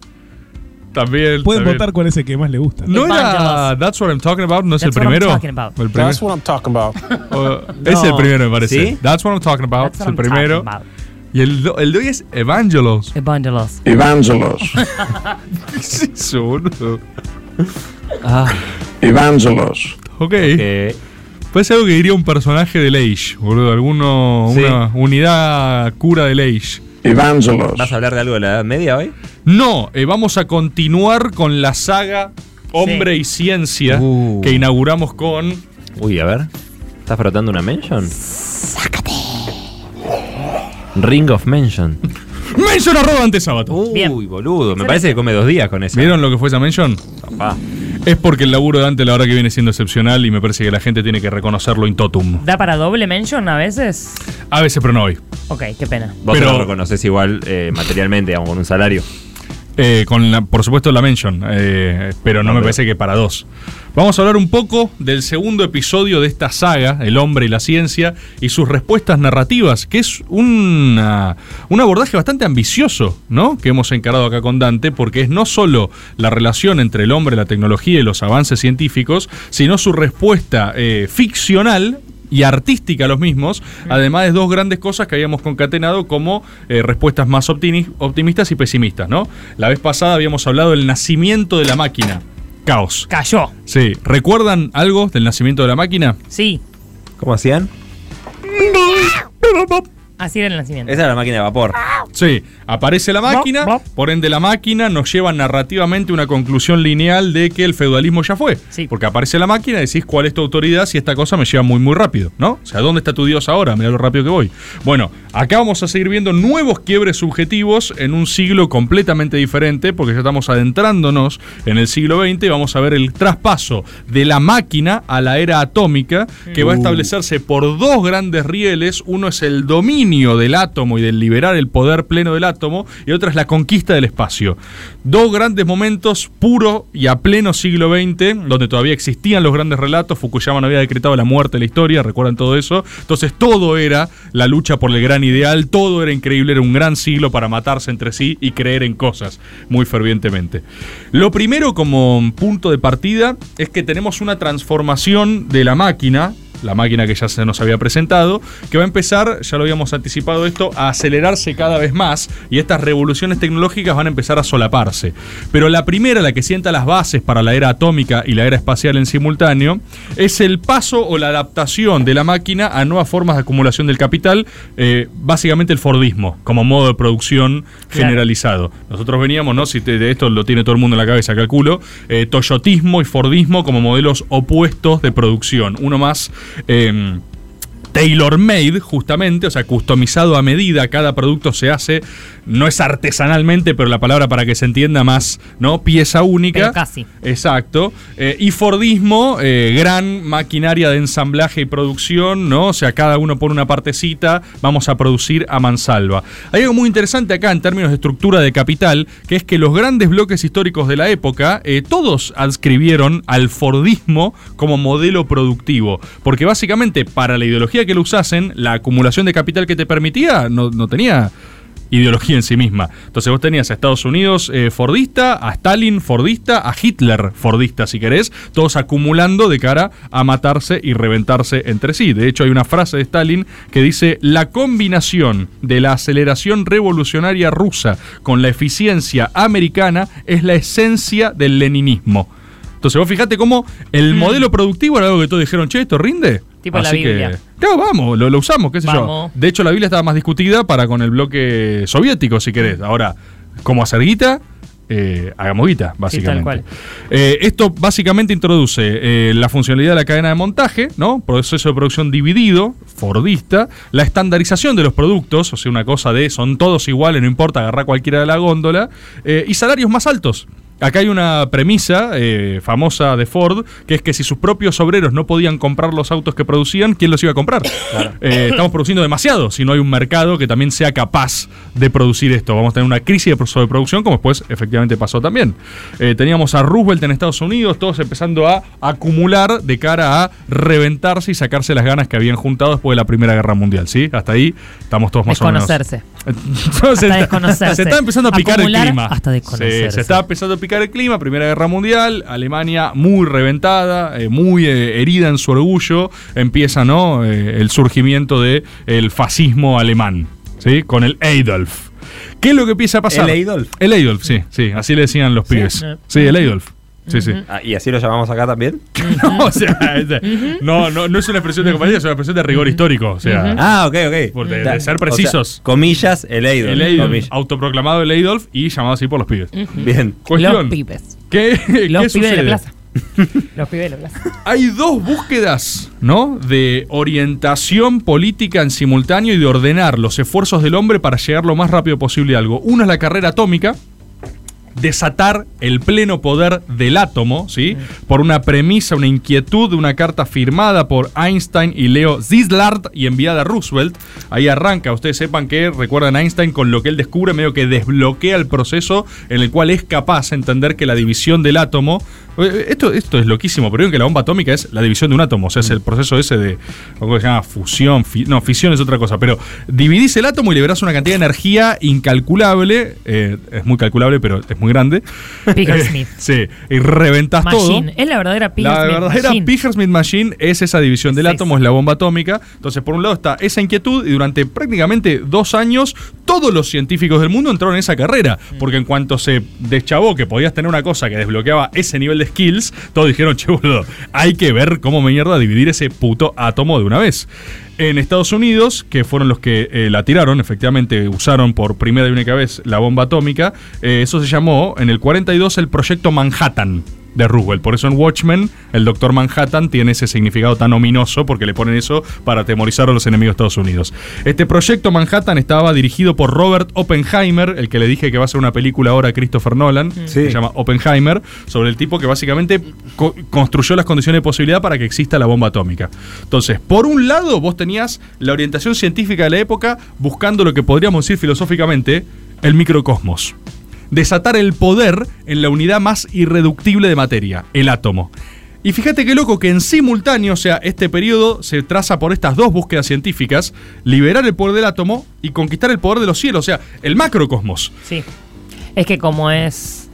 También.
Pueden
también.
votar cuál es el que más le gusta.
¿No era That's what I'm talking about? ¿No es
That's
el
what I'm
primero?
talking about.
El
That's
primero.
what I'm talking about.
O- Es el
No.
primero, me parece.
¿Sí?
That's what I'm talking about.
That's
Es
what
el
I'm
primero.
talking about.
Y el, do- el de hoy es Evangelos.
Evangelos.
Evangelos. ¿Qué es eso, boludo?
Evangelos.
Ok. Parece algo que diría un personaje del Age, boludo. Alguno, una unidad cura del Age.
Evangelos. ¿Vas a hablar de algo de la Edad Media hoy?
No, eh, vamos a continuar con la saga Hombre y Ciencia que inauguramos con.
Uy, a ver. ¿Estás frotando una mention? Ring of Mention.
Mention arroba antes sábado.
Uy, boludo. Me parece que come dos días con eso.
¿Vieron lo que fue esa mention? Es porque el laburo de Dante la verdad que viene siendo excepcional y me parece que la gente tiene que reconocerlo in totum.
¿Da para doble mention a veces?
A veces, pero no hoy.
Ok, qué pena.
Vos
Pero-
te lo reconoces igual eh, materialmente, digamos, con un salario.
Eh, con la- por supuesto la mention, eh, pero no, me parece que para dos. Vamos a hablar un poco del segundo episodio de esta saga, El hombre y la ciencia, y sus respuestas narrativas, que es una- un abordaje bastante ambicioso, ¿no? Que hemos encarado acá con Dante, porque es no solo la relación entre el hombre, la tecnología y los avances científicos, sino su respuesta eh, ficcional y artística a los mismos, además de dos grandes cosas que habíamos concatenado como eh, respuestas más optimi- optimistas y pesimistas, ¿no? La vez pasada habíamos hablado del nacimiento de la máquina. Caos.
Cayó.
Sí. ¿Recuerdan algo del nacimiento de la máquina?
Sí.
¿Cómo hacían?
Así era el nacimiento.
Esa era la máquina de vapor.
Sí, aparece la máquina, por ende la máquina nos lleva narrativamente a una conclusión lineal de que el feudalismo ya fue. Porque aparece la máquina y decís cuál es tu autoridad si esta cosa me lleva muy muy rápido, ¿no? O sea, ¿dónde está tu dios ahora? Mira lo rápido que voy. Bueno, acá vamos a seguir viendo nuevos quiebres subjetivos en un siglo completamente diferente, porque ya estamos adentrándonos en el siglo XX y vamos a ver el traspaso de la máquina a la era atómica, que va a
Uh.
establecer establecerse por dos grandes rieles. Uno es el dominio del átomo y del liberar el poder pleno del átomo, y otra es la conquista del espacio. Dos grandes momentos puro y a pleno siglo XX, donde todavía existían los grandes relatos. Fukuyama no había decretado la muerte de la historia, recuerdan todo eso. Entonces todo era la lucha por el gran ideal, todo era increíble, era un gran siglo para matarse entre sí y creer en cosas muy fervientemente. Lo primero como punto de partida es que tenemos una transformación de la máquina la máquina que ya se nos había presentado, que va a empezar, ya lo habíamos anticipado esto, a acelerarse cada vez más y estas revoluciones tecnológicas van a empezar a solaparse. Pero la primera, la que sienta las bases para la era atómica y la era espacial en simultáneo, es el paso o la adaptación de la máquina a nuevas formas de acumulación del capital, eh, básicamente el Fordismo, como modo de producción
Claro.
generalizado. Nosotros veníamos, ¿no? Si te- de esto lo tiene todo el mundo en la cabeza, calculo. eh, Toyotismo y Fordismo como modelos opuestos de producción. Uno más. eh, Tailor-made, justamente, o sea, customizado a medida, cada producto se hace, no es artesanalmente, pero la palabra para que se entienda más, ¿no? Pieza única.
Pero casi.
Exacto. Eh, y Fordismo, eh, gran maquinaria de ensamblaje y producción, ¿no? O sea, cada uno pone una partecita, vamos a producir a mansalva. Hay algo muy interesante acá en términos de estructura de capital, que es que los grandes bloques históricos de la época, eh, todos adscribieron al Fordismo como modelo productivo. Porque básicamente, para la ideología que lo usasen, la acumulación de capital que te permitía no, no tenía ideología en sí misma. Entonces vos tenías a Estados Unidos eh, fordista, a Stalin fordista, a Hitler fordista, si querés, todos acumulando de cara a matarse y reventarse entre sí. De hecho, hay una frase de Stalin que dice, la combinación de la aceleración revolucionaria rusa con la eficiencia americana es la esencia del leninismo. Entonces vos fijate cómo el modelo productivo era algo que todos dijeron, che, esto rinde.
Mm. Tipo la Biblia.
Claro, vamos, lo, lo usamos, qué sé
Vamos.
yo. De hecho, la Biblia estaba más discutida para con el bloque soviético, si querés. Ahora, como hacer guita, eh, hagamos guita, básicamente.
Sí, tal cual.
Eh, esto básicamente introduce eh, la funcionalidad de la cadena de montaje, ¿no? Proceso de producción dividido, Fordista, la estandarización de los productos, o sea, una cosa de son todos iguales, no importa, agarrar cualquiera de la góndola, eh, y salarios más altos. Acá hay una premisa eh, famosa de Ford, que es que si sus propios obreros no podían comprar los autos que producían, ¿quién los iba a comprar? Eh, estamos produciendo demasiado, si no hay un mercado que también sea capaz de producir esto. Vamos a tener una crisis de sobreproducción, como después efectivamente pasó también. Eh, teníamos a Roosevelt en Estados Unidos, todos empezando a acumular de cara a reventarse y sacarse las ganas que habían juntado después de la Primera Guerra Mundial, ¿sí? Hasta ahí estamos todos más o menos.
Desconocerse.
Entonces,
Hasta
está-
desconocerse.
Se está empezando a picar
Acumular
el clima.
hasta desconocerse.
Sí, se está empezando a picar el clima. Primera Guerra Mundial, Alemania muy reventada, eh, muy eh, herida en su orgullo. Empieza ¿no? Eh, el surgimiento del el fascismo alemán, ¿sí? con el Adolf. ¿Qué es lo que empieza a pasar?
¿El Adolf?
El Adolf, sí, sí, así le decían los pibes. Sí, eh, el Adolf. Sí, sí.
Ah, ¿Y así lo llamamos acá también?
No, o sea, no, no, no es una expresión de compañía, es una expresión de rigor histórico. O sea,
Ah, ok, ok.
por de,
Ta-
de ser
o sea,
precisos.
comillas, el Adolf.
el Adolf,
comillas.
autoproclamado el Adolf y llamado así por los pibes.
Bien.
Cuestión.
Los pibes.
¿Qué,
Los
qué
pibes de la
sucede?
plaza. Los pibes de la plaza.
Hay dos búsquedas, ¿no? De orientación política en simultáneo y de ordenar los esfuerzos del hombre para llegar lo más rápido posible a algo. Una es la carrera atómica, desatar el pleno poder del átomo, ¿sí? Por una premisa, una inquietud, una carta firmada por Einstein y Leo Szilard y enviada a Roosevelt. Ahí arranca, ustedes sepan que recuerdan a Einstein con lo que él descubre, medio que desbloquea el proceso en el cual es capaz de entender que la división del átomo. eh, Esto, esto es loquísimo, pero vieron que la bomba atómica es la división de un átomo, o sea, es el proceso ese de. ¿Cómo se llama? Fusión. fi- no, fisión es otra cosa, pero dividís el átomo y liberás una cantidad de energía incalculable. eh, es muy calculable, pero es muy grande.
Pickle
Eh,
Smith.
Sí, y reventás todo.
Machine. Es la verdadera Pickle
La
Smith
verdadera
Machine.
Picker-Smith Machine es esa división del átomo, es la bomba atómica. Entonces, por un lado está esa inquietud y durante prácticamente dos años todos los científicos del mundo entraron en esa carrera.
Mm.
Porque en cuanto se deschavó que podías tener una cosa que desbloqueaba ese nivel de skills, todos dijeron, che, boludo, hay que ver cómo mierda dividir ese puto átomo de una vez. En Estados Unidos, que fueron los que eh, la tiraron, efectivamente usaron por primera y única vez la bomba atómica, eh, eso se llamó en el 42 el Proyecto Manhattan de Roosevelt. Por eso en Watchmen el Doctor Manhattan tiene ese significado tan ominoso porque le ponen eso para atemorizar a los enemigos de Estados Unidos. Este proyecto Manhattan estaba dirigido por Robert Oppenheimer, el que le dije que va a ser una película ahora a Christopher Nolan, se llama Oppenheimer, sobre el tipo que básicamente co- construyó las condiciones de posibilidad para que exista la bomba atómica. Entonces, por un lado vos tenías la orientación científica de la época buscando lo que podríamos decir filosóficamente el microcosmos desatar el poder en la unidad más irreductible de materia, el átomo. Y fíjate qué loco que en simultáneo, o sea, este periodo se traza por estas dos búsquedas científicas, liberar el poder del átomo y conquistar el poder de los cielos, o sea, el macrocosmos.
Sí. Es que como es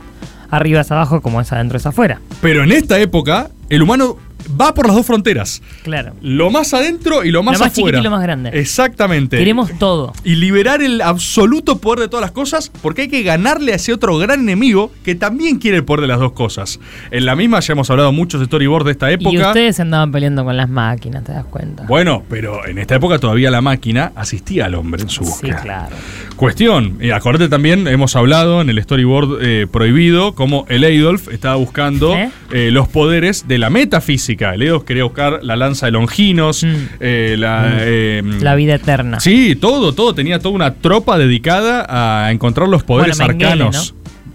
arriba es abajo, como es adentro es afuera.
Pero en esta época, el humano va por las dos fronteras,
Claro.
lo más adentro y lo más,
lo más
afuera.
chiquito
Eh,
y lo más grande.
Exactamente.
Queremos todo.
y liberar el absoluto poder de todas las cosas, porque hay que ganarle a ese otro gran enemigo que también quiere el poder de las dos cosas. En la misma ya hemos hablado muchos storyboards de esta época.
Y ustedes se andaban peleando con las máquinas, te das cuenta.
Bueno, pero en esta época todavía la máquina asistía al hombre en su búsqueda. Sí,
claro.
Cuestión, eh, acordate también, hemos hablado en el storyboard eh, prohibido cómo el Adolf estaba buscando eh, los poderes de la metafísica. El Adolf quería buscar la lanza de Longinos, eh, la,
Mm.
eh,
La vida eterna.
Sí, todo, todo. Tenía toda una tropa dedicada a encontrar los poderes
Bueno, Mengele,
arcanos.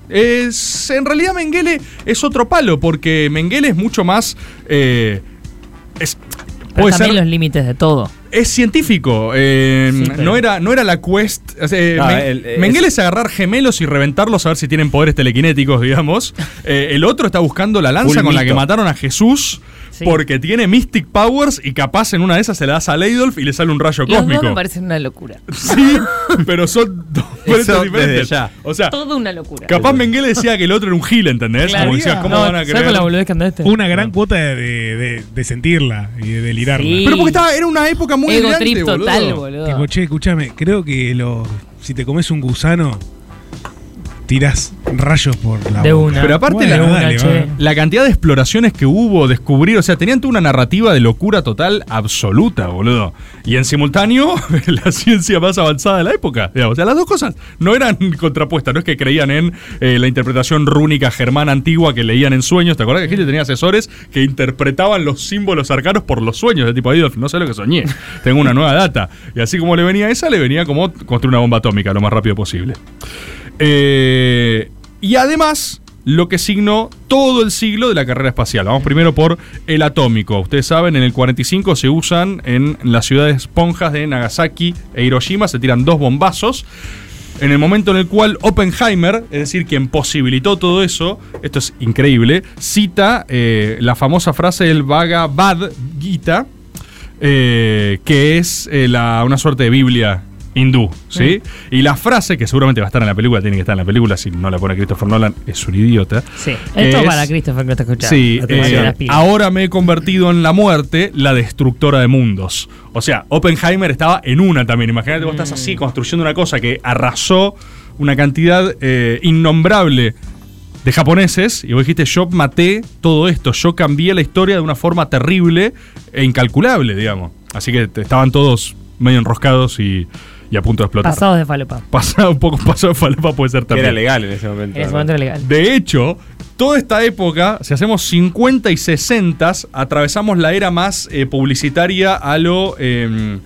Es- en realidad Mengele es otro palo, porque Mengele es mucho más... eh, es,
Pero también los límites de todo.
es científico. eh,
Sí, pero-
no, era, no era la quest. o sea, eh,
No,
Men-
el- el-
Mengele es agarrar gemelos y reventarlos a ver si tienen poderes telequinéticos, digamos. Eh, el otro está buscando la lanza
Un
con la
mito.
que mataron a Jesús.
Sí.
Porque tiene Mystic Powers y capaz en una de esas se la das a Leidolf y le sale un rayo
Los dos me
cósmico.
parecen una locura.
Sí, pero son dos
Eso
puertas
desde
diferentes.
ya.
O sea,
Todo una locura.
capaz Mengele decía que el otro era un gil, ¿entendés?
Claro.
Como decías, ¿cómo
No,
van a
¿sabes
creer?
con la boludez este? que andaste?
Una gran cuota de, de- de- de sentirla y de delirarla.
Sí.
Pero porque estaba, era una época muy
Ego
delirante,
trip
boludo.
total, boludo.
Tipo, che, escúchame, creo que lo, si te comes un gusano, tirás rayos por la
De
boca.
una. Pero aparte
Bueno,
la,
dale, va.
la cantidad de exploraciones que hubo, descubrir, o sea, tenían toda una narrativa de locura total absoluta, boludo. Y en simultáneo, la ciencia más avanzada de la época. digamos. O sea, las dos cosas no eran contrapuestas, no es que creían en eh, la interpretación rúnica germana antigua que leían en sueños. ¿Te acuerdas que gente tenía asesores que interpretaban los símbolos arcanos por los sueños? De tipo, Adolf, no sé lo que soñé, tengo una nueva data. Y así como le venía esa, le venía como construir una bomba atómica lo más rápido posible. Eh, y además, lo que signó todo el siglo de la carrera espacial. Vamos primero por el atómico. Ustedes saben, en el 45 se usan en las ciudades esponjas de Nagasaki e Hiroshima, se tiran dos bombazos. En el momento en el cual Oppenheimer, es decir, quien posibilitó todo eso, esto es increíble, cita eh, la famosa frase del Bhagavad Gita, eh, que es eh, la- una suerte de Biblia hindú, ¿sí? Y la frase, que seguramente va a estar en la película, tiene que estar en la película, si no la pone Christopher Nolan, es un idiota.
Sí,
que
esto
es-
para Christopher que lo está escuchando.
Sí,
Lo tengo que
eh,
hacer las pilas.
ahora me he convertido en la muerte, la destructora de mundos. O sea, Oppenheimer estaba en una también. Imagínate, vos estás
Mm.
así construyendo una cosa que arrasó una cantidad eh, innombrable de japoneses y vos dijiste, yo maté todo esto, yo cambié la historia de una forma terrible e incalculable, digamos. Así que te- estaban todos medio enroscados y, y a punto de explotar.
Pasados de falopa.
Pasado, un poco pasado de falopa puede ser
Que
también.
era legal en ese momento.
En ese momento era legal.
De hecho, toda esta época, si hacemos 50 y 60, atravesamos la era más eh, publicitaria a lo. eh,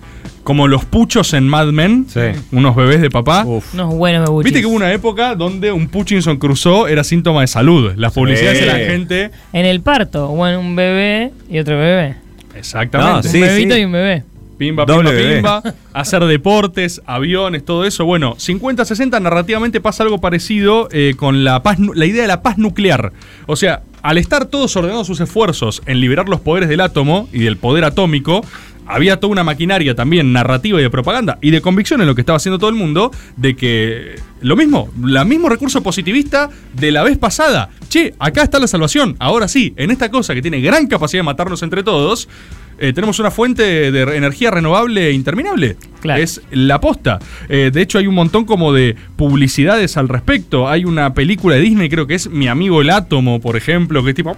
como los puchos en Mad Men, unos bebés de papá.
Unos buenos me
Viste que hubo una época donde un Puchinson cruzó era síntoma de salud. Las publicidades eran gente.
En el parto, o en un bebé y otro bebé.
Exactamente.
un bebito y un bebé.
Pimba,
Doble
pimba,
bebé.
pimba. Hacer deportes, aviones, todo eso. Bueno, 50-60 narrativamente pasa algo parecido eh, con la, paz, nu- la idea de la paz nuclear. O sea, al estar todos ordenados sus esfuerzos en liberar los poderes del átomo y del poder atómico, había toda una maquinaria también narrativa y de propaganda y de convicción en lo que estaba haciendo todo el mundo de que lo mismo, el mismo recurso positivista de la vez pasada. Che, acá está la salvación. Ahora sí, en esta cosa que tiene gran capacidad de matarnos entre todos, eh, tenemos una fuente de re- energía renovable e interminable. Es la posta. Eh, de hecho, hay un montón como de publicidades al respecto. Hay una película de Disney, creo que es Mi amigo el átomo, por ejemplo, que es tipo. "Ah,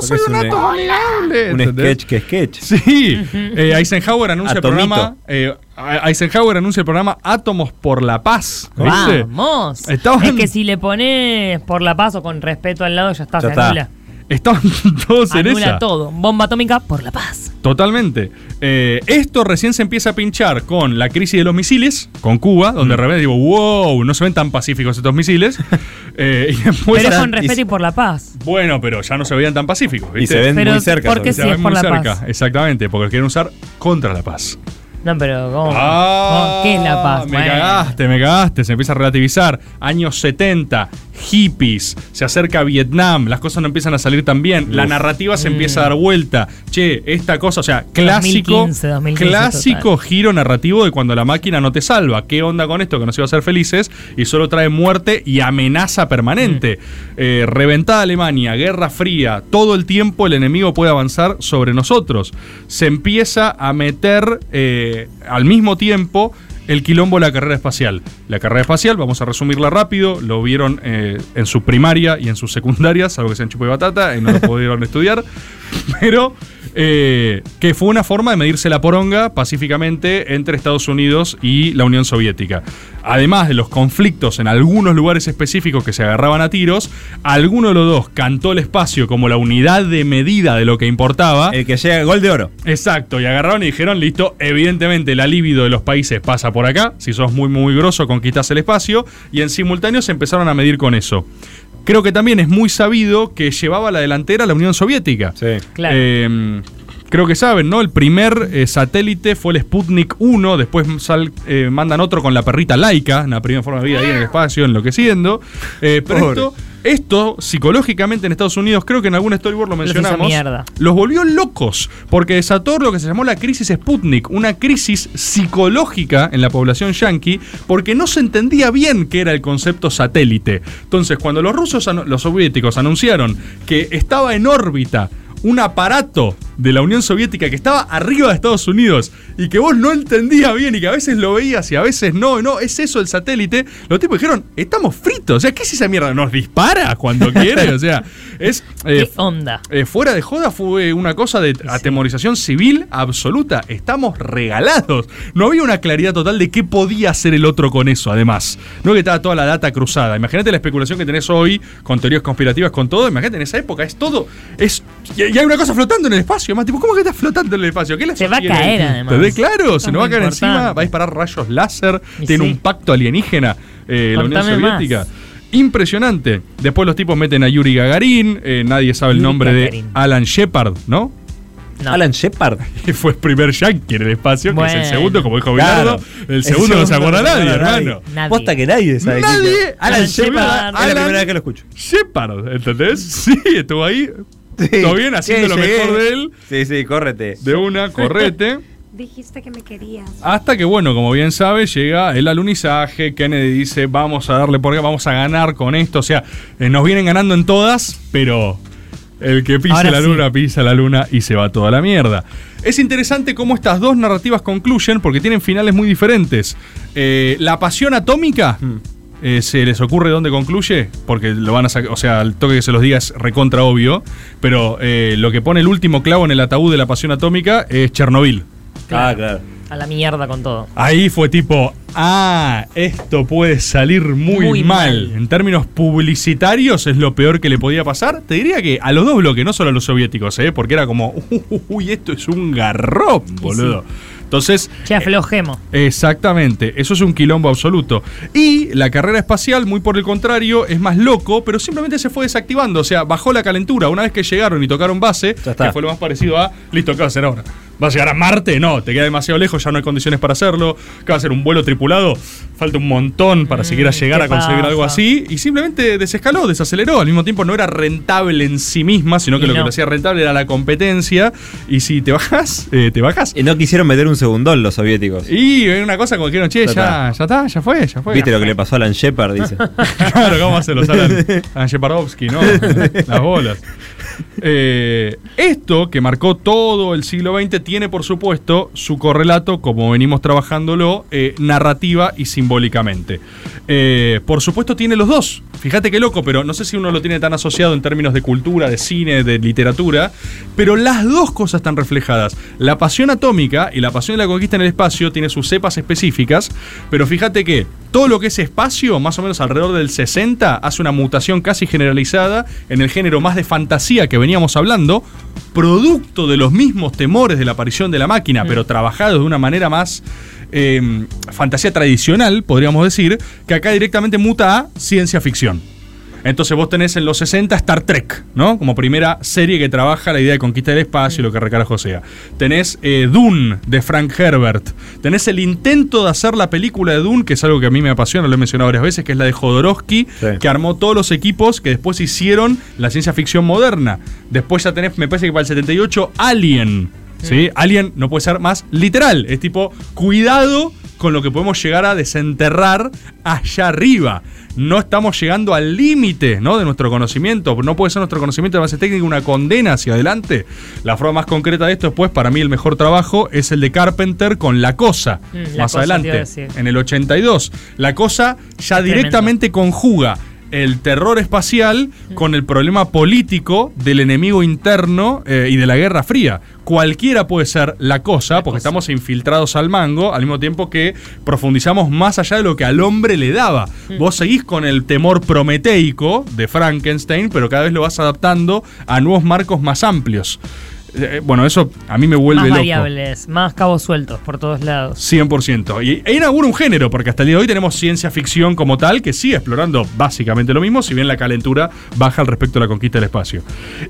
soy un átomo vulnerable",
Un
¿entendés?
sketch que sketch.
Sí, eh, Eisenhower anuncia
Atomito.
el programa. eh, Eisenhower anuncia el programa Átomos por la Paz. ¿viste?
Vamos.
Estaban-
Es que si le pones por la paz o con respeto al lado, ya está,
Ya
se
está.
anula.
Estaban todos en
Anula
esa.
todo. Bomba atómica por la paz.
Totalmente. Eh, esto recién se empieza a pinchar con la crisis de los misiles, con Cuba, donde
Mm.
de repente digo, wow, no se ven tan pacíficos estos misiles. Eh, y después-
pero es con respeto y, por la paz.
Bueno, pero ya no se veían tan pacíficos. ¿viste?
se ven Pero muy cerca, ¿por qué sobre
Se
todo? si
ven
es por
muy
la
cerca,
paz?
Exactamente, porque quieren usar contra la paz.
No, pero ¿cómo? ¿Cómo?
Ah,
¿Qué es la paz?
Me
Bueno.
cagaste, me cagaste. Se empieza a relativizar. Años 70, hippies, se acerca a Vietnam, las cosas no empiezan a salir tan bien. La
Uf.
narrativa
Mm.
se empieza a dar vuelta. Che, esta cosa, o sea, clásico,
2015, 2015
clásico giro narrativo de cuando la máquina no te salva. ¿Qué onda con esto que nos iba a hacer felices y solo trae muerte y amenaza permanente? Eh, reventada Alemania, Guerra Fría, todo el tiempo el enemigo puede avanzar sobre nosotros. Se empieza a meter eh, al mismo tiempo el quilombo de la carrera espacial. La carrera espacial, vamos a resumirla rápido, lo vieron eh, en su primaria y en su secundaria, salvo que sean chupa y batata, y no lo pudieron estudiar, pero eh, que fue una forma de medirse la poronga pacíficamente entre Estados Unidos y la Unión Soviética. Además de los conflictos en algunos lugares específicos que se agarraban a tiros, alguno de los dos cantó el espacio como la unidad de medida de lo que importaba. El que llega gol de oro. Exacto, y agarraron y dijeron, listo, evidentemente la libido de los países pasa por acá, si sos muy muy grosso conquistás el espacio, y en simultáneo se empezaron a medir con eso. Creo que también es muy sabido que llevaba a la delantera la Unión Soviética. Sí,
Claro.
creo que saben, ¿no? El primer eh, satélite fue el Sputnik 1, después sal- eh, mandan otro con la perrita laica, una primera forma de vida ahí en el espacio, enloqueciendo. Eh, pero
Pobre.
esto, esto, psicológicamente en Estados Unidos, creo que en algún storyboard lo
Los hizo
mencionamos,
mierda.
los volvió locos, porque desató lo que se llamó la crisis Sputnik, una crisis psicológica en la población yanqui, porque no se entendía bien qué era el concepto satélite. Entonces, cuando los rusos, anu- los soviéticos anunciaron que estaba en órbita un aparato de la Unión Soviética que estaba arriba de Estados Unidos y que vos no entendías bien y que a veces lo veías y a veces no, no, es eso el satélite, los tipos dijeron, estamos fritos, o sea, ¿qué es esa mierda? Nos dispara cuando quiere, o sea, es... eh,
¿Qué onda?
eh, fuera de joda fue una cosa de atemorización civil absoluta. Estamos regalados. No había una claridad total de qué podía hacer el otro con eso, además. No que estaba toda la data cruzada. Imagínate la especulación que tenés hoy con teorías conspirativas, con todo. Imagínate en esa época, es todo. Es, y y hay una cosa flotando en el espacio. Además, tipo, ¿cómo que está flotando en el espacio? ¿Qué la
Se va a
sostiene?
caer, además.
¿Entendés? Claro,
Esto
se
es
nos va a
muy
caer encima,
importante.
va a disparar rayos láser,
Y
tiene
sí.
un pacto alienígena eh, la Unión
Contame más.
Soviética. Impresionante. Después los tipos meten a Yuri Gagarin, eh, nadie sabe el
Yuri
nombre
Gagarin.
de Alan Shepard, ¿no? Alan Shepard. Que fue el primer yankee en el espacio, que es el
Bueno.
segundo, como dijo
Claro.
Bilardo. El segundo no se acuerda nadie, hermano.
Posta que nadie sabe. quién
Nadie.
es. Alan Shepard. Es la primera vez que lo escucho.
Shepard, ¿entendés? Sí, estuvo ahí. Todo bien, haciendo lo mejor de él.
Sí, sí, córrete.
De una, correte.
Dijiste que me querías.
Hasta que, bueno, como bien sabe, llega el alunizaje. Kennedy dice: Vamos a darle por acá, vamos a ganar con esto. O sea, eh, nos vienen ganando en todas, pero el que pisa
Ahora
la
sí.
luna, pisa la luna y se va toda la mierda. Es interesante cómo estas dos narrativas concluyen porque tienen finales muy diferentes. Eh, la pasión atómica.
Mm.
eh, ¿Se les ocurre dónde concluye? Porque lo van a sacar. O sea, el toque que se los diga es recontra obvio. Pero eh, lo que pone el último clavo en el ataúd de la pasión atómica es Chernobyl.
Ah, claro.
A la mierda con todo.
Ahí fue tipo, ah, esto puede salir muy,
Muy
mal. En términos publicitarios es lo peor que le podía pasar. Te diría que a los dos bloques, no solo a los soviéticos, ¿eh? porque era como, uy, esto es un garrón, boludo. Entonces, eh,
Che, aflojemos.
Exactamente, eso es un quilombo absoluto. Y la carrera espacial, muy por el contrario, es más loco, pero simplemente se fue desactivando, o sea, bajó la calentura. Una vez que llegaron y tocaron base, que fue lo más parecido a, listo, ¿qué va a hacer ahora? ¿Va a llegar a Marte? No, te queda demasiado lejos, ya no hay condiciones para hacerlo. ¿Qué va a ser un vuelo tripulado? Falta un montón para siquiera llegar
Mm, ¿qué
a conseguir
pasa?
algo así. Y simplemente desescaló, desaceleró. Al mismo tiempo no era rentable en sí misma, sino que
Y
lo que
no.
lo hacía rentable era la competencia. Y si te bajas, eh, te bajas.
Y no quisieron meter un segundón los soviéticos.
Y es una cosa como que dijeron, che,
Ya
ya, ya está, ya fue, ya fue.
¿Viste lo que le pasó a Alan Shepard? Dice.
Claro, ¿cómo se los Alan, Alan Shepardovsky, no? Las bolas. Eh, esto, que marcó todo el siglo XX, tiene por supuesto su correlato, como venimos trabajándolo, eh, narrativa y simbólicamente. Eh, por supuesto tiene los dos. Fíjate qué loco, pero no sé si uno lo tiene tan asociado en términos de cultura, de cine, de literatura, pero las dos cosas están reflejadas. La pasión atómica y la pasión de la conquista en el espacio tiene sus cepas específicas, pero fíjate que todo lo que es espacio, más o menos alrededor del 60, hace una mutación casi generalizada en el género más de fantasía que veníamos hablando, producto de los mismos temores de la aparición de la máquina, pero trabajado de una manera más eh, fantasía tradicional, podríamos decir, que acá directamente muta a ciencia ficción. Entonces vos tenés en los 60 Star Trek, ¿no? Como primera serie que trabaja la idea de conquista del espacio y lo que recarajo sea. Tenés eh, Dune de Frank Herbert. Tenés el intento de hacer la película de Dune, que es algo que a mí me apasiona, lo he mencionado varias veces, que es la de Jodorowsky, que armó todos los equipos que después hicieron la ciencia ficción moderna. Después ya tenés, me parece que para el 78, Alien. ¿Sí? Alien no puede ser más literal. Es tipo, cuidado con lo que podemos llegar a desenterrar allá arriba. No estamos llegando al límite ¿no? de nuestro conocimiento. No puede ser nuestro conocimiento de base técnica una condena hacia adelante. La forma más concreta de esto, después, para mí el mejor trabajo es el de Carpenter con La Cosa.
Mm, La
más
Cosa te iba a
adelante,
decir.
en el 82. La Cosa ya
Tremendo.
directamente conjuga el terror espacial con el problema político del enemigo interno eh, y de la Guerra Fría. Cualquiera puede ser la cosa, porque estamos infiltrados al mango, al mismo tiempo que profundizamos más allá de lo que al hombre le daba. Vos seguís con el temor prometeico de Frankenstein, pero cada vez lo vas adaptando a nuevos marcos más amplios. Eh, bueno, eso a mí me vuelve
más
loco.
variables, más cabos sueltos por todos lados.
100%. Y e inaugura un género, porque hasta el día de hoy tenemos ciencia ficción como tal, que sigue explorando básicamente lo mismo, si bien la calentura baja al respecto de la conquista del espacio.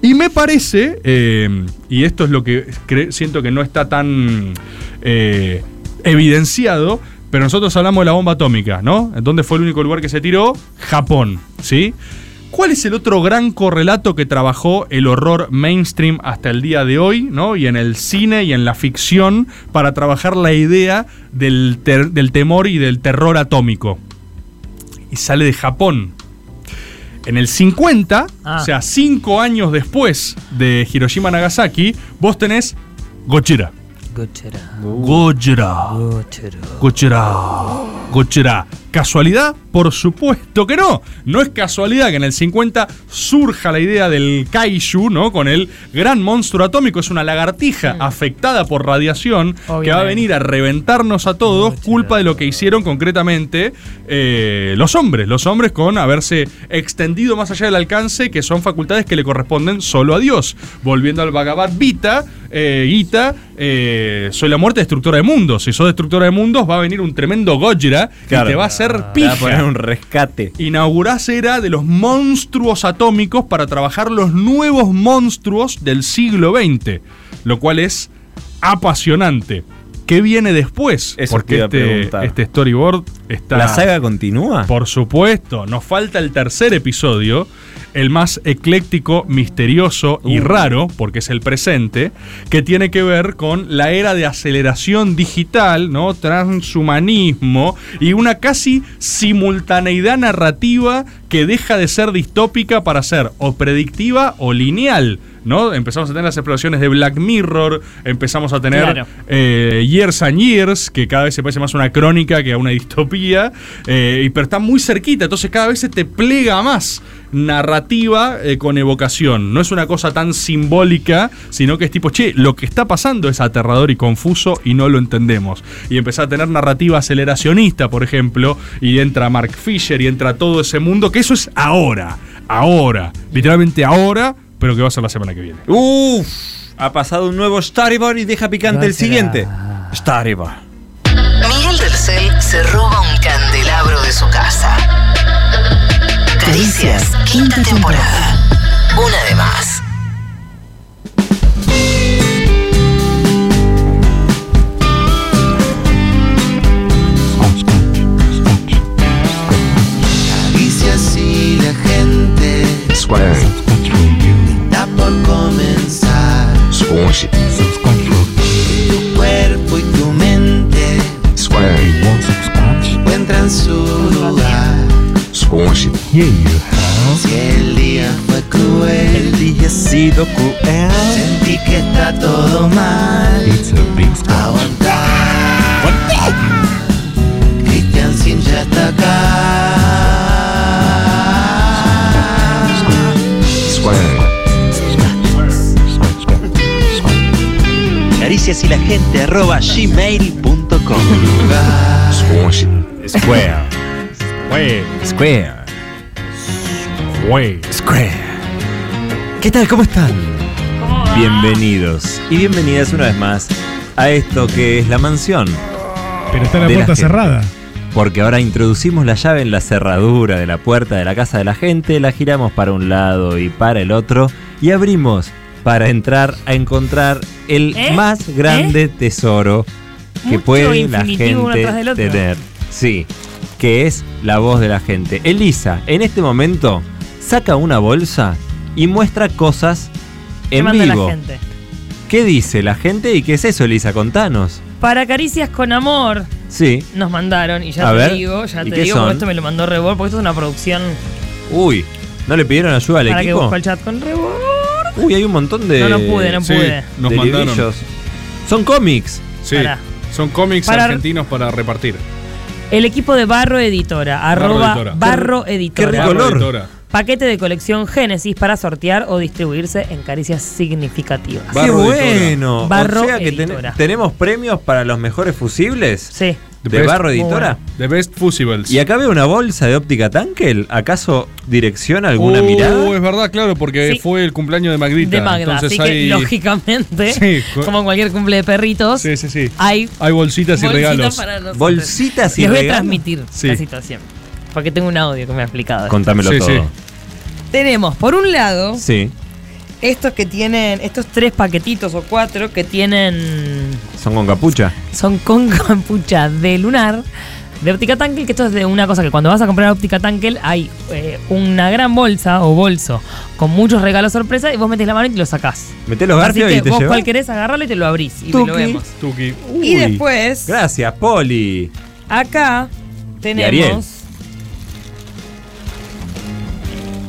Y me parece, eh, y esto es lo que cre- siento que no está tan eh, evidenciado, pero nosotros hablamos de la bomba atómica, ¿no? ¿Dónde fue el único lugar que se tiró? Japón, ¿sí? ¿Cuál es el otro gran correlato que trabajó el horror mainstream hasta el día de hoy, ¿no? Y en el cine y en la ficción para trabajar la idea del, ter- del temor y del terror atómico. Y sale de Japón. En el 50,
Ah.
o sea, cinco años después de Hiroshima Nagasaki, vos tenés Godzilla. Godzilla. Godzilla. Godzilla. ¿Casualidad? Por supuesto que no. No es casualidad que en el 50 surja la idea del kaiju, ¿no? Con el gran monstruo atómico. Es una lagartija afectada por radiación que va a
Obviamente.
venir a reventarnos a todos, culpa de lo que hicieron concretamente eh, los hombres. Los hombres con haberse extendido más allá del alcance, que son facultades que le corresponden solo a Dios. Volviendo al Bhagavad Gita, eh, Gita, eh, soy la muerte destructora de mundos. Si sos destructora de mundos, va a venir un tremendo Gojira
Claro.
que te va a hacer
Te va
pija
a poner un rescate.
inaugurás era de los monstruos atómicos para trabajar los nuevos monstruos del siglo XX, lo cual es apasionante. ¿Qué viene después?
Eso te
Porque
iba a
este,
preguntar.
este storyboard está...
¿La saga continúa?
Por supuesto, nos falta el tercer episodio, el más ecléctico, misterioso y
Uh.
raro, porque es el presente, que tiene que ver con la era de aceleración digital, ¿no? Transhumanismo y una casi simultaneidad narrativa que deja de ser distópica para ser o predictiva o lineal. ¿no? Empezamos a tener las exploraciones de Black Mirror, empezamos a tener
Claro.
eh, Years and Years, que cada vez se parece más a una crónica que a una distopía, eh, y- pero está muy cerquita, entonces cada vez se te plega más narrativa eh, con evocación. No es una cosa tan simbólica, sino que es tipo, che, lo que está pasando es aterrador y confuso y no lo entendemos. Y empezar a tener narrativa aceleracionista, por ejemplo, y entra Mark Fisher y entra todo ese mundo, que eso es ahora, ahora, literalmente ahora, pero que va a ser la semana que viene.
Uff, ha pasado un nuevo Storyboard y deja picante el siguiente. Storyboard.
Miguel del Cel se roba un candelabro de su casa. Caricias, quinta temporada. Una de más.
Caricias y la gente está por comenzar. Tu cuerpo y tu mente encuentran su lugar. Si el día fue cruel, el día ha sido cruel. Sentí que está todo mal. Aguantar. Cristian sin ya está acá. Caricias y la gente arroba gmail.com
Square. Square.
Square.
Square.
¿Qué tal? ¿Cómo están?
Bienvenidos y bienvenidas una vez más a esto que es la mansión.
Pero está la
de
puerta
gente.
cerrada.
Porque ahora introducimos la llave en la cerradura de la puerta de la casa de la gente, la giramos para un lado y para el otro y abrimos para entrar a encontrar el
¿Eh?
más grande tesoro que
Mucho
puede la
infinitivo uno atrás del
gente
otro.
tener. Sí, que es la voz de la gente. Elisa, en este momento, saca una bolsa y muestra cosas
Te
en
manda la
vivo.
gente.
¿Qué dice la gente y qué es eso, Elisa? Contanos.
Para Caricias con Amor
Sí.
nos mandaron, y ya
A
te
ver,
digo, ya
¿y
te
qué
digo, porque
son?
esto me lo mandó Rebord, porque esto es una producción
Uy, ¿no le pidieron ayuda al
para que
equipo?
busco el chat con Rebord.
Uy, hay un montón de.
No, no pude, no Sí, pude.
nos
de
mandaron.
librillos. Son cómics.
Sí,
Pará.
son cómics
Para-
argentinos para repartir.
El equipo de Barro Editora,
Barro
arroba
Editora.
Barro Editora.
Barro Editora.
Paquete de colección Génesis para sortear o distribuirse en caricias significativas.
¡Qué bueno!
Barro
o sea que ten-
Editora.
tenemos premios para los mejores fusibles.
Sí.
De
The best-
Barro Editora.
Muy The Best Fusibles.
Y acá veo una bolsa de óptica Tankel. ¿Acaso direcciona alguna
Oh,
mirada?
Es verdad, claro, porque
Sí.
fue el cumpleaños de Magdita.
de Magda,
entonces
así
hay-
que lógicamente,
Sí, co-
como en cualquier cumple de perritos,
Sí, sí, sí.
hay
Hay bolsitas y
bolsitas
regalos.
para nosotros.
Bolsitas y
Les voy a
regalos.
transmitir
Sí.
la situación, porque tengo un audio que me ha explicado.
Contámelo
Sí,
todo.
sí.
Tenemos, por un lado,
Sí.
estos que tienen, estos tres paquetitos o cuatro que tienen
Son con capucha.
son con campucha de lunar de óptica tankel que esto es de una cosa que cuando vas a comprar óptica tankel hay eh, una gran bolsa o bolso con muchos regalos sorpresa y vos metes la mano y te lo sacás
Metés los
Así
garfios
que
y te
vos
llevas.
cual querés agarrarlo y te lo abrís y te lo vemos
Tuki.
Y después-
Gracias, Poli.
acá
Y Ariel.
tenemos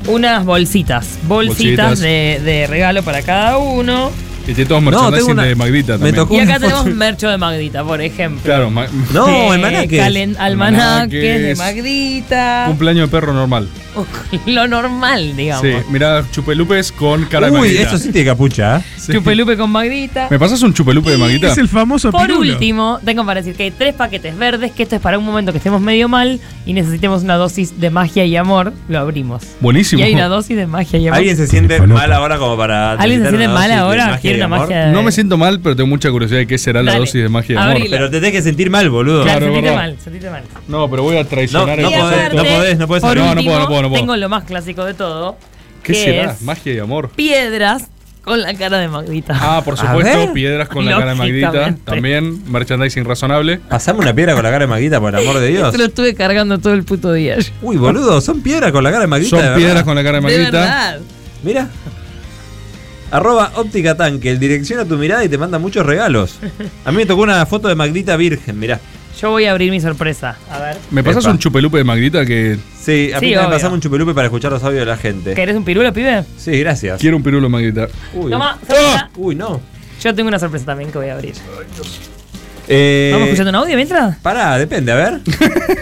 unas bolsitas bolsitas,
Bolsitas.
de, de regalo para cada uno
Y tiene todos
No,
merchandising
tengo una-
de Magdita
me
también.
tocó
y acá tenemos mercho de Magdita por ejemplo
Claro, ma-
No,
Eh,
almanaques.
calen- almanaques de
Almanaques.
Magdita
Cumpleaños de perro normal.
lo normal digamos
Sí, mirá, chupelupes con cara de
Uy,
Magdita.
esto sí tiene capucha. ¿eh?
Sí.
Chupelupe con Magdita.
¿Me pasas un chupelupe de Magdita?
famoso
Por último, tengo para decir que hay tres paquetes verdes, que esto es para un momento que estemos medio mal y necesitemos una dosis de magia y amor, lo abrimos.
Buenísimo.
Y hay una dosis de magia y amor.
¿Alguien se siente mal ahora como para.?
¿Alguien se
necesitar
siente
una
mal
dosis de
ahora?
magia
¿Quiere
y
una
amor?
magia?
No me siento mal, pero tengo mucha curiosidad de qué será la
Dale.
dosis de magia de amor.
Abrila.
Pero te tenés que sentir mal, boludo.
Claro,
Claro,
sentite
verdad.
mal, sentite mal.
No, pero voy a traicionar
No, no
el
podés,
concepto.
no podés, no podés
Por
No, no
último,
puedo, no puedo, no puedo.
tengo lo más clásico de todo,
¿Qué
que
será?
es
Magia y amor.
piedras con la cara de Magdita.
Ah, por
A
supuesto,
ver.
piedras con la cara de Magdita.
Lógicamente.
También, merchandising razonable.
Pasame una piedra con la cara de Maguita, por el amor de Dios.
Esto lo estuve cargando todo el puto día. yo.
Uy, boludo, son piedras con la cara de Maguita.
Son piedras con la cara de
De
Magdita.
verdad.
Mira. Arroba óptica tanque, direcciona tu mirada y te manda muchos regalos. A mí me tocó una foto de Magdita virgen, mirá.
Yo voy a abrir mi sorpresa. A ver.
¿Me pasas
Epa.
un chupelupe de Magrita que.
Sí, a
Sí,
mí me
obvio.
pasamos un chupelupe para escuchar los audios de la gente.
¿Querés un pirulo, pibe?
Sí, gracias.
Quiero un pirulo, Magrita.
Uy. Ah,
Toma, sorpresa.
Uy, no.
Yo tengo una sorpresa también que voy a abrir.
Eh,
¿Vamos escuchando un audio mientras?
Pará, depende, a ver.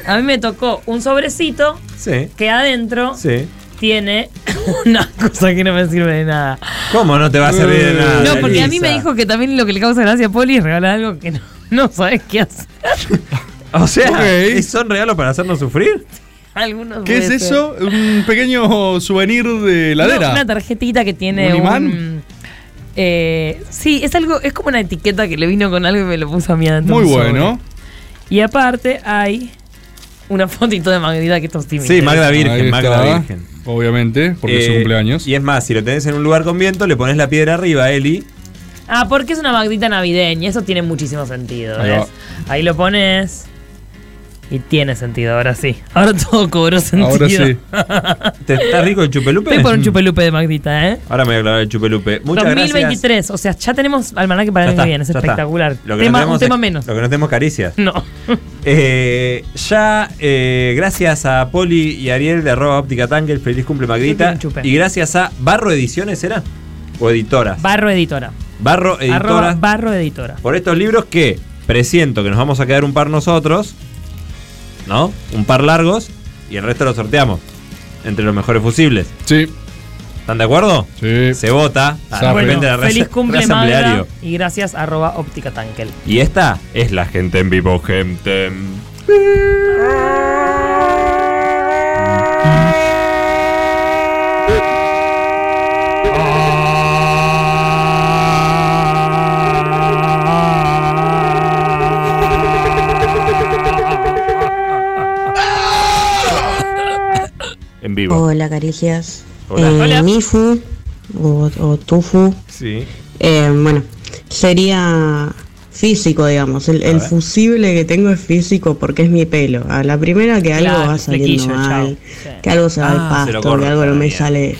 A mí me tocó un sobrecito
Sí.
que adentro
Sí.
tiene una cosa que no me sirve de nada.
¿Cómo no te va a servir de
Eh,
nada?
No, porque a mí
Elisa?
me dijo que también lo que le causa gracia a Poli es regalar algo que no, no sabes qué hacer.
O sea, ¿son regalos para hacernos sufrir?
Algunos
¿Qué es
puede ser.
eso? Un pequeño souvenir de
No,
ladera.
una tarjetita que tiene
¿Un
un.
imán?
eh, sí, es algo, es como una etiqueta que le vino con algo y me lo puso a mí adentro.
Muy
un sobre.
bueno.
Y aparte hay una fotito de Magdalena que esto sí me
Sí,
interesa.
Magda Virgen,
Ahí
Magda
está,
Virgen.
Obviamente, porque es
Eh,
su cumpleaños.
Y es más, si lo tenés en un lugar con viento, le pones la piedra arriba, Eli.
Ah, porque es una Magdita navideña, eso tiene muchísimo sentido.
Ahí
¿ves? Ahí lo pones. Y tiene sentido, ahora sí. Ahora todo cobró sentido.
Ahora sí. ¿Te está rico el chupelupe? Mm.
Estoy por un chupelupe de Magdita, ¿eh?
Ahora me voy a clavar el chupelupe. Muchas gracias.
2023, o sea, ya tenemos almanaque para el año que viene, es
ya está.
espectacular.
Lo que no
Tema-
tenemos
un tema
es-
menos.
Lo que no tenemos caricias.
No.
Eh, ya, eh, gracias a Poli y Ariel de arroba óptica Tangle, feliz cumple Magrita.
Chupe, chupe.
Y gracias a Barro Ediciones, ¿era? O Editoras.
Barro Editora.
Barro
Arroba
Editoras.
Barro Editora.
por estos libros que presiento que nos vamos a quedar un par nosotros, ¿no? Un par largos y el resto lo sorteamos entre los mejores fusibles.
Sí.
¿Están de acuerdo?
Sí.
Se vota. Ah, de
Bueno,
repente la raza-
feliz cumple
raza
Magda
ampliario.
y gracias arroba óptica tankel.
Y esta es la gente en vivo, gente. En vivo.
Hola, caricias.
Hola.
Eh,
Hola.
Mifu o, o Tufu.
Sí.
Eh, bueno, sería físico, digamos. El, el
ver.
fusible que tengo es físico porque es mi pelo. A la primera que algo
Claro,
va saliendo
flequillo,
mal, que algo se va
Ah,
al
se lo
pasto,
corta,
que algo no me sale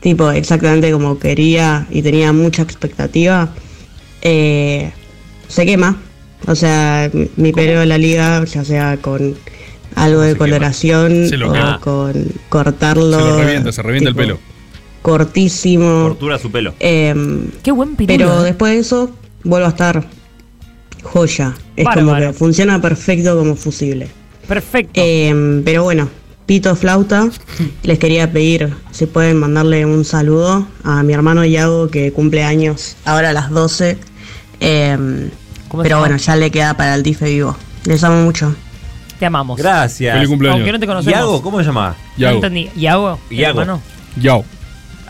tipo exactamente como quería y tenía mucha expectativa, eh, se quema. O sea, mi- mi pelo de la liga, ya sea con algo de coloración
Se lo
o
quema.
con cortarlo
Se lo revienta, se revienta el pelo.
cortísimo.
Tortura su pelo.
eh,
Em,
Qué buen pirulo,
Pero
eh.
después de eso, vuelvo a estar joya. Es como
Bárbaro.
que funciona perfecto como fusible. Eh,
Perfecto.
pero bueno, Pito Flauta, les quería pedir si pueden mandarle un saludo a mi hermano Iago que cumple años ahora a las 12. Em,
¿Cómo se
pero
llama?
bueno, ya le queda para el Dife Vivo. Les amo mucho.
Te amamos.
Gracias.
Feliz cumpleaños.
Aunque no te conocemos.
Yago, ¿cómo se llamaba?
No entendí. Yago.
Yago.
Oh, hermano.
Yao. Se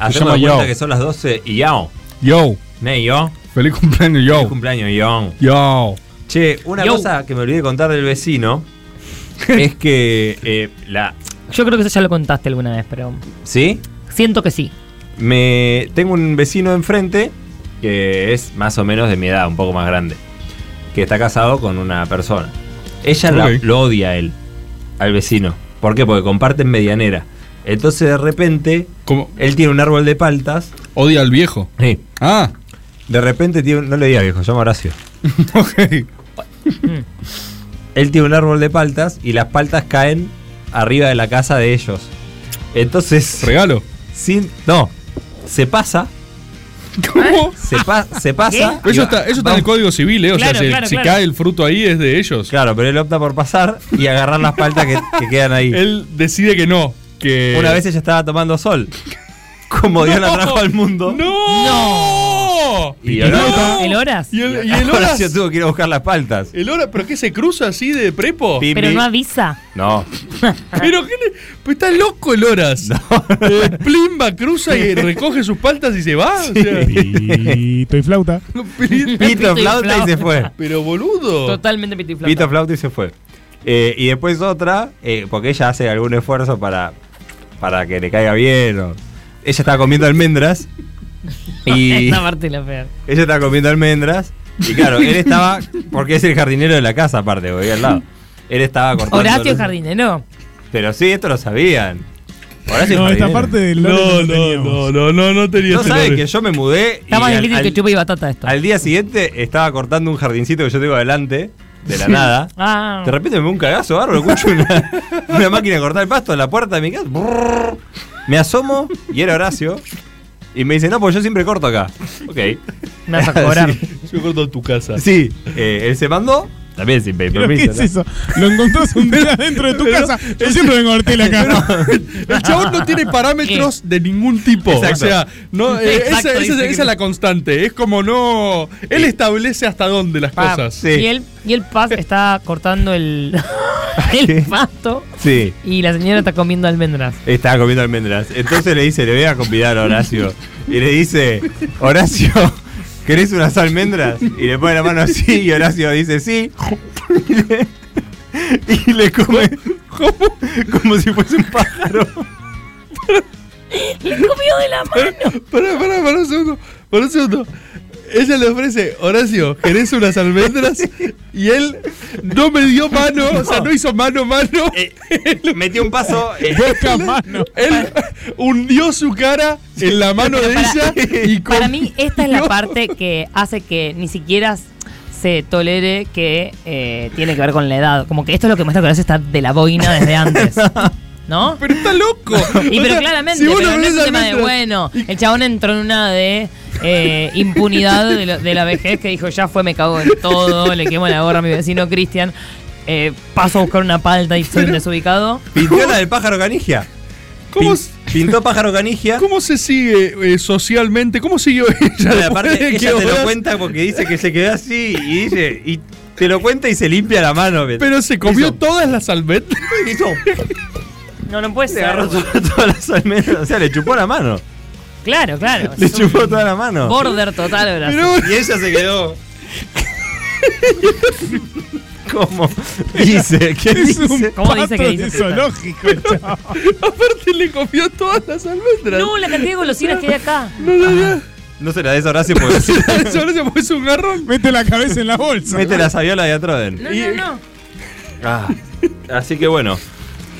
Hacemos
llama
de cuenta
Yao.
que son las 12 y Yao.
Yo.
Ne, yo.
Feliz cumpleaños,
Feliz
yo.
cumpleaños, Yao.
Yo.
Che, una
Yo.
cosa que me olvidé de contar del vecino es que eh, la.
Yo creo que eso ya lo contaste alguna vez, pero
¿Sí?
siento que sí.
Me. Tengo un vecino enfrente que es más o menos de mi edad, un poco más grande. Que está casado con una persona. Ella la-
Ok.
lo odia a él, al vecino. ¿Por qué? Porque comparten medianera. Entonces de repente. Él tiene un árbol de paltas.
Odia al viejo.
Sí.
Ah.
De repente tiene. un- No le diga viejo, llama a Horacio. Él tiene un árbol de paltas y las paltas caen arriba de la casa de ellos. Entonces.
¿Regalo?
Sin, no. Se pasa.
¿Cómo?
Se, pa- se pasa. y
Eso
va-
está, eso está
va-
en el código civil, ¿eh? O
Claro,
sea, si,
claro,
si
claro.
cae el fruto ahí es de ellos.
Claro, pero él opta por pasar y agarrar las paltas que, que quedan ahí.
Él decide que no. Que...
Una vez ella estaba tomando sol. Como Dios la trajo al mundo.
¡No! ¡No!
Y ahora-
¿El horas?
¿Y el, y el horas?
Horacio tuvo que ir a buscar las paltas.
¿El horas? ¿Pero qué se cruza así de prepo?
Pim,
Pero
pim.
no avisa.
No.
¿Pero qué le- pues está loco el horas. Eh, Plimba cruza y recoge sus paltas y se va. O sea,
Pito y flauta.
Pito,
y flauta y se fue.
Pero boludo.
Totalmente pito y flauta.
Pito flauta y se fue. Eh, y después otra, eh, porque ella hace algún esfuerzo para, para que le caiga bien. o- Ella estaba comiendo almendras. Y
Esta parte es la peor.
ella estaba comiendo almendras. Y claro, él estaba, porque es el jardinero de la casa aparte, porque al lado. Él estaba cortando.
Horacio
los-
Jardinero.
Pero sí, esto lo sabían. Horacio
No,
es
esta
jardinero.
parte del
No,
lore
no,
lo
no,
teníamos.
no, no, no tenía
No
ese
saben
nombre.
que yo me mudé.
Está más difícil que chupa y batata esto.
Al día siguiente estaba cortando un jardincito que yo tengo adelante de la nada.
Ah.
De repente me veo un cagazo bárbaro, escucho una, una máquina de cortar el pasto en la puerta de mi casa. Brrr. me asomo y era Horacio. Y me dice, no, pues yo siempre corto acá. Ok.
Me vas a cobrar.
Sí, yo corto en tu casa. Sí, eh, él se mandó. También sin pedir
¿Pero qué
permiso.
es eso? Lo encontrás un día dentro de tu casa. Yo siempre vengo a verte la cara.
El chabón no tiene parámetros de ningún tipo.
Exacto.
O sea, no, eh,
Exacto,
esa, esa-
dice que
esa
no.
es la constante. Es como no. Él establece hasta dónde las
Pa,
cosas.
Y él, y el Paz está cortando el, el pasto
Sí.
y la señora está comiendo almendras.
Estaba comiendo almendras. Entonces le dice, le voy a convidar a Horacio. Y le dice, Horacio, ¿querés unas almendras? Y le pone la mano así y Horacio dice, sí. Y le, y le come como, como si fuese un pájaro.
Le comió de la mano.
Pará, pará, pará un segundo. Pará un segundo. Ella le ofrece, Horacio, ¿querés unas almendras? Y él no me dio mano, o sea, no hizo mano mano.
Eh, metió un paso. eh.
Boca mano. Él hundió su cara en la mano de ella y con.
Para mí, esta es la parte que hace que ni siquiera se tolere que eh, tiene que ver con la edad. Como que esto es lo que muestra que Horacio está de la boina desde antes. ¿No?
Pero está loco.
Y
O
pero
sea,
claramente,
si vos
pero
no
no es un
ves
tema de
almendras-
bueno. El chabón entró en una de eh, impunidad de, lo- de la vejez que dijo: Ya fue, me cago en todo, le quemo la gorra a mi vecino Cristian. eh, paso a buscar una palta y soy un desubicado.
Pintó la del pájaro canigia.
¿Cómo
Pin- pintó pájaro canigia.
¿Cómo se sigue eh, socialmente? ¿Cómo siguió ella?
Y aparte,
después de que
ella te lo
Horacio-
cuenta porque dice que se quedó así y dice, y te lo cuenta y se limpia la mano.
Pero se comió todas las almendras.
No, no puede
Se
ser.
agarró su- todas las almendras. O sea, le chupó la mano.
Claro, claro.
Le chupó toda la mano.
Border total, Horacio.
Y ella se quedó. ¿Cómo? Dice, ¿qué
Es un
dice?
¿Cómo dice que dice?
zoológico,
Aparte le comió todas las almendras.
No, la cantidad de golosinas que hay acá.
No, no, no.
No se la des a Horacio porque
Se la des a Horacio porque es un garrón.
Mete la cabeza en la bolsa.
mete la sabiola de Atroden.
No, no, no.
Ah, así que bueno,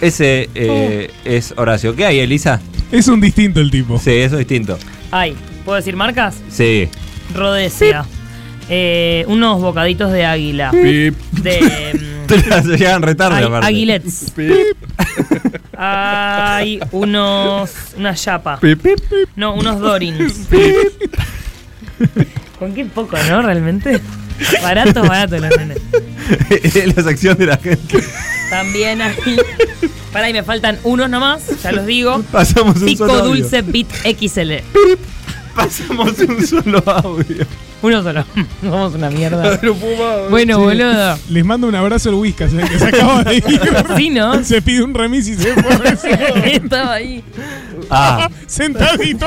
ese eh,
Oh.
es Horacio. ¿Qué hay, Elisa?
Es un distinto el tipo.
Sí, eso es distinto.
Ay, ¿puedo decir marcas?
Sí.
Rodesia. Eh, unos bocaditos de águila.
Pip.
De mm,
Te las llegan retarde,
Agui-
aparte.
aguilets. Hay unos. Una chapa.
Pip,
No, unos dorins. Con qué poco, ¿no? Realmente. Barato, barato los nenes.
la sección de la gente.
También hay. Pará, y me faltan unos nomás, ya los digo.
Pasamos un
Pico
solo audio.
dulce bit XL.
Pasamos un solo audio.
Uno solo. Vamos una mierda.
Sí.
Bueno, boludo.
Les mando un abrazo al Whiskas, eh, que se acaba de ir.
Sí, ¿no?
Se pide un remis y se fue.
Estaba ahí.
Ah.
Sentadito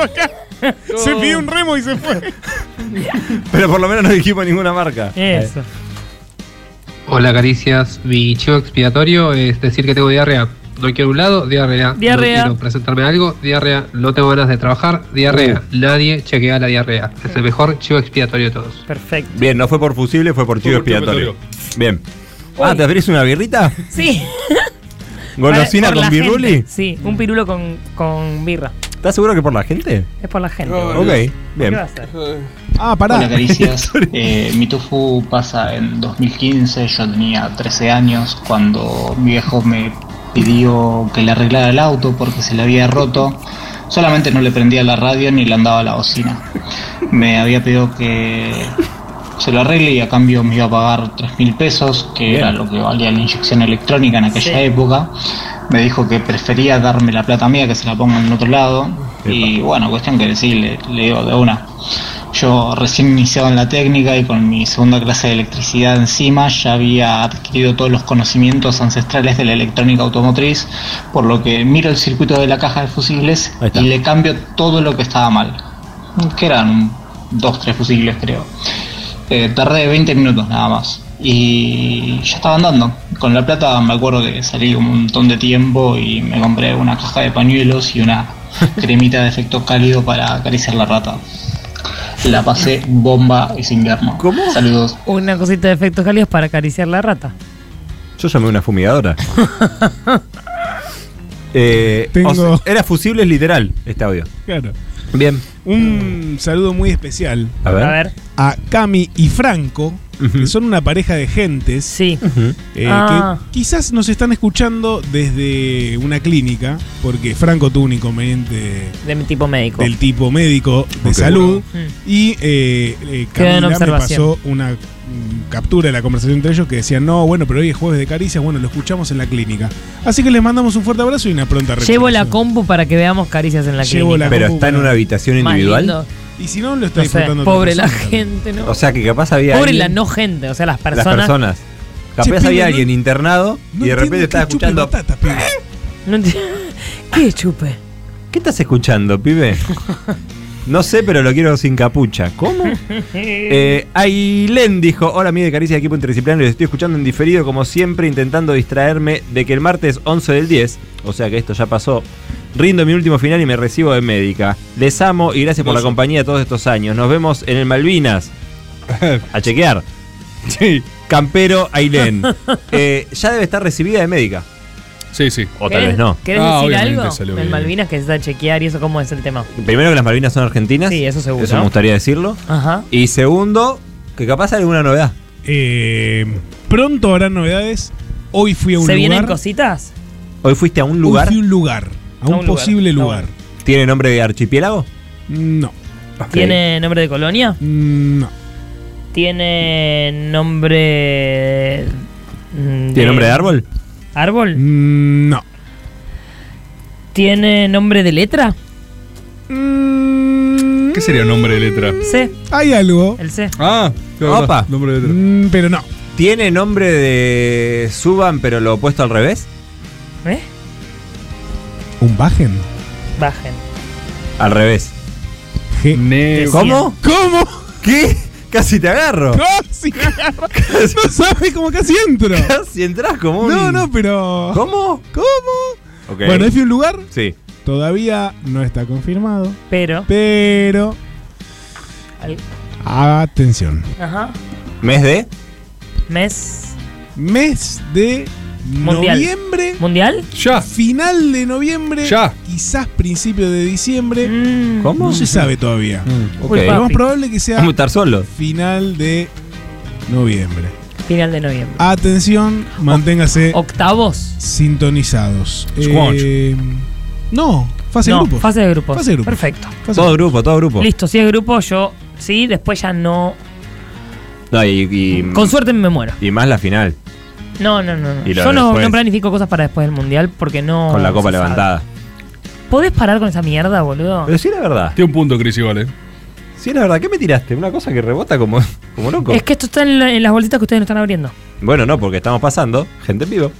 acá. Se
Oh.
pide un remo y se fue.
Pero por lo menos no dijimos ninguna marca. Eh.
Eso.
Hola, caricias. Mi chivo expiatorio es decir que tengo diarrea. No quiero un lado, diarrea.
Diarrea.
No quiero presentarme a algo, diarrea. No tengo ganas de trabajar, diarrea.
Uh.
Nadie chequea la diarrea. Es el mejor chivo expiatorio de todos.
Perfecto.
Bien, no fue por fusible, fue por chivo
por chivo
expiatorio. Bien. Ah,
Uy.
¿te abrís una birrita?
Sí.
¿Golosina
Para- por
con
la
biruli?
gente, Sí, un pirulo con, con birra.
¿Estás seguro que por la gente?
Es por la gente.
Ok,
boludo.
bien.
¿Qué va a hacer?
Ah, pará.
Hola caricias, Eh, mi tofu pasa en 2015, yo tenía 13 años cuando mi viejo me pidió que le arreglara el auto porque se le había roto, solamente no le prendía la radio ni le andaba la bocina. Me había pedido que se lo arregle y a cambio me iba a pagar 3 mil pesos, que era lo que valía la inyección electrónica en aquella
Sí.
época. Me dijo que prefería darme la plata mía que se la ponga en otro lado. Y bueno, cuestión que sí, le, le digo de una. Yo recién iniciado en la técnica y con mi segunda clase de electricidad encima ya había adquirido todos los conocimientos ancestrales de la electrónica automotriz, por lo que miro el circuito de la caja de fusibles y le cambio todo lo que estaba mal, que eran dos, tres fusibles creo. Eh, tardé 20 minutos nada más. Y ya estaba andando. Con la plata me acuerdo que salí un montón de tiempo y me compré una caja de pañuelos y una cremita de efecto cálido para acariciar la rata. La pasé bomba ese invierno. ¿Cómo? Saludos.
Una cosita de efectos cálidos para acariciar la rata.
Yo llamé una fumigadora. Eh, o
Tengo-
sea, era fusible literal este audio.
Claro.
Bien.
Un saludo muy especial
Mm. A ver. A ver.
a Cami y Franco, que son una pareja de gentes eh,
Ah.
que quizás nos están escuchando desde una clínica, porque Franco tuvo un inconveniente
De mi tipo médico.
del tipo médico de
Ok.
salud
Mm.
y eh, eh,
Quedó en
Camila me
observación.
pasó una mm, captura de la conversación entre ellos que decían, no, bueno, pero hoy es jueves de caricias, bueno, lo escuchamos en la clínica. Así que les mandamos un fuerte abrazo y una pronta
Llevo la compu para que veamos caricias en la
Llevo
clínica.
la
Pero
compu
está en
para-
una habitación
Más
individual.
lindo.
Y si no, lo
No sé, pobre la gente, ¿no?
O sea que capaz había.
pobre la
alguien-
no gente, o sea, las personas.
las personas.
Che,
Capaz
pibe,
había
no-
alguien internado y de repente estás escuchando.
No enti- ¿Qué chupe?
¿Qué estás escuchando, pibe? No sé, pero lo quiero sin capucha. ¿Cómo? Eh, Ailén dijo, hola amigos de Caricia de Equipo Interdisciplinario, les estoy escuchando en diferido como siempre intentando distraerme de que el martes 11 del 10, o sea que esto ya pasó, rindo mi último final y me recibo de médica. Les amo y gracias por la
Hermoso.
compañía todos estos años. Nos vemos en el Malvinas. A chequear. Sí. Campero Ailén. Eh, ya debe estar recibida de médica.
Sí, Ah, sí.
O tal vez no.
Eh, ¿Querés
Ah,
decir algo? En Malvinas que se está a chequear y eso, ¿cómo es el tema?
Primero que las Malvinas son argentinas.
Sí, eso seguro.
Eso me gustaría decirlo.
Ajá.
Y segundo, que capaz hay alguna novedad.
Eh, pronto habrán novedades. Hoy fui a un
¿Se vienen
lugar.
cositas?
Hoy fuiste a un lugar.
Hoy fui a un lugar. A un,
un lugar,
posible
está
lugar.
¿Tiene nombre de archipiélago?
No. Mm,
¿Tiene nombre de colonia?
No.
¿Tiene nombre.
¿Tiene nombre de árbol?
¿Árbol?
Mm, No.
¿Tiene nombre de letra?
¿Qué sería nombre de letra?
C.
Hay algo.
El C.
Ah,
Opa.
Nombre de
Mm, pero no.
¿Tiene nombre de suban, pero lo opuesto al revés?
¿Eh?
¿Un bajen?
Bajen.
Al revés. ¿Cómo?
¿Cómo?
¿Qué? Casi te agarro.
Casi me agarro. no sabes cómo casi entro.
Casi entras como un-
No, no, pero.
¿Cómo?
¿Cómo?
Ok.
Bueno, es un lugar.
Sí.
Todavía no está confirmado.
Pero.
Pero.
Al-
Atención.
Ajá.
¿Mes de?
Mes.
Mes de
Mundial.
noviembre.
¿Mundial?
Ya.
Final de noviembre.
Ya.
Quizás principio de diciembre.
Mm.
¿Cómo? Mm,
No se sabe todavía.
ok.
Lo más probable que sea
Vamos a estar solos.
final de noviembre.
Final de noviembre.
Atención, manténgase
¿Octavos?
sintonizados.
Squanch.
Eh, no, fase
No,
de grupos.
fase de grupos.
Fase de grupos.
Perfecto.
Todo grupo, todo grupo.
Listo, si es grupo, yo. Sí, después ya no.
No, y, y-
Con suerte me muero.
Y más la final,
No, no, no. no.
Y lo
Yo no,
después.
no planifico cosas para después del mundial porque no.
con la copa
se sabe.
levantada.
¿Podés parar con esa mierda, boludo?
Pero sí era verdad.
Tiene un punto, Cris, igual, ¿eh?
Sí era verdad. ¿Qué me tiraste? Una cosa que rebota como, como loco.
Es que esto está en, la- en las bolsitas que ustedes no están abriendo.
Bueno, no, porque estamos pasando gente en vivo.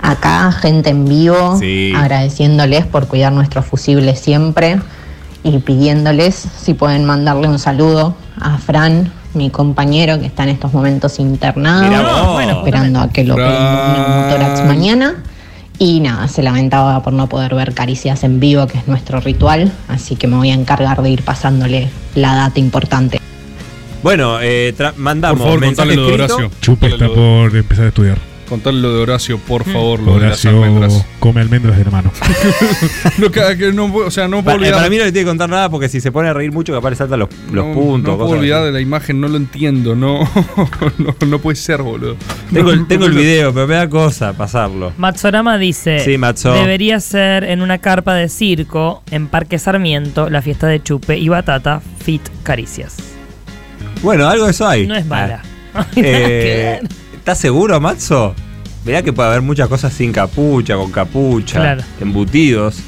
acá, gente en vivo,
Oh,
Sí.
agradeciéndoles por cuidar nuestros fusibles siempre y pidiéndoles si pueden mandarle un saludo a Fran, mi compañero que está en estos momentos
Mirá
internado,
vos. Bueno,
esperando a que lo
Fran.
peinen un tórax mañana. Y nada, se lamentaba por no poder ver Caricias en vivo, que es nuestro ritual, así que me voy a encargar de ir pasándole la data importante.
Bueno, eh, tra- mandamos
Por favor,
mensaje
contale lo de
escrito.
Horacio.
Chupe está por empezar a estudiar.
Contarle lo de Horacio, por
Mm.
favor, lo de las
Horacio
almendras.
come almendras de hermano.
No, que- que no puedo- o sea, no
Pa-
puedo
eh, Para,
olvidar.
mí no le tiene que contar nada porque si se pone a reír mucho capaz le saltan los, los
no,
puntos.
No puedo
cosas
olvidar
así.
de la imagen, no lo entiendo. No, no, no puede ser, boludo.
Tengo, el, tengo el video, pero me da cosa pasarlo.
Matsorama dice:
Sí, Matzo.
Debería ser en una carpa de circo, en Parque Sarmiento, la fiesta de chupe y batata, fit caricias.
Bueno, algo de eso hay. Ah.
No es mala.
Eh, ¿Estás seguro, Matzo? Mirá que puede haber muchas cosas sin capucha, con capucha,
Claro.
embutidos.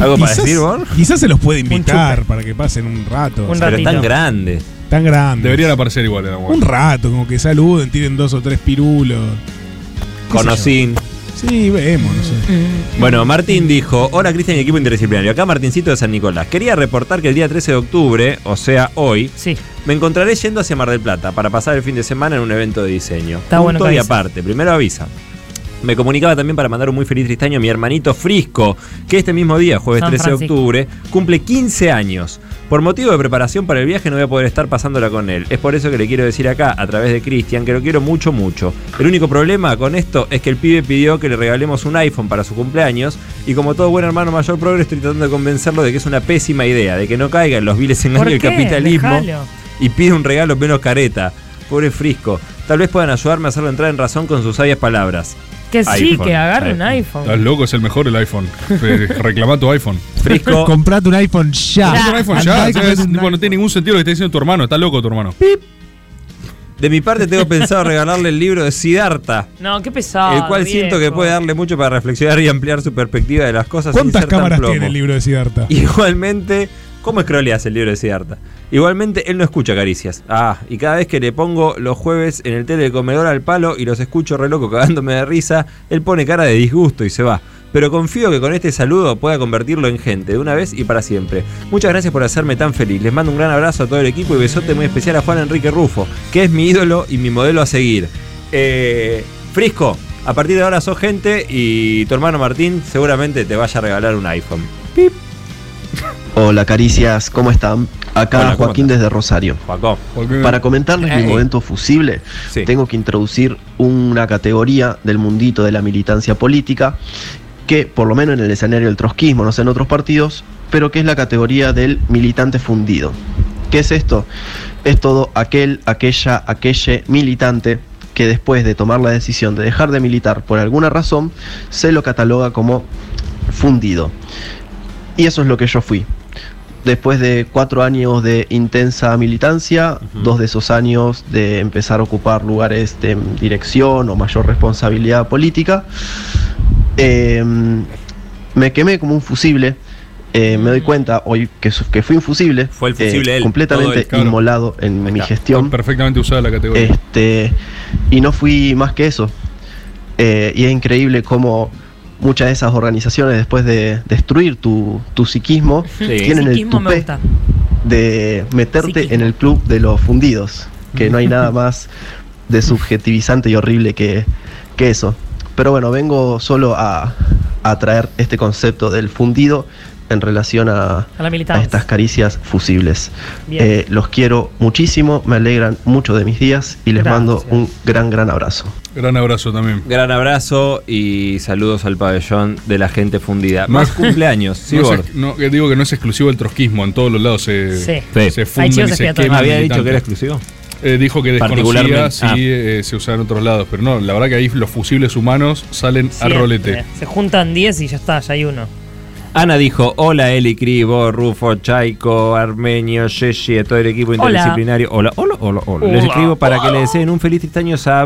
¿Algo para
Quizás-
decir, Bor?
Quizás se los puede invitar
chupe.
para que pasen un rato.
Pero tan grande.
Tan grande.
Deberían aparecer igual en algún
Un rato, como que saluden, tiren dos o tres pirulos.
Conocín.
Sí, vemos, no sé.
Bueno, Martín dijo, hola Cristian y equipo interdisciplinario, acá Martincito de San Nicolás. Quería reportar que el día 13 de octubre, o sea, hoy, me encontraré yendo hacia Mar del Plata para pasar el fin de semana en un evento de diseño.
Está
Punto
bueno que
y
avises.
aparte, primero avisa. Me comunicaba también para mandar un muy feliz tristaño a mi hermanito Frisco, que este mismo día, jueves
San
13
Francisco.
de octubre, cumple 15 años. Por motivo de preparación para el viaje no voy a poder estar pasándola con él. Es por eso que le quiero decir acá, a través de Cristian, que lo quiero mucho, mucho. El único problema con esto es que el pibe pidió que le regalemos un iPhone para su cumpleaños y como todo buen hermano mayor progre estoy tratando de convencerlo de que es una pésima idea, de que no caiga en los viles engaños del capitalismo
Dejalo.
y pide un regalo menos careta. Pobre Frisco. Tal vez puedan ayudarme a hacerlo entrar en razón con sus sabias palabras.
Que sí, que agarre un iPhone.
Estás loco, es el mejor el iPhone. Re- Reclama tu iPhone.
Frisco.
Comprate un iPhone
ya.
un iPhone
Andá
ya.
y
¿sabes?
comprate un
Tipo, no tiene ningún sentido lo que está diciendo tu hermano. Está loco tu hermano.
De mi parte tengo pensado regalarle el libro de Siddhartha,
No, qué pesado.
el cual siento que
Ah, viejo.
puede darle mucho para reflexionar y ampliar su perspectiva de las cosas. sin
¿Cuántas
ser tan
cámaras
plomo.
tiene el libro de Siddhartha?
Igualmente, ¿cómo scrolleas el libro de Siddhartha? Igualmente, él no escucha caricias. Ah, y cada vez que le pongo los jueves en el tele del comedor al palo y los escucho re loco cagándome de risa, él pone cara de disgusto y se va. Pero confío que con este saludo pueda convertirlo en gente, de una vez y para siempre. Muchas gracias por hacerme tan feliz. Les mando un gran abrazo a todo el equipo y besote muy especial a Juan Enrique Rufo, que es mi ídolo y mi modelo a seguir. Eh, Frisco, a partir de ahora sos gente y tu hermano Martín seguramente te vaya a regalar un iPhone.
Hola caricias, ¿cómo están? Acá
Hola, ¿cómo
Joaquín desde Rosario. Para comentarles
Ey.
mi momento fusible, tengo que introducir una categoría del mundito de la militancia política, que por lo menos en el escenario del trotskismo, no sé en otros partidos, pero que es la categoría del militante fundido. ¿Qué es esto? Es todo aquel, aquella, aquelle militante que después de tomar la decisión de dejar de militar por alguna razón, se lo cataloga como fundido. Y eso es lo que yo fui. Después de cuatro años de intensa militancia, dos de esos años de empezar a ocupar lugares de dirección o mayor responsabilidad política, eh, me quemé como un fusible. Eh, me doy cuenta hoy que, su- que fui un fusible, Fue
Mm. el fusible él, todo
completamente
él, claro.
inmolado en mi gestión.
Perfectamente usada la categoría.
Este, y no fui más que eso. Eh, y es increíble cómo muchas de esas organizaciones, después de destruir tu, tu psiquismo, tienen el
Psiquismo me
tupé
gusta.
de meterte en el club de los fundidos, que no hay nada más de subjetivizante y horrible que, que eso. Pero bueno, vengo solo a, a traer este concepto del fundido en relación a,
A la
a
militancia.
estas caricias fusibles.
Bien.
Eh, los quiero muchísimo, me alegran mucho de mis días y les mando un gran, gran abrazo.
Gran abrazo también.
Gran abrazo y saludos al pabellón de la gente fundida. Más cumpleaños, sí,
no,
Bor.
es, no, que digo que no es exclusivo el trotskismo, en todos los lados se,
Sí.
se
Sí.
funden
Hay chivos
y se
expiatorios.
queman
Ah, ¿Había
militantes.
dicho que era exclusivo?
Eh, dijo que desconocía
Particularmente.
si
Ah.
eh, se usaba en otros lados, pero no, la verdad que ahí los fusibles humanos salen a
Siempre.
eh.
rolete.
Se juntan 10 y ya está, ya hay uno.
Ana dijo, hola Eli Cribo, Rufo, Chaico, Armenio, Yeshi, a todo el equipo
Hola.
interdisciplinario. Hola, hola, hola, hola. Les
Hola.
escribo para que le deseen un feliz 30 años a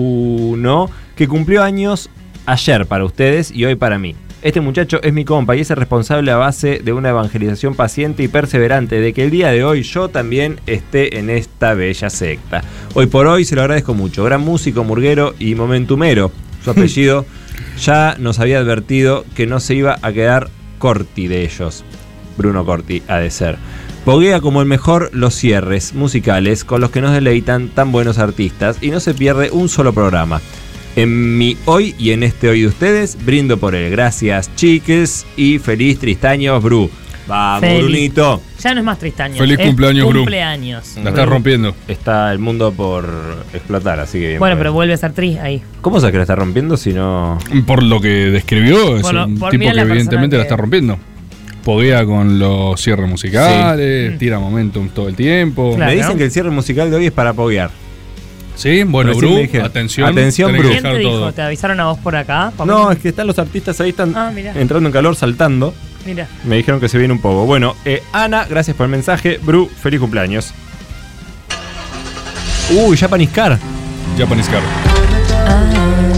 Bruno, que cumplió años ayer para ustedes y hoy para mí. Este muchacho es mi compa y es el responsable a base de una evangelización paciente y perseverante de que el día de hoy yo también esté en esta bella secta. Hoy por hoy se lo agradezco mucho. Gran músico, murguero y momentumero. Su apellido ya nos había advertido que no se iba a quedar Corti de ellos. Bruno Corti ha de ser. Poguea como el mejor los cierres musicales con los que nos deleitan tan buenos artistas y no se pierde un solo programa. En mi hoy y en este hoy de ustedes, brindo por él. Gracias, chiques, y feliz Tristaños, Bru. Vamos,
Feliz.
Brunito.
Ya no es más Tristaño.
Feliz
es
cumpleaños, Bru.
Cumpleaños.
La estás rompiendo.
Está el mundo por explotar, así que bien.
Bueno,
por
pero
él.
vuelve a ser Tri ahí.
¿Cómo sabes que la está rompiendo si no.?
Por lo que describió, es
Por lo-
un
por
tipo
mirar
que
la persona
evidentemente la
que-
está rompiendo. Poguea con los cierres musicales,
Mm.
tira momentum todo el tiempo.
Me dicen que el cierre musical de hoy es para poguear.
Sí, bueno,
Recién
Bru,
me dijeron.
atención.
Atención,
tenés
Bru.
que
¿Quién te
dejar
dijo?
todo.
¿Te avisaron a vos por acá?
No, es que están los artistas ahí, están
Ah, mirá.
entrando en calor, saltando.
Mira.
Me dijeron que se viene un poco. Bueno, eh, Ana, gracias por el mensaje. Bru, feliz cumpleaños. Uy, ya paniscar.
Ya paniscar.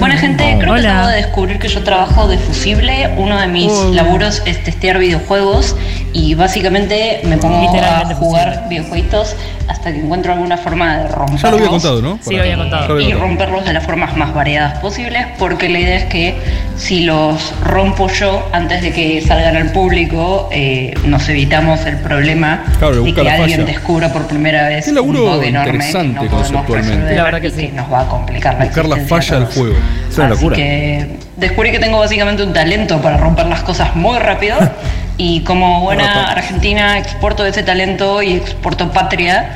Bueno, gente, creo que
Hola.
acabo de descubrir que yo trabajo de fusible. Uno de mis
Uh.
laburos es testear videojuegos y básicamente me pongo
Literalmente
a jugar videojuegos hasta que encuentro alguna forma de romperlos.
Ya lo había contado, ¿no?
Eh,
Por acá. Ya lo había
Y
contado.
romperlos de las formas más variadas posibles, porque la idea es que si los rompo yo antes de que salgan al público, eh, nos evitamos el problema
Claro,
de
busca
que
la
alguien
falla.
descubra por primera vez
Qué
un
laburo
bug enorme que no
interesante
podemos
conceptualmente.
resolver
La
y que nos va a complicar la
Buscar la
existencia a
falla del
todos.
juego. Es una
Así
locura.
que descubrí que tengo básicamente un talento para romper las cosas muy rápido. Y como buena argentina, exporto ese talento y exporto patria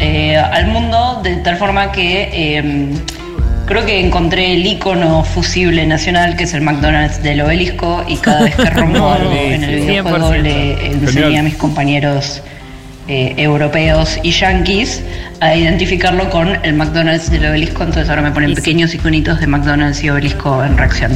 eh, al mundo de tal forma que eh, creo que encontré el icono fusible nacional que es el McDonald's del obelisco. Y cada vez que rompo algo en el videojuego, le enseñé a mis compañeros eh, europeos y yanquis a identificarlo con el McDonald's del obelisco, entonces ahora me ponen pequeños iconitos de McDonald's y obelisco en reacción.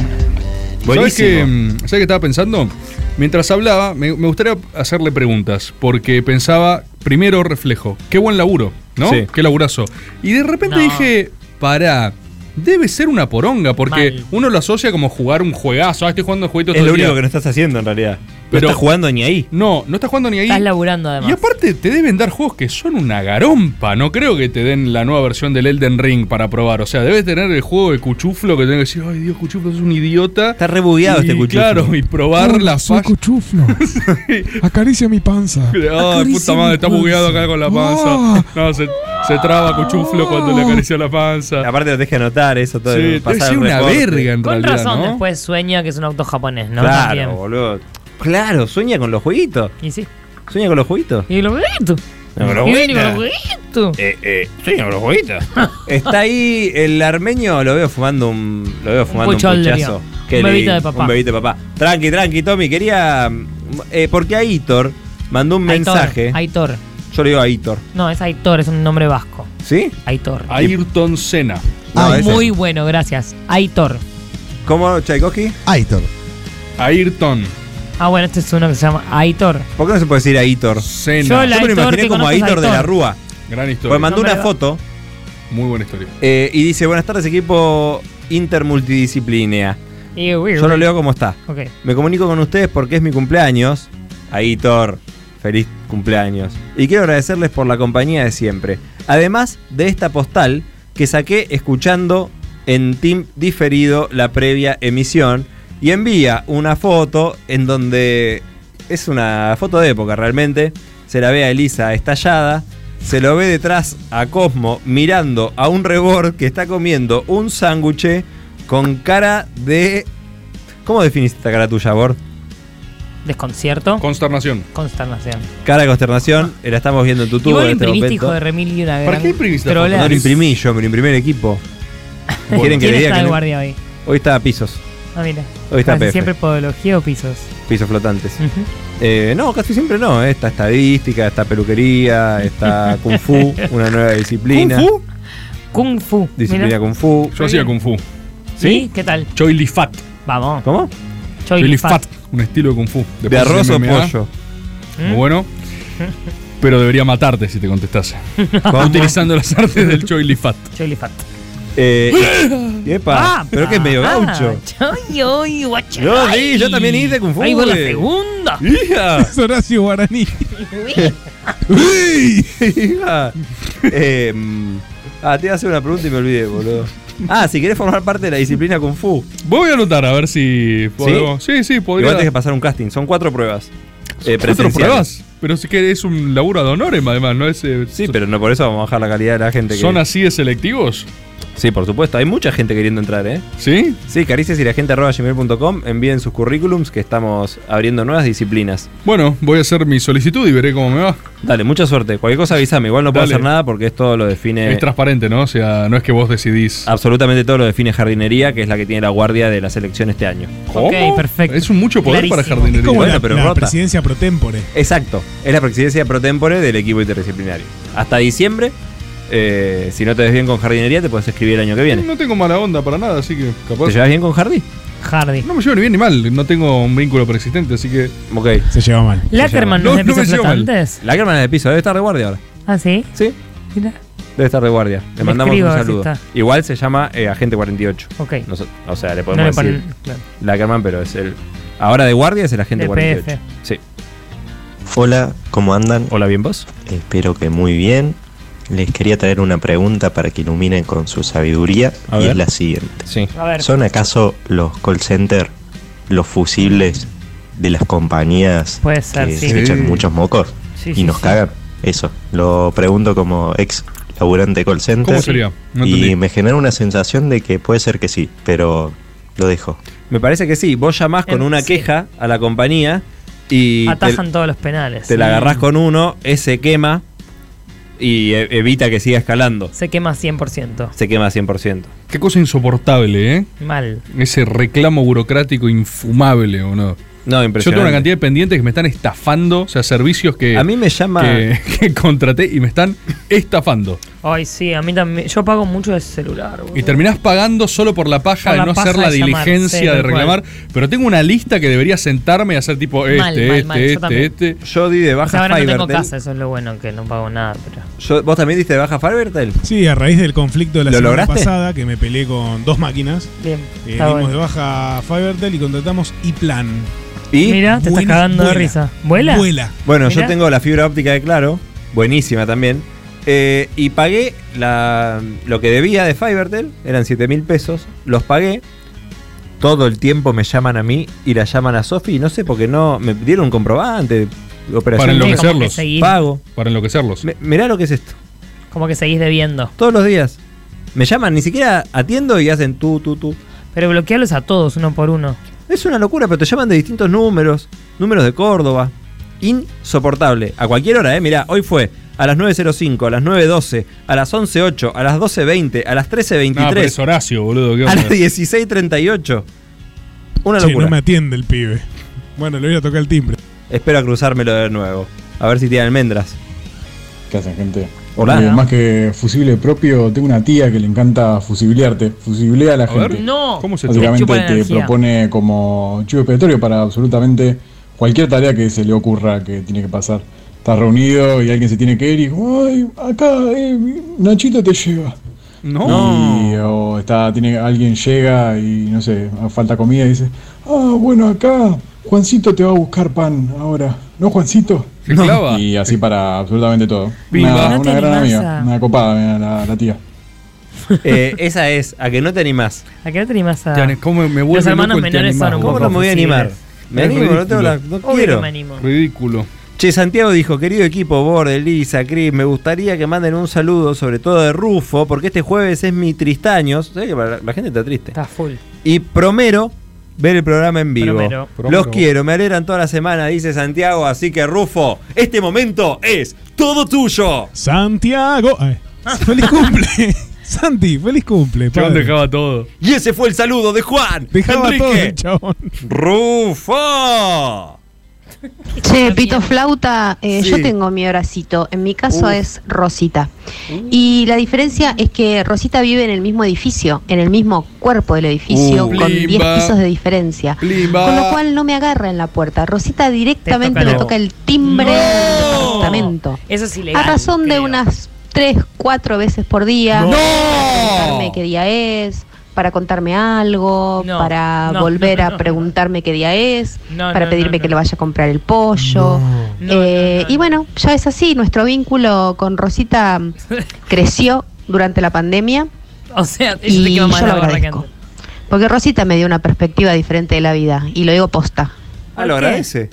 ¿Sabes qué, mm, ¿sabes qué estaba pensando? Mientras hablaba, me, me gustaría hacerle preguntas, porque pensaba, primero reflejo, qué buen laburo, ¿no?
Sí.
Qué laburazo. Y de repente
No.
dije, pará, debe ser una poronga, porque
Mal.
uno lo asocia como jugar un juegazo. Ah, estoy jugando un jueguito
Es
todo
lo
el día.
único que no estás haciendo en realidad.
Pero-
no estás jugando ni ahí.
No, no estás jugando ni ahí.
Estás laburando además.
Y aparte te deben dar juegos que son una garompa. No creo que te den la nueva versión del Elden Ring para probar. O sea, debes tener el juego de cuchuflo que tenés que decir, ay Dios, cuchuflo, es un idiota. Está
rebugueado este cuchuflo.
Claro, y probar
Hola,
la
soy
falla.
cuchuflo. Acaricia mi panza.
Ay, puta madre, está bugueado acá con la panza.
Ah.
No, se, se traba cuchuflo cuando
Ah.
le acaricia la panza.
Aparte lo tenés que anotar eso todo.
Sí, debe
pasar
ser
el
una
reporte.
verga, en
Con razón, después sueña que es un auto japonés, ¿no?
Claro,
También.
boludo. Claro, sueña con los jueguitos.
Y sí.
Sueña con los jueguitos.
Y los jueguitos.
No, con los
Y viene con los
jueguitos.
jueguitos.
Eh, eh, sueña con los jueguitos. Está ahí el armenio, lo veo fumando un. Lo veo fumando un,
puchol,
puchazo.
diría.
Qué
Un bebito
lindo,
de papá.
Un bebito de papá. Tranqui, tranqui, Tommy. Quería. eh, porque Aitor mandó un
Aitor,
mensaje.
Aitor.
Yo le digo Aitor.
No, es Aitor, es un nombre vasco.
¿Sí?
Aitor.
Ayrton Senna.
No, ese-
Muy bueno, gracias. Aitor.
¿Cómo, Tchaikovsky?
Aitor. Ayrton.
Ah, bueno, este es uno que se llama Aitor.
¿Por qué no se puede decir Aitor? Senna.
Yo
Yo,
el
me lo
Aitor
imaginé
que
como
conozco es
Aitor de la
Aitor.
Rúa.
Gran historia.
Pues mandó
No me
una
da-
foto.
Muy buena historia.
eh, y dice: Buenas tardes, equipo intermultidisciplina.
Y- uy,
Yo lo
uy.
leo como está.
Ok.
Me comunico con ustedes porque es mi cumpleaños. Ahí, Thor, feliz cumpleaños. Y quiero agradecerles por la compañía de siempre. Además de esta postal que saqué escuchando en Team Diferido la previa emisión y envía una foto en donde es una foto de época realmente. Se la ve a Elisa estallada. Se lo ve detrás a Cosmo mirando a un rebord que está comiendo un sándwich con cara de ¿Cómo definís esta cara tuya, Bor?
Desconcierto.
Consternación.
Consternación.
Cara de consternación, eh, la estamos viendo en tu tubo
Igual
en
lo
este
imprimiste,
momento.
hijo de remil y una
¿Para
gran
qué imprimiste la
trola.
No lo imprimí yo, me lo imprimí el equipo. ¿Quieren que
¿Quién
le diga
está
que
de
no?
guardia hoy?
Hoy está a pisos,
Ah, mira.
Hoy está
Casi
PF.
siempre podología o pisos.
pisos flotantes. Eh, no, casi siempre no. eh, Está estadística, está peluquería, está kung fu, una nueva disciplina.
¿Kung fu? Kung Fu.
Disciplina
mira.
kung fu.
Yo hacía kung fu.
¿Sí? ¿Qué tal?
Choilifat.
Vamos.
¿Cómo?
Choilifat. Un estilo de kung fu.
¿De arroz o
MMA.
pollo?
¿Mm?
Muy bueno. Pero debería matarte si te contestase.
¿Cómo?
Utilizando las artes del Choilifat.
Choilifat.
Eh, epa, pero que es medio gaucho.
Ah, Yo, yo, guacha.
No, sí, yo también hice
Ay.
Kung Fu,
Ahí va la
eh.
segunda.
Hija.
Es Horacio Guaraní.
¡Uy! Hija. Eh, mm, ah, te iba a hacer una pregunta y me olvidé, boludo. Ah, si querés formar parte de la disciplina Kung Fu.
Voy a anotar a ver si puedo. Sí, sí, podría.
Igual tenés que pasar un casting. Son cuatro pruebas. Eh,
Cuatro
presenciales.
pruebas. Pero sí que es un laburo ad honorem, además, ¿no? Es, eh,
Sí, pero no por eso vamos a bajar la calidad de la gente. que-
¿Son así de selectivos?
Sí, por supuesto. Hay mucha gente queriendo entrar, ¿eh?
¿Sí?
Sí, caricias y la gente arroba gmail.com. Envíen sus currículums que estamos abriendo nuevas disciplinas.
Bueno, voy a hacer mi solicitud y veré cómo me va.
Dale, mucha suerte. Cualquier cosa avísame. Igual no puedo
Dale.
hacer nada porque esto lo define.
Es transparente, ¿no? O sea, no es que vos decidís.
Absolutamente todo lo define jardinería, que es la que tiene la guardia de la selección este año.
Ok, perfecto.
Es un mucho
poder para Clarísimo.
Es como
Bueno,
la,
pero
la
rota.
presidencia pro tempore.
Exacto. Es la presidencia pro tempore del equipo interdisciplinario. Hasta diciembre, eh, si no te ves bien con jardinería, te puedes escribir el año que viene.
No tengo mala onda para nada, así que capaz.
¿Te llevas bien con Hardy?
Hardy.
No me llevo ni bien ni mal, no tengo un vínculo preexistente, así que.
Ok.
Se lleva mal.
Lackerman no, es de pisos flotantes.
Lackerman es de piso, debe estar de guardia ahora.
Ah, sí.
Sí.
Mira.
Debe estar de guardia. Le
Le
mandamos
escribo a
un
ver si
saludo.
está.
Igual se llama eh, Agente 48.
Ok.
Nos- o sea,
No
le
le
podemos decir
ponen- claro.
Lackerman, pero es el. Ahora de guardia es el Agente
De
48.
PF.
Sí.
Hola, ¿cómo andan?
Hola, bien vos.
Espero que muy bien. Les quería traer una pregunta para que iluminen con su sabiduría
A
y
ver.
es la siguiente.
A ver.
¿Son acaso los call center los fusibles de las compañías
Puede ser,
que
sí.
se echan
Sí.
muchos mocos
Sí,
y
sí,
nos
sí.
cagan? Eso, lo pregunto como ex laburante call center.
¿Cómo sería? No entendí.
y me genera una sensación de que puede ser que sí, pero lo dejo.
Me parece que sí. Vos llamás con
Eh,
una
sí.
queja a la compañía y. te-
Atajan todos los penales.
Te la
Sí.
agarrás con uno, ese quema y e- evita que siga escalando.
Se quema 100%.
Se quema 100%.
Qué cosa insoportable, ¿eh?
Mal.
Ese reclamo burocrático infumable, ¿o no?
No, impresionante.
Yo tengo una cantidad de pendientes que me están estafando, o sea, servicios que. A mí
me llama.
Que, que contraté y me están estafando.
Ay, sí, a mí también. Yo pago mucho de celular.
Y terminás pagando solo por la paja
Por
de
la
no
paja
hacer la
de llamar, sí,
diligencia de
tal cual.
reclamar. Pero tengo una lista que debería sentarme y hacer tipo este,
Mal, mal,
este,
mal, yo
este,
también.
este.
Yo di de
O sea,
baja
ahora no tengo
Fivertel.
casa, eso es lo bueno, que no pago nada. Pero...
Yo- ¿Vos también diste de baja Fivertel?
Sí, a raíz del conflicto de la
¿Lo
semana
lograste?
pasada, que me peleé con dos máquinas,
Bien,
eh,
está
dimos
bueno.
de baja Fivertel y contratamos iPlan.
¿Y?
Mira, te estás
Buena-
cagando de
vuela.
risa. ¿Vuela?
Vuela.
Bueno, yo
Mirá.
tengo la fibra óptica de Claro, buenísima también. eh, y pagué la, lo que debía de Fivertel, eran 7 mil pesos, los pagué. Todo el tiempo me llaman a mí y la llaman a Sofi y no sé por qué no. Me dieron un comprobante, operación.
Para enloquecerlos.
Pago.
Para enloquecerlos.
Me- mirá lo que es esto.
Como que seguís debiendo.
Todos los días. Me llaman, ni siquiera atiendo y hacen tú, tú, tú.
Pero bloquearlos a todos, uno por uno.
Es una locura, pero te llaman de distintos números, números de Córdoba. Insoportable. A cualquier hora, ¿eh? Mirá, hoy fue a las 9.05, a las 9.12, a las 11.08, a las 12.20, a las
No, Ah, pero es
13.23,
Horacio, boludo. ¿qué
a
onda?
las 16.38. Una
Che,
locura.
no me atiende el pibe. Bueno, le voy a tocar el timbre.
Espero a cruzármelo de nuevo. A ver si tiene almendras.
¿Qué hacen, gente?
Hola.
Eh, más que fusible propio, tengo una tía que le encanta fusibilearte. Fusibilea a la gente.
No.
¿Cómo se
Básicamente te propone como chivo expiatorio para absolutamente cualquier tarea que se le ocurra que tiene que pasar. Estás reunido y alguien se tiene que ir y "Ay, acá eh, Nachito te lleva.
Mm.
Y, o está, tiene, alguien llega y no sé, falta comida y dice, ah, bueno, acá Juancito te va a buscar pan ahora. ¿No, Juancito?
Se clava.
Y así para absolutamente todo.
Bimba.
Una,
No te
una gran
animás
amiga,
a-
una copada mira, la, la tía.
Eh, esa es, a que no te animás.
¿A qué te animás a.?
Te- ¿Cómo me vuelve
Los hermanos
loco el te
menores son
animás?
un
¿Cómo
poco
no me voy a
fusibles.
animar? Me
Es
animo, no tengo la- no
ridículo.
quiero.
me animo.
Ridículo.
Che, Santiago dijo, querido equipo, Borde, Elisa, Cris, me gustaría que manden un saludo, sobre todo de Rufo, porque este jueves es mi tristaños. ¿Sabés que para la, la gente está triste?
Está full.
Y promero ver el programa en vivo.
Promero.
Los
Promero.
quiero, me alegran toda la semana, dice Santiago. Así que, Rufo, este momento es todo tuyo.
Santiago. ay, ¡Feliz cumple! Santi, feliz cumple.
Chabón
padre.
dejaba todo.
Y ese fue el saludo de Juan.
Dejaba
Enrique.
todo, chabón.
Rufo.
Che, Pito Flauta, eh,
Sí.
yo tengo mi horacito. En mi caso
Uf. Uh.
es Rosita. Y la diferencia es que Rosita vive en el mismo edificio, en el mismo cuerpo del edificio,
Uh,
con 10
Plimba.
pisos de diferencia.
Plimba.
Con lo cual no me agarra en la puerta. Rosita directamente
Te toca
me
la-
toca el timbre del departamento.
Eso es ilegal.
A razón de unas 3, 4 veces por día.
No.
Para preguntarme qué día es, para contarme algo, para
no,
volver
no,
a
no, no.
preguntarme qué día es,
No,
para
no,
pedirme
no,
que le vaya a comprar el pollo. Eh, Y bueno, ya es así, nuestro vínculo con Rosita creció durante la pandemia
O sea, ella te
y
quema
yo
más
lo
la barra que
agradezco. Porque Rosita me dio una perspectiva diferente de la vida y lo digo posta.
Ah, lo
¿Por qué?
agradece.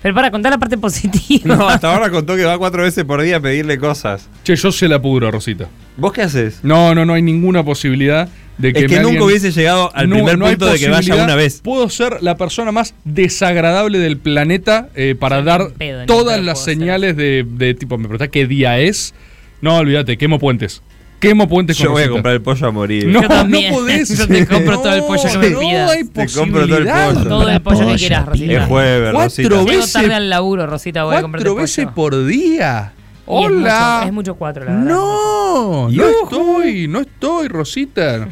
Pero para contar la parte positiva.
No, hasta ahora contó que va cuatro veces por día a pedirle cosas.
Che, yo se la pudro, Rosita.
¿Vos qué haces?
No, no, no hay ninguna posibilidad de que.
Es
me
que nunca
alguien-
hubiese llegado al primer
hay
punto de que vaya
posibilidad.
una vez.
Puedo ser la persona más desagradable del planeta eh, para dar
pedo, ni en
todas
pedo
las señales de, de tipo, me preguntás qué día es. No, olvídate, quemo puentes. Quemo puentes con
Yo voy a
Rosita.
comprar el pollo a morir.
No, no podés.
Yo te compro todo el pollo que me
no
pidas.
hay
Te compro todo el
posibilidad.
pollo.
Todo el pollo que quieras, Rosita.
Es jueves, Rosita.
Llego tarde al laburo, Rosita, voy a comprarte
cuatro veces por día.
pollo. Y es
Hola.
mucho- Es mucho cuatro, la verdad.
No, no estoy, no estoy, Rosita.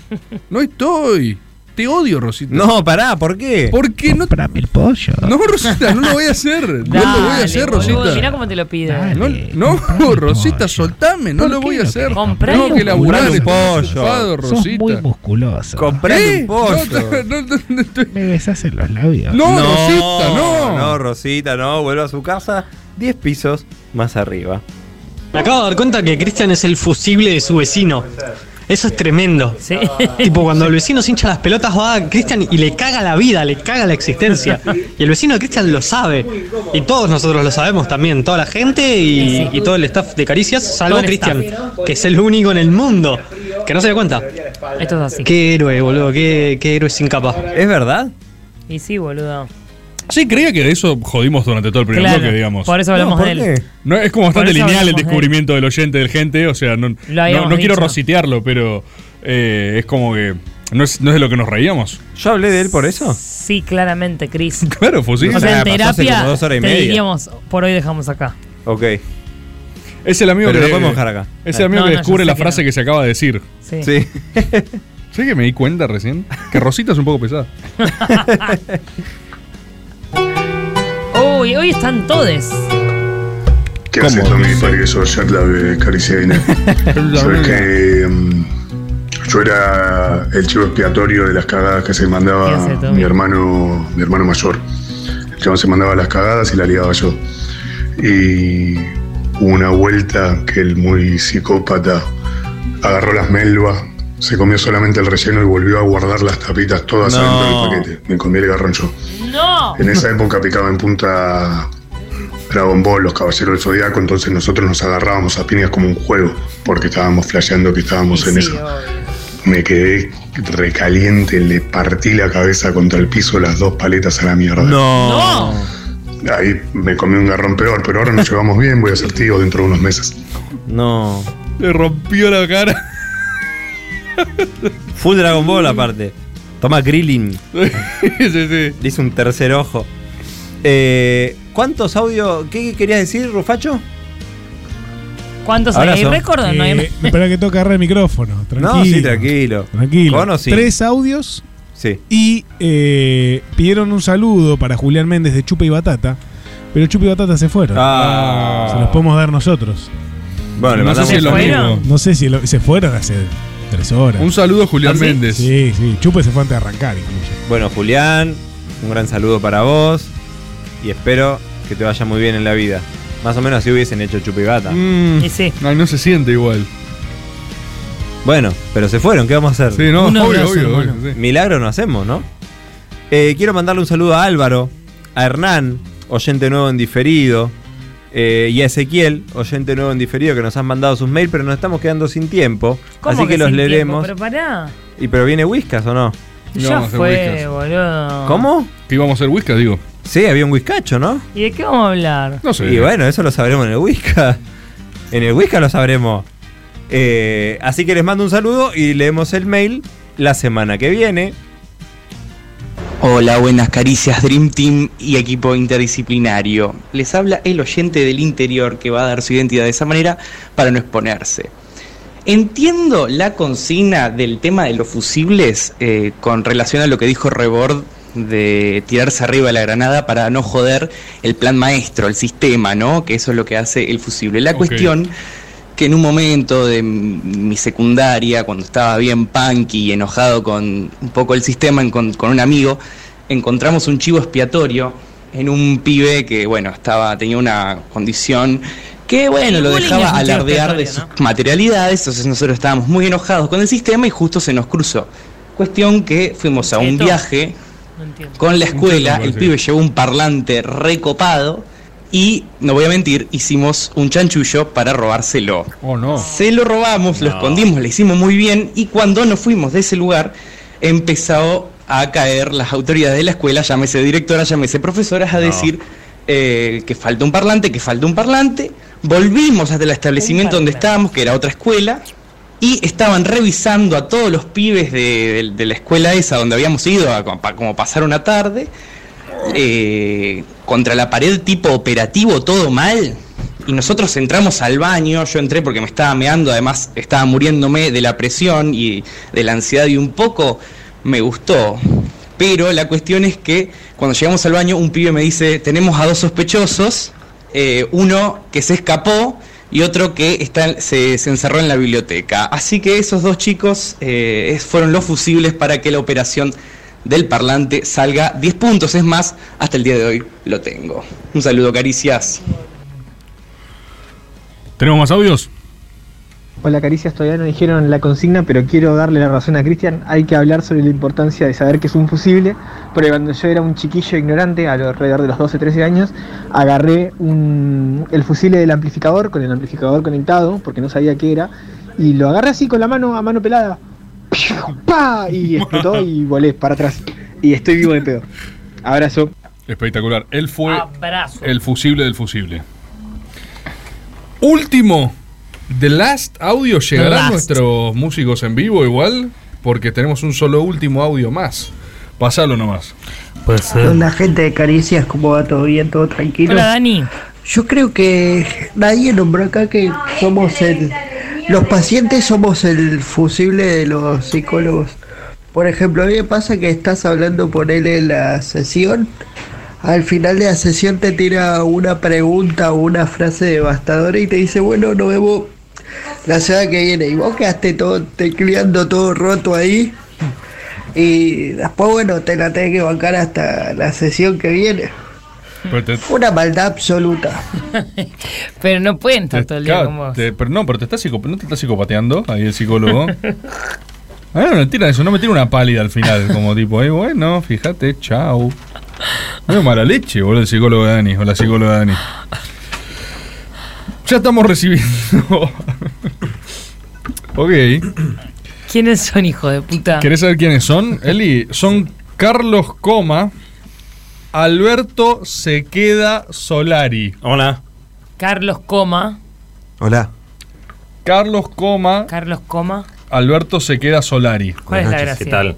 No estoy. Te odio, Rosita.
No, pará, ¿por qué?
¿Por qué no?
el pollo.
No, Rosita, no lo voy a hacer. No lo voy a
Dale,
hacer,
boludo,
Rosita.
Mirá cómo te lo pide.
No, no, Rosita, soltame, no lo voy a hacer.
Comprá
Tengo
un
que laburar
pollo.
estoy
Sos
estafado, Rosita.
musculoso.
Compré
¿Eh?
un pollo.
No, no, no, no,
Me besás en los labios.
No, Rosita, no.
No, Rosita, no. Vuelvo a su casa 10 pisos más arriba.
Me acabo de dar cuenta que Cristian es el fusible de su vecino. Eso es tremendo. Tipo, cuando el vecino se hincha las pelotas, va a Cristian y le caga la vida, le caga la existencia. Y el vecino de Cristian lo sabe. Y todos nosotros lo sabemos también, toda la gente y, y todo el staff de Caricias, salvo
Todo el staff.
Cristian, que es el único en el mundo que no se da cuenta.
Esto es así.
Qué héroe, boludo, qué, qué héroe sin capa.
¿Es verdad?
Y sí, boludo.
Sí, creía que de eso jodimos durante todo el primer
Claro,
bloque, digamos.
por eso hablamos No, ¿por de él. qué?
No, es como bastante
Por eso
lineal el
hablamos de él.
descubrimiento del oyente, del gente. O sea, no,
Lo habíamos
no- no quiero
dicho.
rositearlo, pero eh, es como que ¿No es, ¿No es de lo que nos reíamos?
¿Yo hablé de él por eso?
Sí, claramente, Chris.
Claro, fusil.
O sea, en
Ah, pasó hace
terapia
como dos horas y
te
media.
diríamos, por hoy dejamos acá.
Ok.
Es el amigo
Pero
que.
lo podemos dejar acá.
Es el amigo
No,
que
no,
descubre
yo sé
la
que
frase
no.
que se acaba de decir.
Sí.
¿Sabes que me di cuenta recién? Que Rosita es un poco pesada.
Uy, hoy están todes.
¿Qué haces, Tommy? Parece que sos Jack la de Caricena. Sabes que mm, yo era el chivo expiatorio de las cagadas que se mandaba
¿Qué hace, Tommy?
mi hermano, mi hermano mayor. El chabón se mandaba las cagadas y la ligaba yo. Y hubo una vuelta que el muy psicópata agarró las melvas, se comió solamente el relleno y volvió a guardar las tapitas todas
No.
adentro del paquete. Me comí el garrón yo.
¡No!
En esa época picaba en punta Dragon Ball, los Caballeros del Zodiaco, entonces nosotros nos agarrábamos a piñas como un juego, porque estábamos flasheando que estábamos en eso. Me quedé recaliente, le partí la cabeza contra el piso, las dos paletas a la mierda.
No.
Ahí me comí un garrón peor, pero ahora nos llevamos bien, voy a ser tío dentro de unos meses.
No.
Le rompió la cara.
Full Dragon Ball aparte. Toma Krillin.
Dice
un tercer ojo. Eh, ¿Cuántos audios? ¿Qué querías decir, Rufacho?
¿Cuántos
Ahora
hay? ¿Hay
son-
récord o no hay?
Eh,
Espera que toque agarrar el micrófono. Tranquilo.
No, sí, tranquilo.
Tranquilo.
¿Con o sin?
Tres audios
Sí.
y eh, pidieron un saludo para Julián Méndez de Chupe y Batata. Pero Chupe y Batata se fueron.
Ah.
Se los podemos dar nosotros.
Bueno, le
no
mandamos
sé si
un
lo
saludo.
mismo. No sé si lo- se fueron hace tres horas.
Un saludo a Julián ¿Ah, sí? Méndez.
Sí, sí. Chupe se fue antes de arrancar incluso.
Bueno, Julián, un gran saludo para vos. Y espero que te vaya muy bien en la vida. Más o menos así hubiesen hecho chupigata.
Mm.
sí.
Ay, no se siente igual.
Bueno, pero se fueron, ¿qué vamos a hacer?
Sí, no, Un obvio, abrazo, obvio, hermano. obvio,
Milagro no hacemos, ¿no? Eh, quiero mandarle un saludo a Álvaro, a Hernán, oyente nuevo en diferido, eh, y a Ezequiel, oyente nuevo en diferido, que nos han mandado sus mails, pero nos estamos quedando sin tiempo.
¿Cómo
Así que, los
sin tiempo?
leeremos.
Pero pará.
¿Y pero viene Whiskas o no?
ya fue, boludo.
¿Cómo?
Que íbamos a hacer Whiskas, digo.
Sí, había un Whiskacho, ¿no?
¿Y de qué vamos a hablar?
Y bueno, eso lo sabremos en el Whiskas. En el Whiskas lo sabremos. Eh, así que les mando un saludo y leemos el mail la semana que viene.
Hola, buenas caricias Dream Team y equipo interdisciplinario. Les habla el oyente del interior que va a dar su identidad de esa manera para no exponerse. Entiendo la consigna del tema de los fusibles eh, con relación a lo que dijo Rebord de tirarse arriba de la granada para no joder el plan maestro, el sistema, ¿no? Que eso es lo que hace el fusible. La
Ok.
cuestión que en un momento de m- mi secundaria, cuando estaba bien punk y enojado con un poco el sistema, en- con, con un amigo, encontramos un chivo expiatorio en un pibe que, bueno, estaba, tenía una condición que, bueno,
El
lo
bullying es
dejaba
un chivo
alardear de sus
expiatorio,
materialidades, entonces nosotros estábamos muy enojados con el sistema y justo se nos cruzó. Cuestión que fuimos a un
Cheto.
viaje con la escuela, el pibe llevó un parlante recopado y, no voy a mentir, hicimos un chanchullo para robárselo.
Oh, no.
Se lo robamos, lo escondimos, le hicimos muy bien y cuando nos fuimos de ese lugar empezó a caer las autoridades de la escuela, llámese directora, llámese profesoras, a
No.
decir eh, que falta un parlante, que falta un parlante. Volvimos hasta el establecimiento donde estábamos, que era otra escuela, y estaban revisando a todos los pibes de, de- de la escuela esa donde habíamos ido a como pa- como pasar una tarde eh, contra la pared tipo operativo, todo mal. Y nosotros entramos al baño, yo entré porque me estaba meando, además estaba muriéndome de la presión y de la ansiedad y un poco me gustó. Pero la cuestión es que cuando llegamos al baño un pibe me dice, tenemos a dos sospechosos, eh, uno que se escapó y otro que está, en- se, se encerró en la biblioteca. Así que esos dos chicos eh, es- fueron los fusibles para que la operación del parlante salga 10 puntos. Es más, hasta el día de hoy lo tengo. Un saludo, caricias.
¿Tenemos más audios?
Hola Caricias, todavía no dijeron la consigna, pero quiero darle la razón a Cristian. Hay que hablar sobre la importancia de saber que es un fusible, porque cuando yo era un chiquillo ignorante, alrededor de los 12-13 años, agarré un- el fusible del amplificador con el amplificador conectado, porque no sabía qué era, y lo agarré así con la mano, a mano pelada. ¡Pa! Y explotó y volé para atrás. Y estoy vivo de pedo. Abrazo.
Espectacular. Él fue
Abrazo.
el fusible del fusible. Último. The Last Audio. ¿Llegará
Last.
nuestros músicos en vivo igual? porque tenemos un solo último audio más. Pasalo nomás.
Pues, La gente de Caricias, ¿cómo va? ¿Todo bien? ¿Todo tranquilo?
Hola, Dani.
Yo creo que nadie nombró acá que somos el... Los pacientes somos el fusible de los psicólogos. Por ejemplo, a mí me pasa que estás hablando por él en la sesión. Al final de la sesión te tira una pregunta o una frase devastadora y te dice, bueno, nos vemos la semana que viene. Y vos quedaste todo tecleando todo roto ahí. Y después, bueno, te la tenés que bancar hasta la sesión que viene.
Pero te-
Una maldad absoluta.
Pero no pueden estar todo el día
Claro,
con vos.
te- pero no, pero te estás psico- no te estás psicopateando ahí el psicólogo. Ah, no, no tira eso, no me tira una pálida al final, como tipo, eh, bueno, fíjate, chau. Medio mala leche, boludo, el psicólogo de Dani, o la psicóloga de Dani. Ya estamos recibiendo. ok.
¿Quiénes son, hijo de puta?
¿Querés saber quiénes son, Eli? Son Carlos Coma, Alberto Sequeda Solari.
Hola.
Carlos Coma.
Hola. Carlos Coma,
Carlos Coma.
Alberto Sequeda Solari.
¿Cuál es la gracia?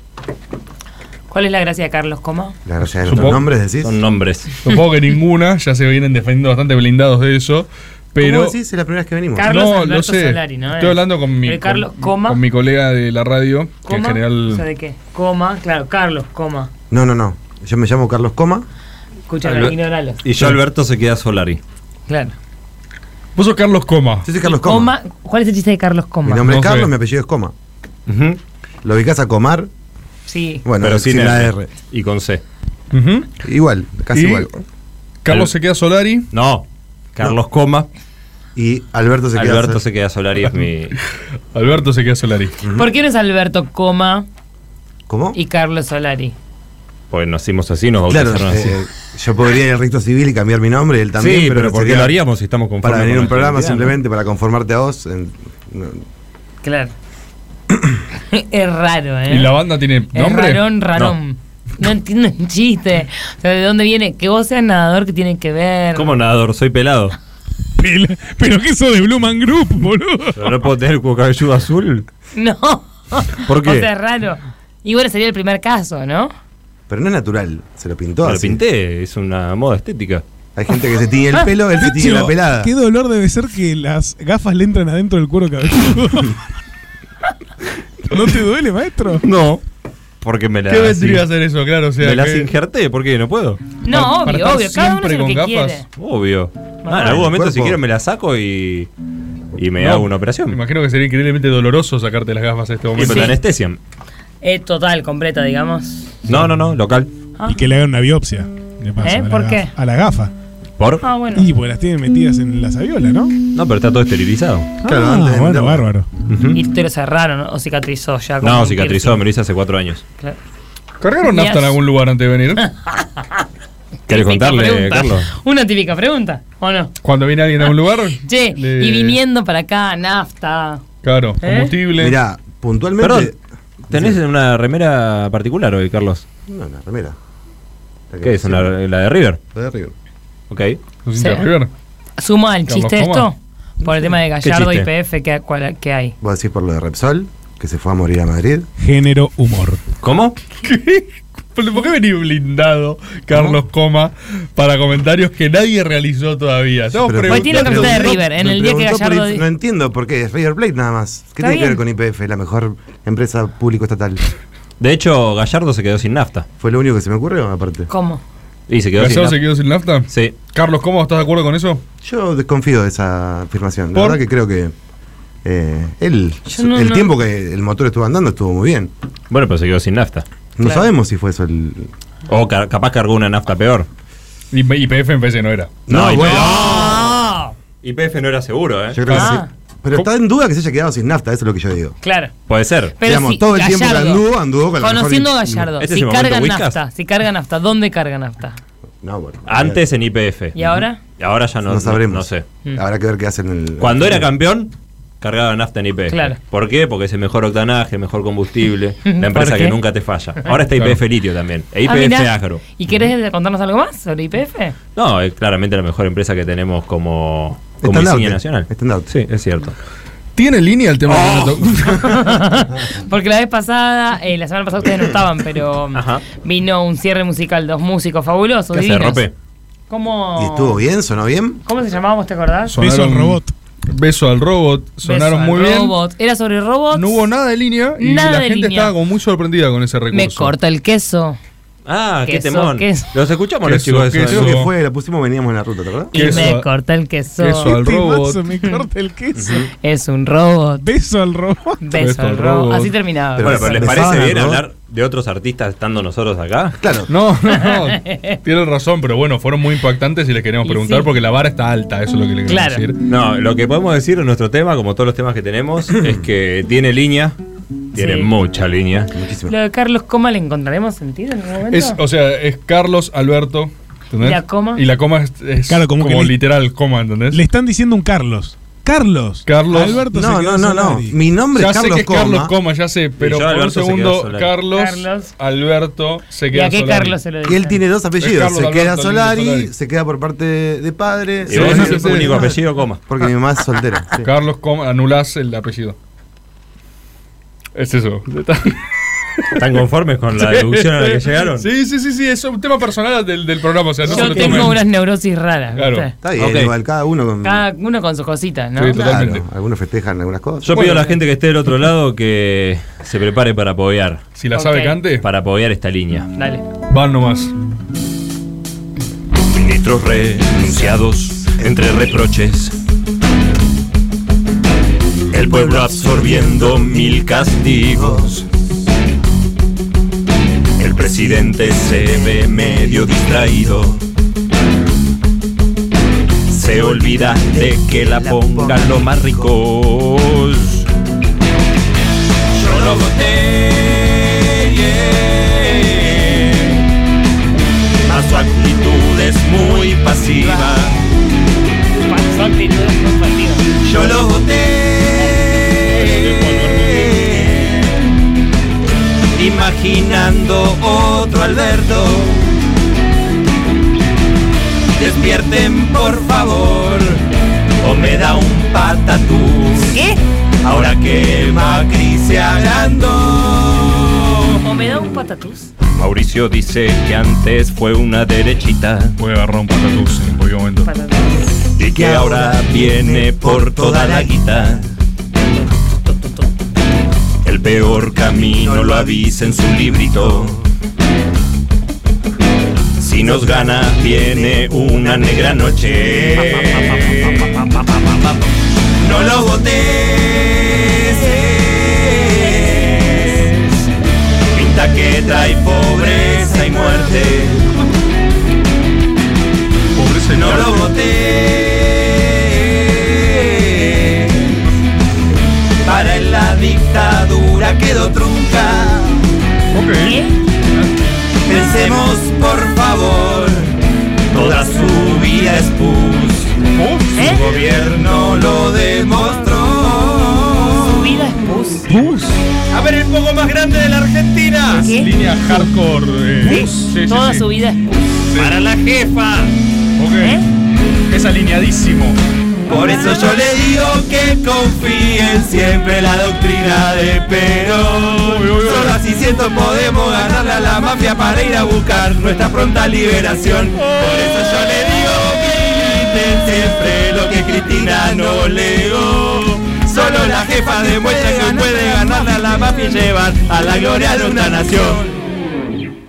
¿Cuál es la gracia de Carlos Coma?
La gracia de los
Supongo-
nombres, decís.
Son nombres.
Supongo que ninguna, ya se vienen defendiendo bastante blindados de eso. Pero.
¿Cómo decís? Es la primera vez que venimos.
Carlos
no,
Alberto
lo sé.
Solari, ¿no?
Estoy hablando con mi,
El Carlos
con,
Coma.
con mi colega de la radio, que en
¿Coma?
general.
O sea, ¿de qué? Coma, claro, Carlos, coma.
No, no, no. Yo me llamo Carlos Coma.
Escúchame, ignoralos.
Y yo Alberto se queda Solari.
Claro.
Vos sos Carlos Coma.
Yo soy Carlos
Y
Coma.
Coma. ¿Cuál es el chiste de Carlos Coma?
Mi nombre es Carlos, mi apellido es Coma. Lo ubicás a Comar.
Sí.
Bueno,
Pero sin
sin la
R.
R.
Y con C.
Igual, casi
Y
igual.
Carlos
se queda Solari.
No, Carlos Coma.
Y Alberto
se queda Alberto se queda Solari es mi.
Alberto se queda Solari.
¿Por qué no es Alberto Coma
¿Cómo?
y Carlos Solari?
Pues nacimos así, nos
Claro,
bautizaron así.
eh, yo podría ir al rito civil y cambiar mi nombre, él también.
Sí, pero ¿por qué
sería
lo haríamos si estamos conformes
Para venir a
con
un
nuestra
programa
identidad, no?
simplemente para conformarte a vos. en- no,
Claro. es raro, ¿eh?
¿Y la banda tiene
Es
nombre?
rarón, rarón. No. entiendo el chiste. O sea, ¿de dónde viene? Que vos seas nadador, que tiene que ver?
¿Cómo nadador? Soy pelado.
Pela- Pero que eso de Blue Man Group, boludo.
Pero no puedo tener el cabelludo azul.
No.
¿Por qué?
O sea, es raro. Y bueno, sería el primer caso, ¿no?
Pero no es natural, se lo pintó
Me lo
así.
pinté, es una moda estética.
Hay gente que se tiñe
Ah.
Ah,
el pelo, él se tiñe
Nacho,
la pelada.
Qué dolor debe ser que las gafas le entran adentro del cuero cabelludo. ¿No te duele, maestro?
No. Porque me la.
¿Qué vendría a hacer eso? Claro, o sea.
me las
que-
injerté, ¿por qué? ¿No puedo?
No,
Para-
obvio,
para
obvio.
estar
Cada uno es el que
siempre con
quiere.
gafas.
Obvio. Ah, en
el
algún momento, si
cuerpo.
quiero, me la saco y. Y me
No,
hago una operación.
Imagino que sería increíblemente doloroso sacarte las gafas en este
Y
momento.
me la anestesian.
Es total, completa, digamos.
No, no, no, local.
Ah.
Y que le hagan una biopsia. de paso,
¿Eh?
a la
¿Por
gafa-
qué?
A la gafa.
¿Por?
Ah, bueno. Mm,
Y pues las tienen metidas en la saviola, ¿no?
No, pero está todo esterilizado.
Claro, Ah, antes de bueno, venderlo. bárbaro.
Y te lo cerraron ¿no? o cicatrizó ya. como
No,
un
cicatrizó,
piercing.
me lo hice hace cuatro años.
Claro.
¿Cargaron nafta en
Mías.
algún lugar antes de venir?
¿Querés contarle,
pregunta.
Carlos?
Una típica pregunta, ¿o no?
Cuando viene alguien a un lugar.
Che,
le-
y viniendo para acá, nafta.
Claro,
¿Eh? combustible.
Mirá, puntualmente.
Perdón, ¿tenés una remera particular hoy, Carlos?
No, la remera. La que
¿Qué es?
siempre-
¿La, la de River?
La de River.
Ok.
Sí. de River? Suma el
Carlos,
chiste de
¿cómo?
esto por el tema de
¿Qué
Gallardo y
chiste?
PF que, cuál- que hay.
Vos decís por lo de Repsol, que se fue a morir a Madrid.
Género humor.
¿Cómo?
¿Qué? ¿Por qué venís blindado, Carlos Coma, para comentarios que nadie realizó todavía? Estamos
Pero-
pregun-
tiene la
pero-
camiseta de
preguntó-
River, en
me
el día que
preguntó por
Gallardo
inf-
di-
No entiendo por qué, es River Plate nada más. ¿Qué
Está
tiene que ver
bien.
con IPF, la mejor empresa público-estatal?
De hecho, Gallardo se quedó sin nafta.
Fue lo único que se me ocurrió, aparte.
¿Cómo?
Y se quedó sin
¿Gallardo
nafta.
se quedó sin nafta?
Sí.
Carlos Coma, ¿estás de acuerdo con eso?
Yo desconfío de esa afirmación. La
¿Por?
verdad que creo que eh, él,
Yo no-
el
no-
tiempo que el motor estuvo andando estuvo muy bien.
Bueno, pero se quedó sin nafta.
No sabemos si fue eso el.
O ca- capaz cargó una nafta peor.
Y PF en PC no era.
No,
No,
IPF
bueno.
no era seguro, ¿eh?
Yo creo que sí. Pero está en duda que se haya quedado sin nafta, eso es lo que yo digo.
Ah. Claro.
Puede ser.
Pero
Digamos,
si
todo el tiempo que
Gallardo-
anduvo, anduvo con la
Conociendo a
mejor-
Gallardo,
Este es
si
el momento
cargan
Whiskas.
nafta, si cargan nafta, ¿dónde cargan nafta?
No, bueno.
Antes en IPF.
¿Y ahora? Mm.
Ahora ya no,
No sabremos.
No, sé.
Habrá que ver qué hacen el.
Cuando era campeón, cargaba nafta en IPF.
Claro.
¿Por qué? Porque es el mejor octanaje, mejor combustible, la
¿Por
empresa
qué?
que nunca te falla. Ahora está IPF litio también. E
Ah,
IPF
mirá.
agro.
¿Y querés contarnos algo más sobre IPF?
No, es claramente la mejor empresa que tenemos como, como
Estandarte.
insignia nacional. Sí, es cierto. Oh.
¿Tiene línea el tema de Renato?
Porque la vez pasada, eh, la semana pasada ustedes no estaban, pero mm, vino un cierre musical, dos músicos fabulosos.
¿Qué hace,
divinos.
Rope?
¿Cómo,
¿Y estuvo bien? ¿Sonó bien?
¿Cómo se llamábamos, te acordás?
Beso al robot. Sonaron
Beso al
muy bien.
robot. Era sobre robots. No hubo
nada de línea Y
Nada
la
de
gente
línea.
estaba como muy sorprendida con ese recurso.
Me corta el queso.
Ah,
qué Queso, temón. queso.
Los escuchamos
los
los chicos de
Creo
Sodero.
que fue, la pusimos veníamos en la ruta, ¿te acordás?
Y me corta el queso.
queso
Este
al robot.
Me corta el queso.
Es un robot.
Beso al robot.
Beso Beso al al robot. robot. Así terminaba.
Bueno, pero ¿les
Besaban
parece
al
bien
robot.
hablar de otros artistas estando nosotros acá?
Claro.
No, no, no. Tienen razón, pero bueno, fueron muy impactantes y les queremos
Y
preguntar
sí.
porque la vara está alta, eso es lo que le queremos decir.
No, lo que podemos decir en nuestro tema, como todos los temas que tenemos, es que tiene línea. Tiene
Sí.
mucha línea.
Lo de Carlos Coma le encontraremos sentido en algún momento.
Es, o sea, es Carlos Alberto. ¿entendés?
¿Y la coma?
Y la coma es, es
Claro, como
como,
que le-
literal coma, ¿entendés?
Le están diciendo un Carlos. Carlos.
Carlos.
Alberto se quedó Solari.
ya sé que es Carlos Coma, ya sé, pero
Y yo,
por un
Alberto, se quedó
segundo,
Solari.
Carlos,
Carlos.
Alberto se
¿Y
queda
a qué
Solari.
Carlos se lo
Que él tiene dos apellidos.
Carlos
Se queda
Alberto
Solari,
Lindo Solari.
se queda por parte de padre.
Sí, sí, sí,
el
sí.
Porque mi mamá es soltera. sí.
Carlos Coma, anulás el apellido. Es eso.
¿Están conformes con la
Sí.
deducción a la que llegaron?
Sí, sí, sí, sí, es un tema personal del, del programa. O sea, no se
Yo
lo
tengo
tomen.
unas neurosis raras. ¿viste?
Está bien,
Ok.
igual, cada uno con.
Cada uno con sus cositas, ¿no?
Claro, algunos festejan algunas cosas.
Yo pido a la gente que esté del otro lado que se prepare para apoyar.
Si la sabe, Ok. cante.
Para apoyar esta línea.
Dale.
Van nomás.
Ministros renunciados entre reproches. El pueblo absorbiendo mil castigos. El presidente se ve medio distraído. Se olvida de que la pongan los más ricos. Yo no voté. yeah. Mas su actitud es muy pasiva.
Su actitud es muy pasiva.
Yo lo voté. Imaginando otro Alberto. Despierten por favor. O me da un patatús.
¿Qué?
Ahora que Macri se agrandó.
¿O me da un patatús?
Mauricio dice que antes fue una derechita.
Puede agarrar un patatús en cualquier momento.
Y que ahora viene por toda la guita. El peor camino lo avisa en su librito. Si nos gana, viene una negra noche. No lo votes. Pinta que trae pobreza y muerte. Pobreza y no lo voté. Para en la dictadura quedó trunca. Pensemos por favor, toda su vida es pus. Su gobierno lo demostró.
Su vida es
pus. A ver, el poco más grande de la Argentina.
Línea hardcore. eh, sí, sí,
Toda
sí.
su vida es pus.
Para la jefa. ¿Eh?
Ok. Es alineadísimo.
Por eso yo le digo que confíen siempre en la doctrina de Perón. Solo así siento podemos ganarle a la mafia para ir a buscar nuestra pronta liberación. Por eso yo le digo que militen siempre lo que Cristina no legó. Solo la jefa demuestra que puede ganarle a la mafia y llevar a la gloria de una nación.